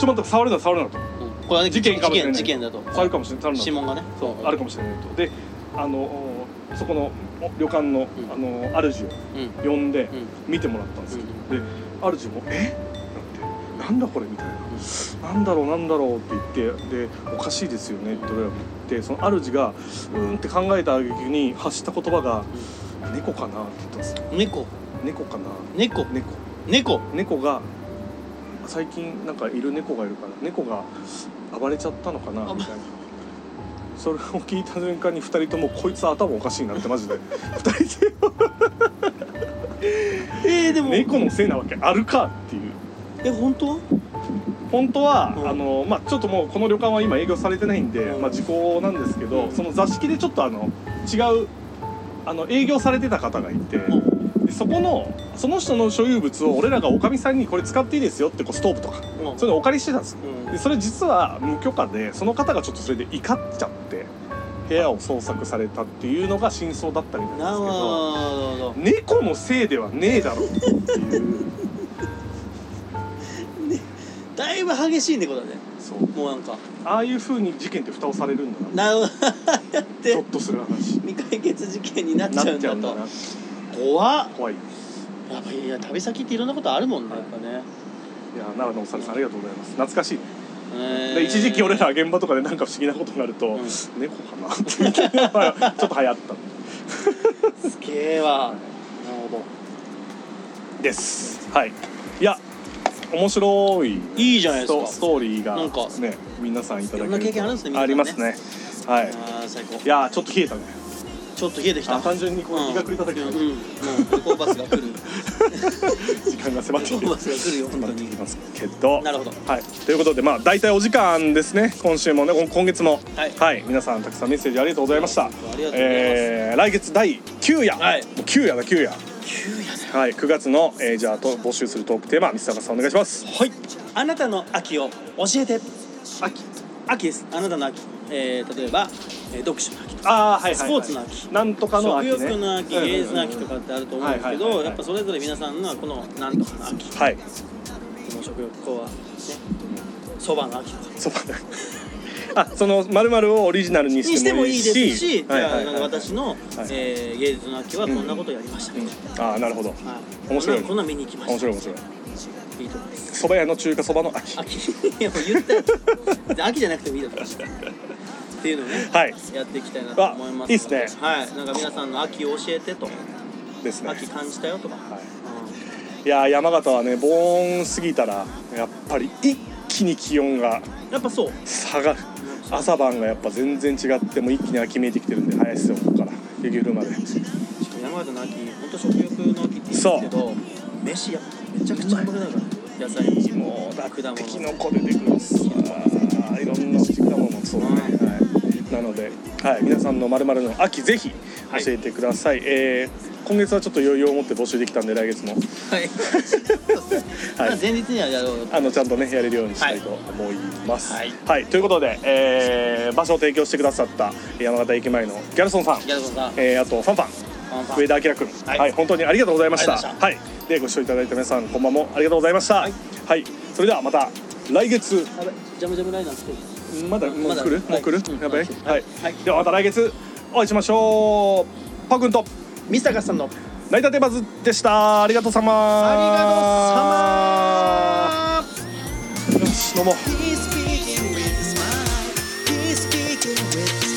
[SPEAKER 3] と待って触るな触るなと
[SPEAKER 4] うんこれはね
[SPEAKER 3] 事件かもしれない
[SPEAKER 4] 事件事件だと
[SPEAKER 3] 触るかもしれない触るな
[SPEAKER 4] 指紋がね
[SPEAKER 3] そうあるかもしれないとであのそこのお旅館の
[SPEAKER 4] うん
[SPEAKER 3] あの主を
[SPEAKER 4] うんうん
[SPEAKER 3] 呼んで
[SPEAKER 4] うん
[SPEAKER 3] 見てもらったんですけどで主も「えなんてなんだこれ」みたいな「なんだろうなんだろう」って言って「でおかしいですよね」って俺らも言ってその主がうーんって考えた挙句に発した言葉が「猫かな」って言ったんですよ
[SPEAKER 4] 猫
[SPEAKER 3] 猫かな
[SPEAKER 4] 猫
[SPEAKER 3] 猫
[SPEAKER 4] 猫
[SPEAKER 3] 猫が最近なんかいる猫がいるから猫が暴れちゃったのかなみたいなそれを聞いた瞬間に2人ともこいつ頭おかしいなってマジで2人で
[SPEAKER 4] えーでも
[SPEAKER 3] 猫のせいなわけあるかっていう
[SPEAKER 4] え本当
[SPEAKER 3] 本当は、
[SPEAKER 4] うん
[SPEAKER 3] あのまあちょっともうこの旅館は今営業されてないんで、
[SPEAKER 4] うん
[SPEAKER 3] まあ時効なんですけど、
[SPEAKER 4] うん
[SPEAKER 3] その座敷でちょっとあの違うあの営業されてた方がいて、
[SPEAKER 4] おう
[SPEAKER 3] でそこのその人の所有物を俺らがおかみさんにこれ使っていいですよってこうストーブとか
[SPEAKER 4] おう
[SPEAKER 3] そういうのお借りしてたんです
[SPEAKER 4] うん
[SPEAKER 3] でそれ実は無許可でその方がちょっとそれで怒っちゃって部屋を捜索されたっていうのが真相だったみたい
[SPEAKER 4] な
[SPEAKER 3] な
[SPEAKER 4] る
[SPEAKER 3] ん
[SPEAKER 4] ほ
[SPEAKER 3] ですけど
[SPEAKER 4] どなるほ
[SPEAKER 3] 猫のせいではねえだろっていう
[SPEAKER 4] どだいぶ激しい猫だね
[SPEAKER 3] そう
[SPEAKER 4] もうなんか
[SPEAKER 3] ああいうふうに事件って蓋をされるんだな
[SPEAKER 4] なるほどやっ
[SPEAKER 3] ちょ
[SPEAKER 4] て
[SPEAKER 3] っとする話
[SPEAKER 4] 未解決事件になっちゃ
[SPEAKER 3] な
[SPEAKER 4] う
[SPEAKER 3] っ
[SPEAKER 4] ん
[SPEAKER 3] ちゃ
[SPEAKER 4] だ
[SPEAKER 3] うんだ
[SPEAKER 4] と
[SPEAKER 3] な
[SPEAKER 4] 怖っ
[SPEAKER 3] 怖いい
[SPEAKER 4] やっぱいや旅先っていろんなことあるもんねやっぱね
[SPEAKER 3] や奈良のお猿さんありがとうございます懐かしいね
[SPEAKER 4] えー
[SPEAKER 3] で一時期俺ら現場とかでなんか不思議なことがあると、
[SPEAKER 4] うん
[SPEAKER 3] 猫かなってみたいなちょっと流行った
[SPEAKER 4] すげえわなるほど
[SPEAKER 3] ですはいいや面白い
[SPEAKER 4] いいじゃないですか
[SPEAKER 3] ストストーリーが
[SPEAKER 4] なんか
[SPEAKER 3] ね皆さんいただけ
[SPEAKER 4] いろんな経験あるんですね皆
[SPEAKER 3] あ
[SPEAKER 4] さんね
[SPEAKER 3] りますねはい
[SPEAKER 4] あー最高
[SPEAKER 3] いやーちょっと冷えたね
[SPEAKER 4] ちょっと冷えてきた
[SPEAKER 3] あ単純にこう日が暮れた時
[SPEAKER 4] うん
[SPEAKER 3] の
[SPEAKER 4] うんもう夜行バスが来る
[SPEAKER 3] 時間が迫ってき
[SPEAKER 4] 夜
[SPEAKER 3] て
[SPEAKER 4] 行バスが来るよ本当
[SPEAKER 3] 迫って
[SPEAKER 4] に
[SPEAKER 3] きますけど
[SPEAKER 4] なるほど
[SPEAKER 3] はいということでまあ大体お時間ですね今週もね今今月も
[SPEAKER 4] はい
[SPEAKER 3] はい皆さんたくさんメッセージありがとうございました
[SPEAKER 4] ありがとうございます
[SPEAKER 3] えー来月第9夜
[SPEAKER 4] はい
[SPEAKER 3] もう9夜だ9夜はい9月のえーじゃあと募集するトークテーマ水坂さんお願いします
[SPEAKER 4] はいあなたの秋を教えて秋秋ですあなたの秋、えー、例えば、えー、読書の秋とか
[SPEAKER 3] ああはいはいはい
[SPEAKER 4] スポーツの秋
[SPEAKER 3] なんとかの
[SPEAKER 4] 食
[SPEAKER 3] 秋ね
[SPEAKER 4] 欲の秋芸術の秋とかってあると思うんですけ
[SPEAKER 3] はいはいはい
[SPEAKER 4] ど
[SPEAKER 3] はい
[SPEAKER 4] やっぱそれぞれ皆さんのはこのなんとかの秋
[SPEAKER 3] はい
[SPEAKER 4] この食欲こうはねそばの秋とか
[SPEAKER 3] そばだ あそのまるまるをオリジナルに
[SPEAKER 4] にし
[SPEAKER 3] してて
[SPEAKER 4] も
[SPEAKER 3] も
[SPEAKER 4] い
[SPEAKER 3] い
[SPEAKER 4] い
[SPEAKER 3] い
[SPEAKER 4] で
[SPEAKER 3] し
[SPEAKER 4] すし、じ
[SPEAKER 3] はい
[SPEAKER 4] ゃ
[SPEAKER 3] は
[SPEAKER 4] あ
[SPEAKER 3] い
[SPEAKER 4] な
[SPEAKER 3] は
[SPEAKER 4] ん
[SPEAKER 3] い
[SPEAKER 4] か私の、
[SPEAKER 3] はい
[SPEAKER 4] えー芸術の秋はこんなことやりましたみたい
[SPEAKER 3] ああなるほど
[SPEAKER 4] な、はい、
[SPEAKER 3] 面白い
[SPEAKER 4] こんなこんな見に行きました
[SPEAKER 3] 面白い面白い
[SPEAKER 4] いいと思います
[SPEAKER 3] そば屋の中華そばの秋
[SPEAKER 4] 秋 いやもう言ったよ秋じゃなくてもいいだと思いますっていうのをね、
[SPEAKER 3] はい
[SPEAKER 4] やっていきたいなと思います
[SPEAKER 3] あい
[SPEAKER 4] ので
[SPEAKER 3] いっすね
[SPEAKER 4] はいなんか皆さんの秋を教えてと
[SPEAKER 3] ですね、は
[SPEAKER 4] 秋感じたよと
[SPEAKER 3] い、
[SPEAKER 4] か、
[SPEAKER 3] いやー山形はね盆過ぎたらやっぱり一気に気温が
[SPEAKER 4] うん、やっぱそう
[SPEAKER 3] 下がる朝晩がやっぱ全然違ってもう一気に秋めいてきてるんで早いっすよここから雪降るまで
[SPEAKER 4] 山形の秋本当食欲の秋って言うんですけど飯やっぱめちゃくちゃうまくなるから野菜も
[SPEAKER 3] もうだって
[SPEAKER 4] 果物
[SPEAKER 3] キノコ出てくるっすわいろんな果物もそうね、はい、なので、はい、皆さんのまるまるの秋ぜひ
[SPEAKER 4] はい
[SPEAKER 3] 教えてください、えー今月はちょっと余裕を持って募集できたんで来月も
[SPEAKER 4] はい、
[SPEAKER 3] はい
[SPEAKER 4] まあ前日にはやろうよ
[SPEAKER 3] あのちゃんとねやれるようにしたいと思います。は
[SPEAKER 4] はいい、
[SPEAKER 3] ということで、えー場所を提供してくださった山形駅前のギャルソンさん、
[SPEAKER 4] ギャルソンさん
[SPEAKER 3] えーあとファンファン
[SPEAKER 4] パンパン
[SPEAKER 3] 上田明君、は、
[SPEAKER 4] はいい
[SPEAKER 3] 本当にありがとうございました。
[SPEAKER 4] ありがとうご
[SPEAKER 3] はい、でご視聴いただいた皆さんこんばんもありがとうございました。はい、それではまた来月
[SPEAKER 4] やばいジャムジャムライナー作る
[SPEAKER 3] まだもう
[SPEAKER 4] まだ
[SPEAKER 3] 来る、
[SPEAKER 4] はい
[SPEAKER 3] もう来る、
[SPEAKER 4] うん
[SPEAKER 3] やばい、
[SPEAKER 4] は
[SPEAKER 3] はいい、
[SPEAKER 4] はい
[SPEAKER 3] ではまた来月お会いしましょう。パ君と
[SPEAKER 4] ミスタカさんの
[SPEAKER 3] 成田テバズでした。ありがとうさま。
[SPEAKER 4] あ
[SPEAKER 3] りがとうさま。よし飲もう。
[SPEAKER 5] He's speaking with a smile. He's speaking with a